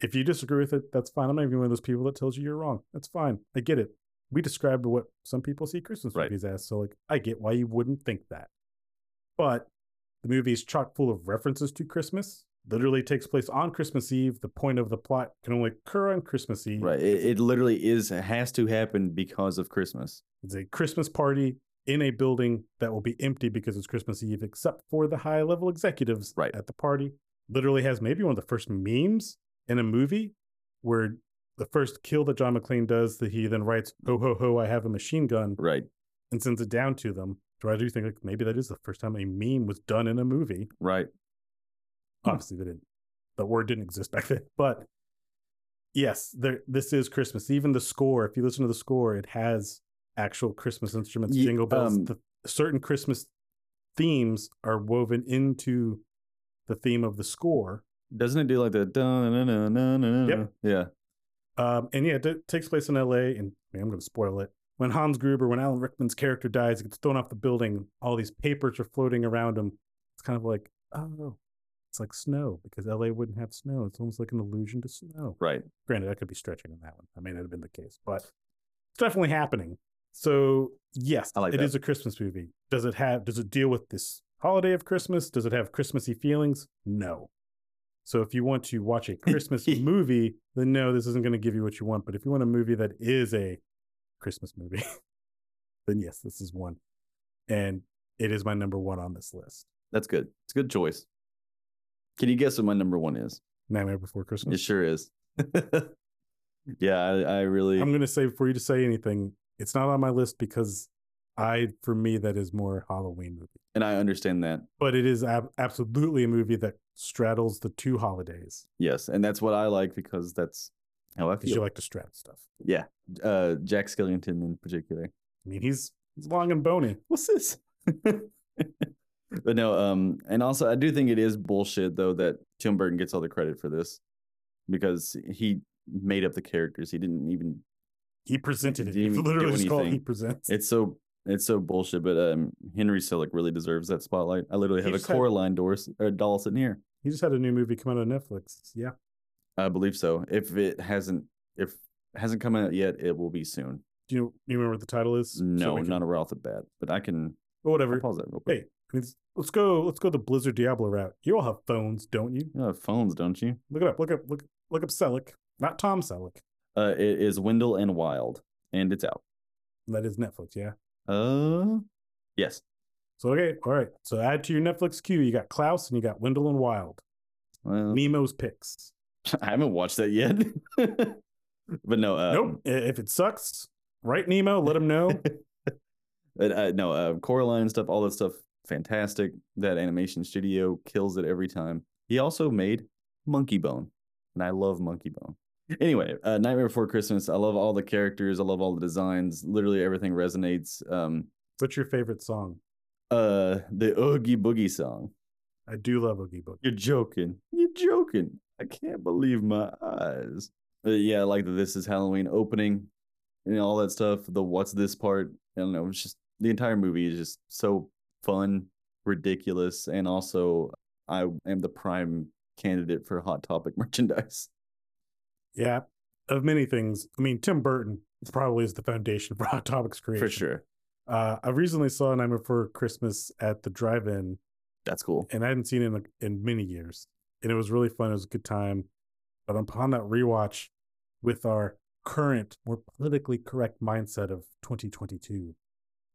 Speaker 4: If you disagree with it, that's fine. I'm not even one of those people that tells you you're wrong. That's fine. I get it. We described what some people see Christmas
Speaker 1: Right.
Speaker 4: movies as. So, like, I get why you wouldn't think that. But the movie is chock full of references to Christmas. Literally takes place on Christmas Eve. The point of the plot can only occur on Christmas Eve.
Speaker 1: Right? It, it literally is it has to happen because of Christmas.
Speaker 4: It's a Christmas party in a building that will be empty because it's Christmas Eve, except for the high level executives
Speaker 1: Right.
Speaker 4: at the party. Literally has maybe one of the first memes in a movie where the first kill that John McClane does, that he then writes, "Oh, "Ho ho ho, I have a machine gun,"
Speaker 1: Right.
Speaker 4: and sends it down to them. So I do think like maybe that is the first time a meme was done in a movie.
Speaker 1: Right. Hmm.
Speaker 4: Obviously, they didn't. The word didn't exist back then. But yes, there, this is Christmas. Even the score, if you listen to the score, it has actual Christmas instruments,
Speaker 1: Ye-
Speaker 4: jingle bells.
Speaker 1: um,
Speaker 4: the, certain Christmas themes are woven into the theme of the score.
Speaker 1: Doesn't it do like the dun dun dun dun dun?
Speaker 4: Yep.
Speaker 1: Yeah.
Speaker 4: Um, and yeah, it t- takes place in LA. And man, I'm going to spoil it. When Hans Gruber, when Alan Rickman's character dies, he gets thrown off the building. All these papers are floating around him. It's kind of like, oh, it's like snow because LA wouldn't have snow. It's almost like an allusion to snow.
Speaker 1: Right.
Speaker 4: Granted, I could be stretching on that one. That may not have been the case, but it's definitely happening. So yes,
Speaker 1: I like
Speaker 4: it
Speaker 1: that.
Speaker 4: is a Christmas movie. Does it have? Does it deal with this holiday of Christmas? Does it have Christmassy feelings? No. So if you want to watch a Christmas movie, then no, this isn't going to give you what you want. But if you want a movie that is a Christmas movie, then yes, this is one, and it is my number one on this list.
Speaker 1: That's good. It's a good choice. Can you guess what my number one is?
Speaker 4: Nightmare Before
Speaker 1: It
Speaker 4: Christmas.
Speaker 1: sure is. yeah, I, I really.
Speaker 4: I'm going to say before you to say anything, it's not on my list because I, for me, that is more a Halloween movie.
Speaker 1: and I understand that.
Speaker 4: But it is ab- absolutely a movie that straddles the two holidays
Speaker 1: Yes, and that's what I like because that's how I
Speaker 4: because you
Speaker 1: feel.
Speaker 4: like to straddle stuff.
Speaker 1: yeah, uh, Jack Skellington in particular.
Speaker 4: I mean, he's he's long and bony.
Speaker 1: What's this? but no, um, and also I do think it is bullshit though that Tim Burton gets all the credit for this because he made up the characters. He didn't even
Speaker 4: He presented it.
Speaker 1: Didn't
Speaker 4: He
Speaker 1: even
Speaker 4: literally
Speaker 1: do
Speaker 4: just called it he
Speaker 1: anything.
Speaker 4: presents.
Speaker 1: It's so it's so bullshit, but um, Henry Selick really deserves that spotlight. I literally
Speaker 4: He
Speaker 1: have a
Speaker 4: just had-
Speaker 1: Coraline Doris or doll sitting uh, here.
Speaker 4: he just had a new movie come out on Netflix. Yeah.
Speaker 1: I believe so. If it hasn't, if it hasn't come out yet, it will be soon.
Speaker 4: Do you, you remember what the title is? So
Speaker 1: No,
Speaker 4: we can-
Speaker 1: not right off the bat, but I can
Speaker 4: But
Speaker 1: I'll
Speaker 4: whatever.
Speaker 1: pause that real quick.
Speaker 4: Hey, I mean, let's go. Let's go the Blizzard Diablo route. You all have phones, don't you?
Speaker 1: You have phones, don't you?
Speaker 4: Look it up. Look up. Look look up Selick, not Tom Selleck.
Speaker 1: Uh, it is Wendell and Wild, and it's out.
Speaker 4: That is Netflix. Yeah.
Speaker 1: Uh, yes,
Speaker 4: So okay, all right. So add to your Netflix queue. You got Klaus and you got Wendell and Wild.
Speaker 1: well,
Speaker 4: Nemo's picks.
Speaker 1: I haven't watched that yet, but no, uh,
Speaker 4: nope. I- If it sucks, write Nemo. Let him know.
Speaker 1: But, uh, no, uh, Coraline and stuff, all that stuff, fantastic. That animation studio kills it every time. He also made Monkey Bone, and I love Monkey Bone. Anyway, uh, Nightmare Before Christmas. I love all the characters. I love all the designs. Literally everything resonates. Um,
Speaker 4: What's your favorite song?
Speaker 1: uh, the Oogie Boogie song.
Speaker 4: I do love Oogie Boogie.
Speaker 1: You're joking. You're joking. I can't believe my eyes. But yeah, I like the This Is Halloween opening and all that stuff. The What's This part. I don't know. It's just the entire movie is just so fun, ridiculous, and also I am the prime candidate for Hot Topic merchandise.
Speaker 4: Yeah. Of many things, I mean, Tim Burton probably is the foundation for Hot Topics creation.
Speaker 1: For sure.
Speaker 4: Uh, I recently saw A Nightmare Before Christmas at the drive-in,
Speaker 1: That's cool.
Speaker 4: and I hadn't seen it in, in many years. And it was really fun. It was a good time. But upon that rewatch, with our current, more politically correct mindset of 2022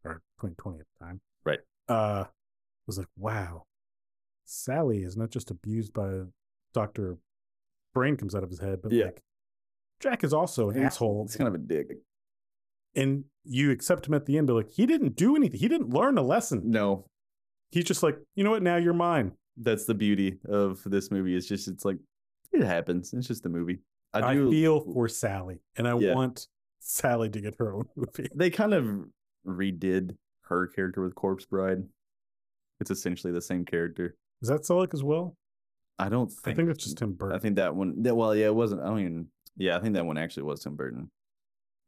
Speaker 4: or 2020 at the time,
Speaker 1: Right.
Speaker 4: Uh, I was like, wow, Sally is not just abused by Doctor Brain comes out of his head, but
Speaker 1: Yeah.
Speaker 4: like Jack is also an
Speaker 1: Yeah.
Speaker 4: asshole
Speaker 1: It's kind of a dig.
Speaker 4: and you accept him at the end, but like he didn't do anything. He didn't learn a lesson.
Speaker 1: No,
Speaker 4: He's just like, you know what? Now you're mine.
Speaker 1: that's the beauty of this movie. It's just it's like it happens. It's just a movie.
Speaker 4: I, feel for Sally, and I
Speaker 1: Yeah.
Speaker 4: want Sally to get her own movie.
Speaker 1: they kind of redid her character with Corpse Bride. It's essentially the same character.
Speaker 4: Is that Selleck as well?
Speaker 1: I don't
Speaker 4: I
Speaker 1: think.
Speaker 4: think that's just Tim Burton.
Speaker 1: I think that one. That, well, yeah, it wasn't. I don't even. Yeah, I think that one actually was Tim Burton.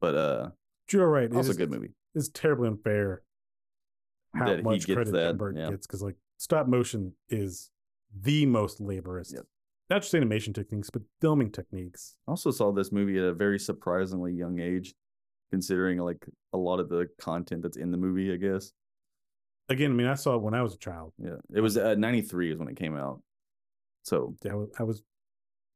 Speaker 1: But uh,
Speaker 4: you're right. It's,
Speaker 1: also a
Speaker 4: just-
Speaker 1: good movie.
Speaker 4: it's terribly unfair how
Speaker 1: That he
Speaker 4: much
Speaker 1: gets
Speaker 4: credit Tim
Speaker 1: that,
Speaker 4: Burton
Speaker 1: yeah.
Speaker 4: gets because like stop motion is the most laborious,
Speaker 1: Yep.
Speaker 4: not just animation techniques but filming techniques.
Speaker 1: I also saw this movie at a very surprisingly young age, considering like a lot of the content that's in the movie. I guess.
Speaker 4: Again, I mean, I saw it when I was a child.
Speaker 1: Yeah, it was uh, ninety three is when it came out. So
Speaker 4: I was, I was,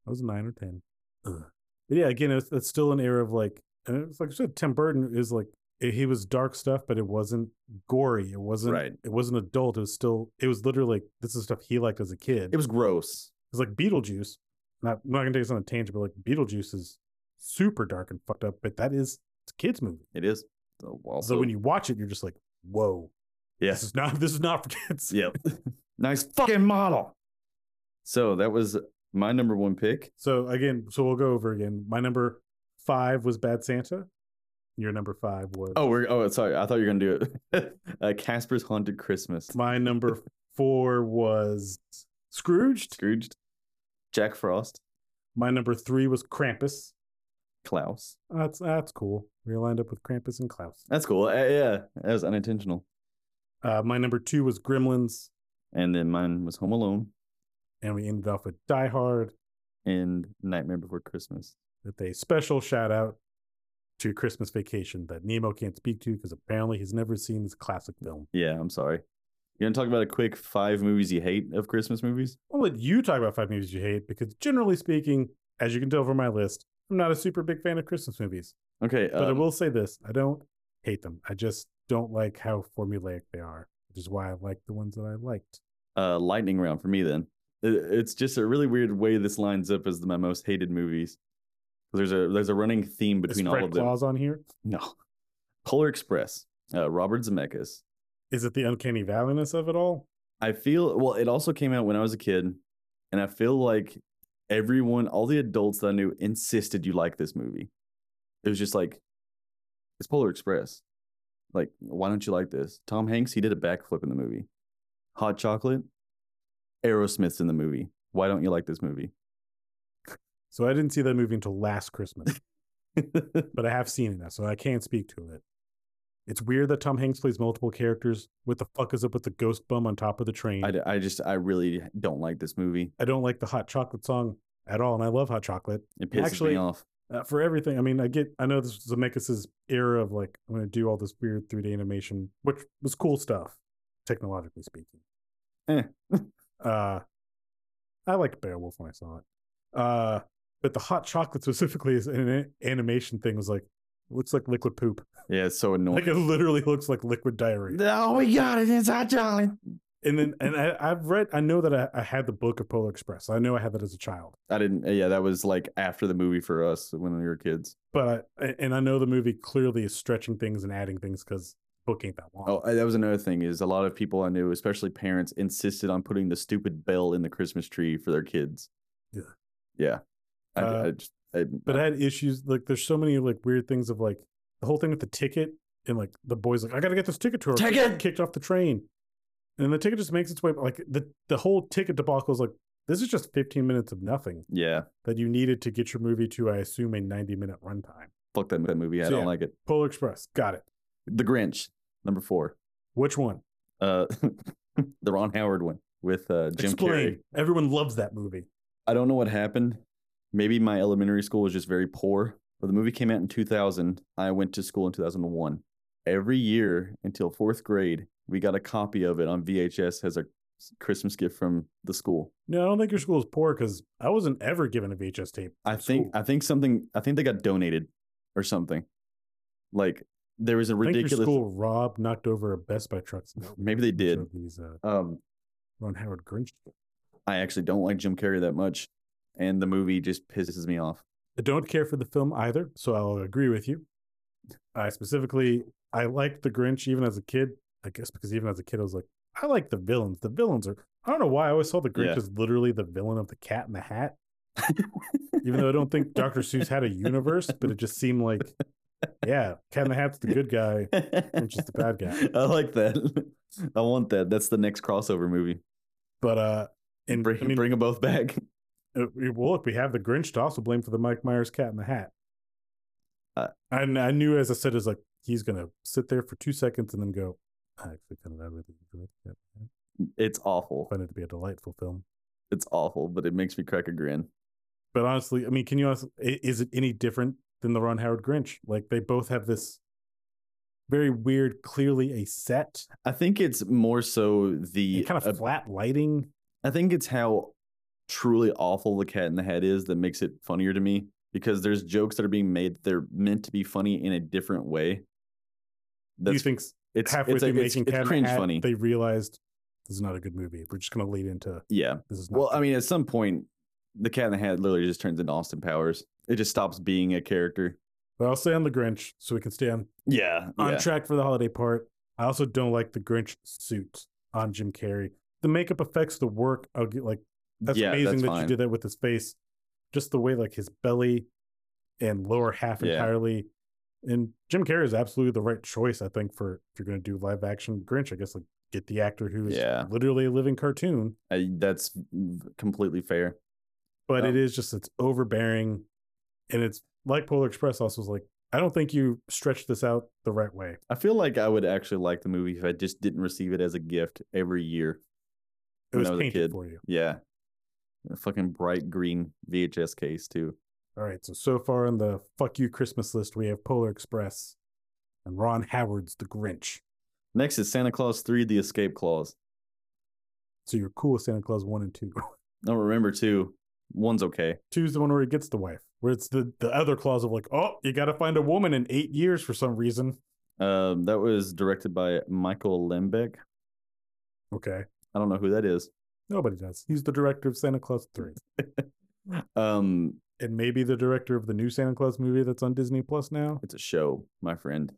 Speaker 4: I was nine or ten. But yeah, again, it's, it's still an era of like, and it's like I said, Tim Burton is like i- he was dark stuff, but it wasn't gory. It wasn't.
Speaker 1: Right.
Speaker 4: It wasn't adult. It was still. It was literally like this is stuff he liked as a kid.
Speaker 1: it was gross.
Speaker 4: It's like Beetlejuice. Not I'm not gonna take this on a tangent, but like Beetlejuice is super dark and fucked up. But that is it's a kids movie.
Speaker 1: It is. So, also,
Speaker 4: so when you watch it, you're just like, whoa,
Speaker 1: yes,
Speaker 4: this is not this is not for kids.
Speaker 1: Yep. nice fucking model. So that was my number one pick.
Speaker 4: So again, so we'll go over again. My number five was Bad Santa. Your number five was
Speaker 1: Oh, we're oh sorry. I thought you were gonna do it. uh, Casper's Haunted Christmas.
Speaker 4: my number four was Scrooged.
Speaker 1: Scrooged. Jack Frost.
Speaker 4: My number three was Krampus.
Speaker 1: Klaus.
Speaker 4: That's that's cool. We lined up with Krampus and Klaus.
Speaker 1: That's cool. Uh, yeah, that was unintentional.
Speaker 4: Uh, my number two was Gremlins,
Speaker 1: And then mine was Home Alone
Speaker 4: and we ended off with Die Hard
Speaker 1: and Nightmare Before Christmas.
Speaker 4: with a special shout out to Christmas Vacation that Nemo can't speak to because apparently he's never seen this classic film.
Speaker 1: Yeah, I'm sorry. You gonna talk about a quick five movies you hate of Christmas movies?
Speaker 4: I'll let you talk about five movies you hate because generally speaking, as you can tell from my list, I'm not a super big fan of Christmas movies.
Speaker 1: Okay,
Speaker 4: But I
Speaker 1: um,
Speaker 4: will say this: I don't hate them. I just don't like how formulaic they are, which is why I like the ones that I liked.
Speaker 1: uh, lightning round for me then. It, it's just a really weird way this lines up as my most hated movies. There's a there's a running theme
Speaker 4: Is
Speaker 1: between all
Speaker 4: Fred
Speaker 1: of them.
Speaker 4: Claus on here?
Speaker 1: No, Polar Express, uh, Robert Zemeckis.
Speaker 4: Is it the uncanny valleyness of it all?
Speaker 1: I feel well. It also came out when I was a kid, and I feel like everyone, all the adults that I knew, insisted you like this movie. It was just like it's Polar Express. Like, why don't you like this? Tom Hanks, he did a backflip in the movie. Hot chocolate, Aerosmith's in the movie. Why don't you like this movie?
Speaker 4: So I didn't see that movie until last Christmas, but I have seen it now, so I can't speak to it. It's weird that Tom Hanks plays multiple characters. What the fuck is up with the ghost bum on top of the train?
Speaker 1: I, d- I just I really don't like this movie.
Speaker 4: I don't like the hot chocolate song at all, and I love hot chocolate.
Speaker 1: It pisses
Speaker 4: Actually,
Speaker 1: me off.
Speaker 4: uh, for everything. I mean, I get, I know this was Zemeckis' era of like, I'm going to do all this weird 3D animation, which was cool stuff, technologically speaking.
Speaker 1: Eh.
Speaker 4: uh, I liked Beowulf when I saw it. Uh, but the hot chocolate specifically is an a- animation thing was like, looks like liquid poop.
Speaker 1: Yeah, it's so annoying.
Speaker 4: Like it literally looks like liquid diarrhea.
Speaker 1: oh my god, it's hot chocolate.
Speaker 4: And then, and I, I've read, I know that I, I had the book of Polar Express. I know I had that as a child.
Speaker 1: I didn't. Yeah, that was like after the movie for us when we were kids.
Speaker 4: But I, and I know the movie clearly is stretching things and adding things because book ain't that long.
Speaker 1: Oh, that was another thing is a lot of people I knew, especially parents, insisted on putting the stupid bell in the Christmas tree for their kids.
Speaker 4: Yeah.
Speaker 1: Yeah. I,
Speaker 4: Uh,
Speaker 1: I just, I,
Speaker 4: but I had issues like there's so many like weird things of like the whole thing with the ticket and like the boys like I gotta get this ticket to her
Speaker 1: Ticket!
Speaker 4: kicked off the train, and the ticket just makes its way like the the whole ticket debacle is like this is just 15 minutes of nothing
Speaker 1: yeah.
Speaker 4: that you needed to get your movie to I assume a 90 minute runtime.
Speaker 1: Fuck that, that movie. I
Speaker 4: So,
Speaker 1: don't
Speaker 4: yeah.
Speaker 1: like it.
Speaker 4: Polar Express, got it.
Speaker 1: The Grinch, number four.
Speaker 4: Which one?
Speaker 1: Uh, the Ron Howard one with uh, Jim
Speaker 4: Explain.
Speaker 1: Carrey.
Speaker 4: Everyone loves that movie.
Speaker 1: I don't know what happened. Maybe my elementary school was just very poor, but the movie came out in 2000. I went to school in 2001. every year until fourth grade, we got a copy of it on VHS as a Christmas gift from the school.
Speaker 4: No, I don't think your school is poor because I wasn't ever given a VHS tape.
Speaker 1: I
Speaker 4: at
Speaker 1: think
Speaker 4: school.
Speaker 1: I think something I think they got donated or something. Like there was a
Speaker 4: I think your
Speaker 1: ridiculous
Speaker 4: school Rob knocked over a Best Buy truck.
Speaker 1: Maybe they did.
Speaker 4: Showed These uh,
Speaker 1: um
Speaker 4: Ron Howard Grinch.
Speaker 1: I actually don't like Jim Carrey that much and the movie just pisses me off.
Speaker 4: I don't care for the film either, so I'll agree with you. I specifically, I liked the Grinch even as a kid. I guess because even as a kid, I was like, I like the villains. The villains are. I don't know why I always saw the Grinch
Speaker 1: Yeah.
Speaker 4: as literally the villain of the Cat in the Hat. even though I don't think Dr. Seuss had a universe, but it just seemed like, yeah, Cat in the Hat's the good guy.
Speaker 1: Which
Speaker 4: is the bad guy.
Speaker 1: I like that. I want that. That's the next crossover movie.
Speaker 4: But uh, and
Speaker 1: bring
Speaker 4: I mean,
Speaker 1: bring them both back.
Speaker 4: Uh, we- well, look, we have the Grinch to also blame for the Mike Myers Cat in the Hat.
Speaker 1: Uh,
Speaker 4: and I knew, as I said, is like he's gonna sit there for two seconds and then go. I actually kind of really enjoyed that. I
Speaker 1: It's awful.
Speaker 4: find it to be a delightful film.
Speaker 1: It's awful, but it makes me crack a grin.
Speaker 4: But honestly, I mean, can you? Honestly, i- is it any different than the Ron Howard Grinch? Like they both have this very weird, clearly a set,
Speaker 1: I think it's more so the
Speaker 4: kind of
Speaker 1: ab-
Speaker 4: flat lighting.
Speaker 1: I think it's how truly awful the cat in the hat is that makes it funnier to me because there's jokes that are being made that they're meant to be funny in a different way.
Speaker 4: Do you
Speaker 1: That's
Speaker 4: think s-
Speaker 1: it's
Speaker 4: halfway
Speaker 1: it's,
Speaker 4: through
Speaker 1: it's,
Speaker 4: making Cat
Speaker 1: it's
Speaker 4: in the
Speaker 1: cringe
Speaker 4: Hat,
Speaker 1: funny.
Speaker 4: they realized this is not a good movie. We're just gonna lead into
Speaker 1: yeah.
Speaker 4: this is not
Speaker 1: Well, um,
Speaker 4: good."
Speaker 1: I mean, at some point, the cat in the hat literally just turns into Austin Powers. It just stops being a character.
Speaker 4: But I'll stay on the Grinch so we can stay on,
Speaker 1: Yeah.
Speaker 4: on
Speaker 1: yeah.
Speaker 4: track for the holiday part. I also don't like the Grinch suit on Jim Carrey. The makeup affects the work. I'll get like that's
Speaker 1: Yeah,
Speaker 4: amazing
Speaker 1: that's
Speaker 4: that you
Speaker 1: fine.
Speaker 4: did that with his face. Just the way like his belly and lower half
Speaker 1: Yeah.
Speaker 4: entirely. And Jim Carrey is absolutely the right choice, I think, for if you're gonna do live action Grinch, I guess like get the actor who is
Speaker 1: Yeah.
Speaker 4: literally a living cartoon.
Speaker 1: I, that's completely fair.
Speaker 4: but it
Speaker 1: Um,
Speaker 4: is just it's overbearing and it's like polar express also is like i don't think you stretched this out the right way
Speaker 1: I feel like I would actually like the movie if I just didn't receive it as a gift every year.
Speaker 4: it
Speaker 1: When
Speaker 4: was
Speaker 1: I was a
Speaker 4: painted
Speaker 1: kid.
Speaker 4: for you
Speaker 1: Yeah. A fucking bright green VHS case, too.
Speaker 4: all right so so far on the fuck you christmas list we have polar express and ron howard's the grinch
Speaker 1: Next is Santa Claus 3 The Escape Clause.
Speaker 4: so you're cool with santa claus one and two
Speaker 1: I don't remember, two. One's okay.
Speaker 4: two's the one where he gets the wife where it's the the other clause of like oh you gotta find a woman in eight years for some reason
Speaker 1: Um, that was directed by Michael Lembeck.
Speaker 4: okay
Speaker 1: I don't know who that is.
Speaker 4: nobody does he's the director of santa claus 3
Speaker 1: Um,
Speaker 4: and maybe the director of the new santa claus movie that's on disney plus now
Speaker 1: it's a show, my friend.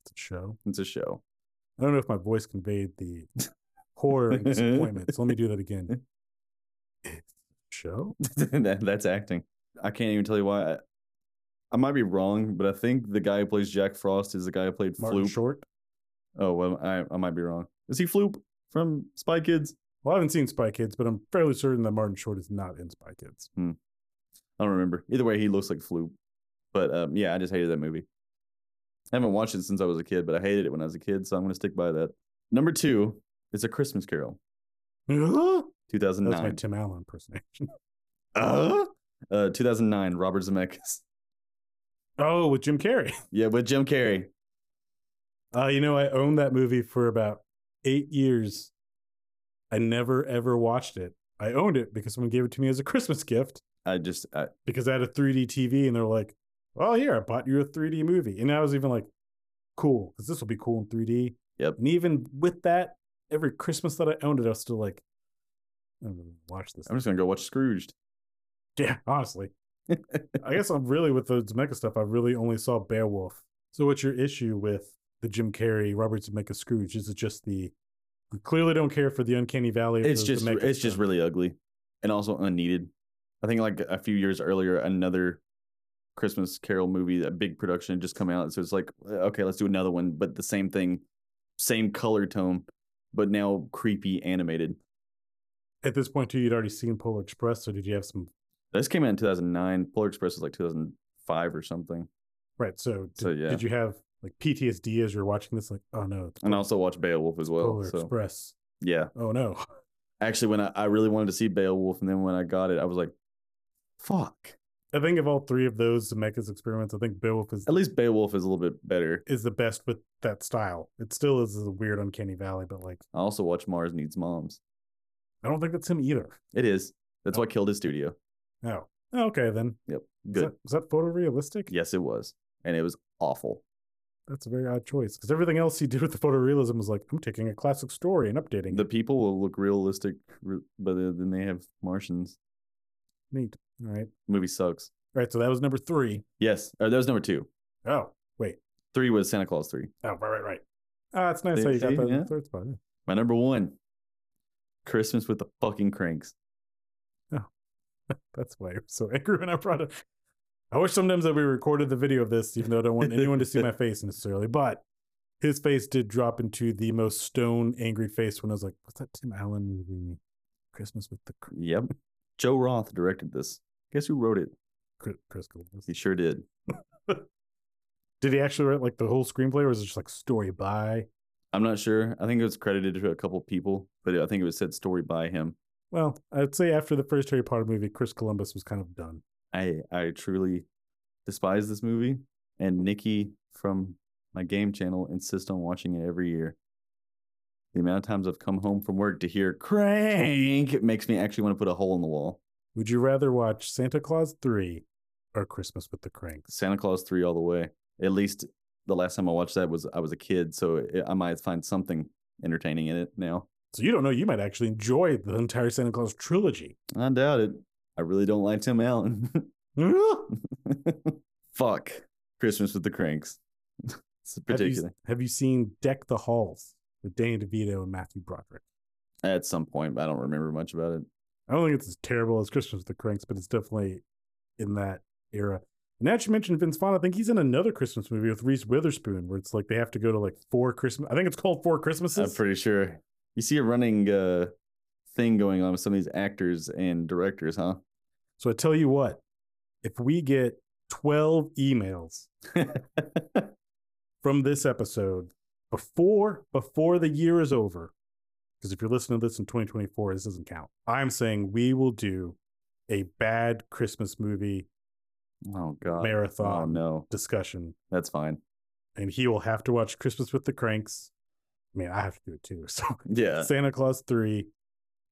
Speaker 4: it's a show
Speaker 1: It's a show.
Speaker 4: I don't know if my voice conveyed the horror and disappointment. So let me do that again. Show?
Speaker 1: that, that's acting. I can't even tell you why. I, I might be wrong, but I think the guy who plays Jack Frost is the guy who played
Speaker 4: Martin
Speaker 1: Floop.
Speaker 4: Short?
Speaker 1: Oh, well, I, I might be wrong. Is he Floop from Spy Kids?
Speaker 4: Well, I haven't seen Spy Kids, but I'm fairly certain that Martin Short is not in Spy Kids.
Speaker 1: I don't remember. Either way, he looks like Floop. But um, yeah, I just hated that movie. I haven't watched it since I was a kid, but I hated it when I was a kid, so I'm going to stick by that. Number two is A Christmas Carol,
Speaker 4: Huh? That's my
Speaker 1: 2009.
Speaker 4: Tim Allen impersonation.
Speaker 1: uh? Uh, 2009, Robert Zemeckis.
Speaker 4: Oh, with Jim Carrey.
Speaker 1: Yeah, with Jim Carrey.
Speaker 4: Uh, you know, I owned that movie for about eight years. I never, ever watched it. I owned it because someone gave it to me as a Christmas gift.
Speaker 1: I just, I,
Speaker 4: because I had a 3D TV and they're like, well, here, I bought you a 3D movie. And I was even like, cool, because this will be cool in 3D.
Speaker 1: Yep.
Speaker 4: And even with that, every Christmas that I owned it, I was still like, I'm going to watch this.
Speaker 1: I'm just going to go watch Scrooged.
Speaker 4: yeah, honestly. I guess I'm really with the Zemeckis stuff. I really only saw Beowulf. So what's your issue with the Jim Carrey, Robert Zemeckis Scrooge? Is it just the you clearly don't care for the Uncanny Valley? of
Speaker 1: it's
Speaker 4: the
Speaker 1: just
Speaker 4: Zemeckis
Speaker 1: it's just
Speaker 4: stuff?
Speaker 1: really ugly and also unneeded i think like a few years earlier another christmas carol movie a big production had just come out so it's like uh, okay let's do another one but the same thing same color tone but now creepy animated
Speaker 4: at this point too. You'd already seen Polar Express, so did you have some
Speaker 1: this came out in 2009 polar express was like 2005 or something
Speaker 4: Right. So, did,
Speaker 1: So, yeah.
Speaker 4: did you have like PTSD as you're watching this? Like, oh no, it's
Speaker 1: and I also watched beowulf as well
Speaker 4: Polar
Speaker 1: so
Speaker 4: Express.
Speaker 1: yeah
Speaker 4: Oh no.
Speaker 1: actually when I, I really wanted to see beowulf and then when i got it i was like fuck
Speaker 4: I think of all three of those Zemeckis experiments, I think Beowulf is
Speaker 1: At least Beowulf is a little bit better.
Speaker 4: is the best with that style. It still is a weird, uncanny valley, but like
Speaker 1: I also watch Mars Needs Moms.
Speaker 4: I don't think that's him either.
Speaker 1: It is. That's what killed his studio.
Speaker 4: No. Oh, okay, then.
Speaker 1: Yep.
Speaker 4: Oh. Is
Speaker 1: Good.
Speaker 4: that, is that photorealistic?
Speaker 1: Yes, it was. And it was awful.
Speaker 4: That's a very odd choice because everything else he did with the photorealism was like, I'm taking a classic story and updating
Speaker 1: The
Speaker 4: it.
Speaker 1: people will look realistic, re- but then they have Martians.
Speaker 4: Neat. All right.
Speaker 1: Movie sucks.
Speaker 4: All right. So that was number three.
Speaker 1: Yes. Or that was number two.
Speaker 4: Oh, wait.
Speaker 1: Three was Santa Claus 3.
Speaker 4: Oh, right, right, right. Ah, it's nice
Speaker 1: See-
Speaker 4: how you got
Speaker 1: see,
Speaker 4: that in the
Speaker 1: yeah.
Speaker 4: third spot. yeah.
Speaker 1: My number one Christmas with the fucking cranks.
Speaker 4: That's why you're so angry when I brought it. I wish sometimes that we recorded the video of this, even though I don't want anyone to see my face necessarily. But his face did drop into the most stone, angry face when I was like, "What's that Tim Allen movie? Christmas with the Cr-
Speaker 1: Yep. Joe Roth directed this. Guess who wrote it?
Speaker 4: Cr- Chris Columbus."
Speaker 1: He sure did.
Speaker 4: Did he actually write like the whole screenplay, or was it just like story by?
Speaker 1: I'm not sure. I think it was credited to a couple people, but I think it was said story by him.
Speaker 4: Well, I'd say after the first Harry Potter movie, Chris Columbus was kind of done.
Speaker 1: I I truly despise this movie, and Nikki from my game channel insists on watching it every year. The amount of times I've come home from work to hear crank, it makes me actually want to put a hole in the wall.
Speaker 4: Would you rather watch Santa Claus three or Christmas with the Cranks?
Speaker 1: Santa Claus three all the way. At least the last time I watched that was I was a kid, so it, I might find something entertaining in it now.
Speaker 4: So you don't know, you might actually enjoy the entire Santa Claus trilogy.
Speaker 1: I doubt it. I really don't like Tim Allen. Fuck Christmas with the Cranks. It's
Speaker 4: Have you-
Speaker 1: particular.
Speaker 4: Have you, seen Deck the Halls with Danny DeVito and Matthew Broderick?
Speaker 1: At some point, but I don't remember much about it.
Speaker 4: I don't think it's as terrible as Christmas with the Cranks, but it's definitely in that era. Now that you mentioned Vince Vaughn, I think he's in another Christmas movie with Reese Witherspoon, where it's like they have to go to like four Christmas. I think it's called Four
Speaker 1: I'm
Speaker 4: Christmases.
Speaker 1: pretty sure. You see a running uh, thing going on with some of these actors and directors, huh?
Speaker 4: so I tell you what, if we get twelve emails from this episode before before the year is over because if you're listening to this in 2024 this doesn't count i'm saying we will do a bad christmas movie
Speaker 1: oh God. Oh
Speaker 4: Marathon.
Speaker 1: no,
Speaker 4: discussion
Speaker 1: that's fine.
Speaker 4: and he will have to watch christmas with the cranks i mean i have to do it too so
Speaker 1: Yeah.
Speaker 4: santa claus 3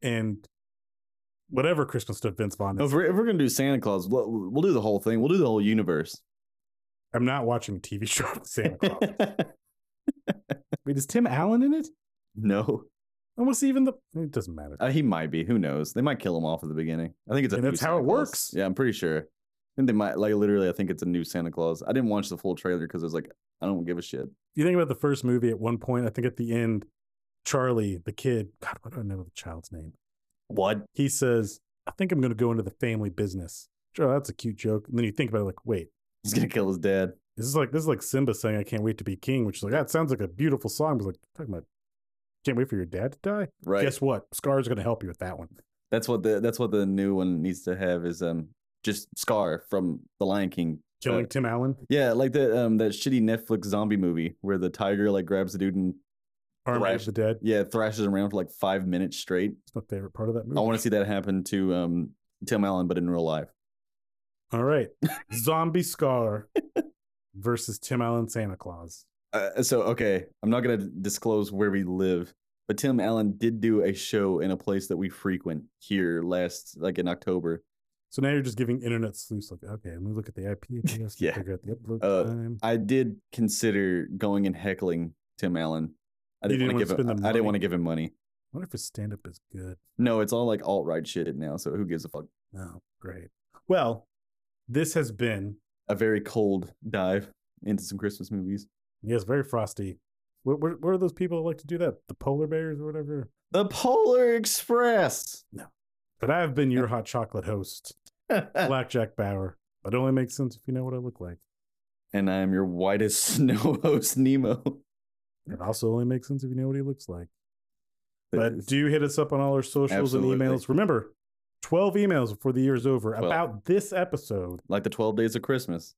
Speaker 4: and whatever christmas stuff vince vaughn
Speaker 1: No,
Speaker 4: is,
Speaker 1: If we're, if we're gonna do Santa Claus, we'll, we'll do the whole thing. We'll do the whole universe.
Speaker 4: i'm not watching a tv show with santa claus wait is tim allen in it
Speaker 1: no,
Speaker 4: and what's even the it doesn't matter
Speaker 1: uh, he might be. Who knows? They might kill him off at the beginning. I think it's a
Speaker 4: And
Speaker 1: new
Speaker 4: that's how
Speaker 1: Santa
Speaker 4: it
Speaker 1: Claus.
Speaker 4: works.
Speaker 1: Yeah, I'm pretty sure. I think they might like literally. I think it's a new Santa Claus. I didn't watch the full trailer because I was like, I don't give a shit.
Speaker 4: you think about the first movie at one point, I think at the end, Charlie, the kid, God, what do I know the child's name?
Speaker 1: What?
Speaker 4: He says, I think I'm going to go into the family business. Sure, that's a cute joke. And then you think about it like, wait,
Speaker 1: He's gonna kill his dad.
Speaker 4: this is like this is like Simba saying, I can't wait to be king, which is like, that sounds like a beautiful song. But like, talking about, can't wait for your dad to die?
Speaker 1: Right.
Speaker 4: Guess what? Scar's going to help you with that one.
Speaker 1: That's what the that's what the new one needs to have is um just Scar from The Lion King.
Speaker 4: Killing
Speaker 1: Uh,
Speaker 4: Tim Allen,
Speaker 1: yeah, like that um that shitty Netflix zombie movie where the tiger like grabs the dude and
Speaker 4: Army
Speaker 1: Thrash.
Speaker 4: of the Dead.
Speaker 1: yeah thrashes him around for like five minutes straight.
Speaker 4: It's my favorite part of that movie.
Speaker 1: I want to see that happen to um Tim Allen, but in real life.
Speaker 4: All right. Zombie Scar versus Tim Allen Santa Claus.
Speaker 1: Uh, so okay, I'm not gonna disclose where we live, but Tim Allen did do a show in a place that we frequent here last like in October.
Speaker 4: So now you're just giving internet sleuths like, okay, let me look at the IP address, yeah.
Speaker 1: Yeah.
Speaker 4: figure out the upload
Speaker 1: Uh,
Speaker 4: time.
Speaker 1: I did consider going and heckling Tim Allen. I
Speaker 4: You didn't
Speaker 1: didn't, want to
Speaker 4: wanna
Speaker 1: give him.
Speaker 4: spend the
Speaker 1: I didn't
Speaker 4: money.
Speaker 1: want to give him money.
Speaker 4: I wonder if his stand up is good.
Speaker 1: No, it's all like alt right shit now. So who gives a fuck?
Speaker 4: Oh, great. Well, this has been
Speaker 1: A very cold dive into some Christmas movies.
Speaker 4: yes, very frosty. Where, where, where are those people that like to do that? The polar bears or whatever.
Speaker 1: The Polar Express.
Speaker 4: But I've been your hot chocolate host, Blackjack Bauer. That only makes sense if you know what I look like.
Speaker 1: and I am your whitest snow host, Nemo.
Speaker 4: It also only makes sense if you know what he looks like. But
Speaker 1: It's-
Speaker 4: do hit us up on all our socials
Speaker 1: Absolutely.
Speaker 4: and emails. Remember, 12 emails before the year's over
Speaker 1: 12.
Speaker 4: about this episode.
Speaker 1: like the Twelve Days of Christmas.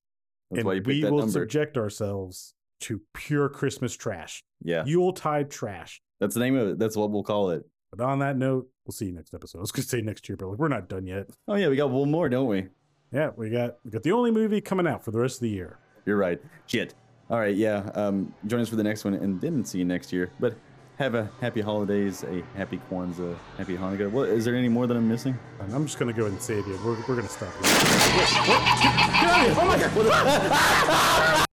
Speaker 1: That's
Speaker 4: and
Speaker 1: why you picked
Speaker 4: we
Speaker 1: that
Speaker 4: will
Speaker 1: number.
Speaker 4: subject ourselves to pure Christmas trash,
Speaker 1: yeah,
Speaker 4: Yuletide trash.
Speaker 1: that's the name of it. That's what we'll call it.
Speaker 4: But on that note, we'll see you next episode. I was going to say next year, but like, we're not done yet.
Speaker 1: Oh yeah, we got one more, don't we?
Speaker 4: Yeah, we got we got the only movie coming out for the rest of the year.
Speaker 1: You're right. Shit. All right. Yeah. Um, join us for the next one, and then see you next year. But have a happy holidays, a happy Kwanzaa, happy Hanukkah. What is there any more that I'm missing?
Speaker 4: And I'm just gonna go ahead and save you. We're, we're gonna stop. Here.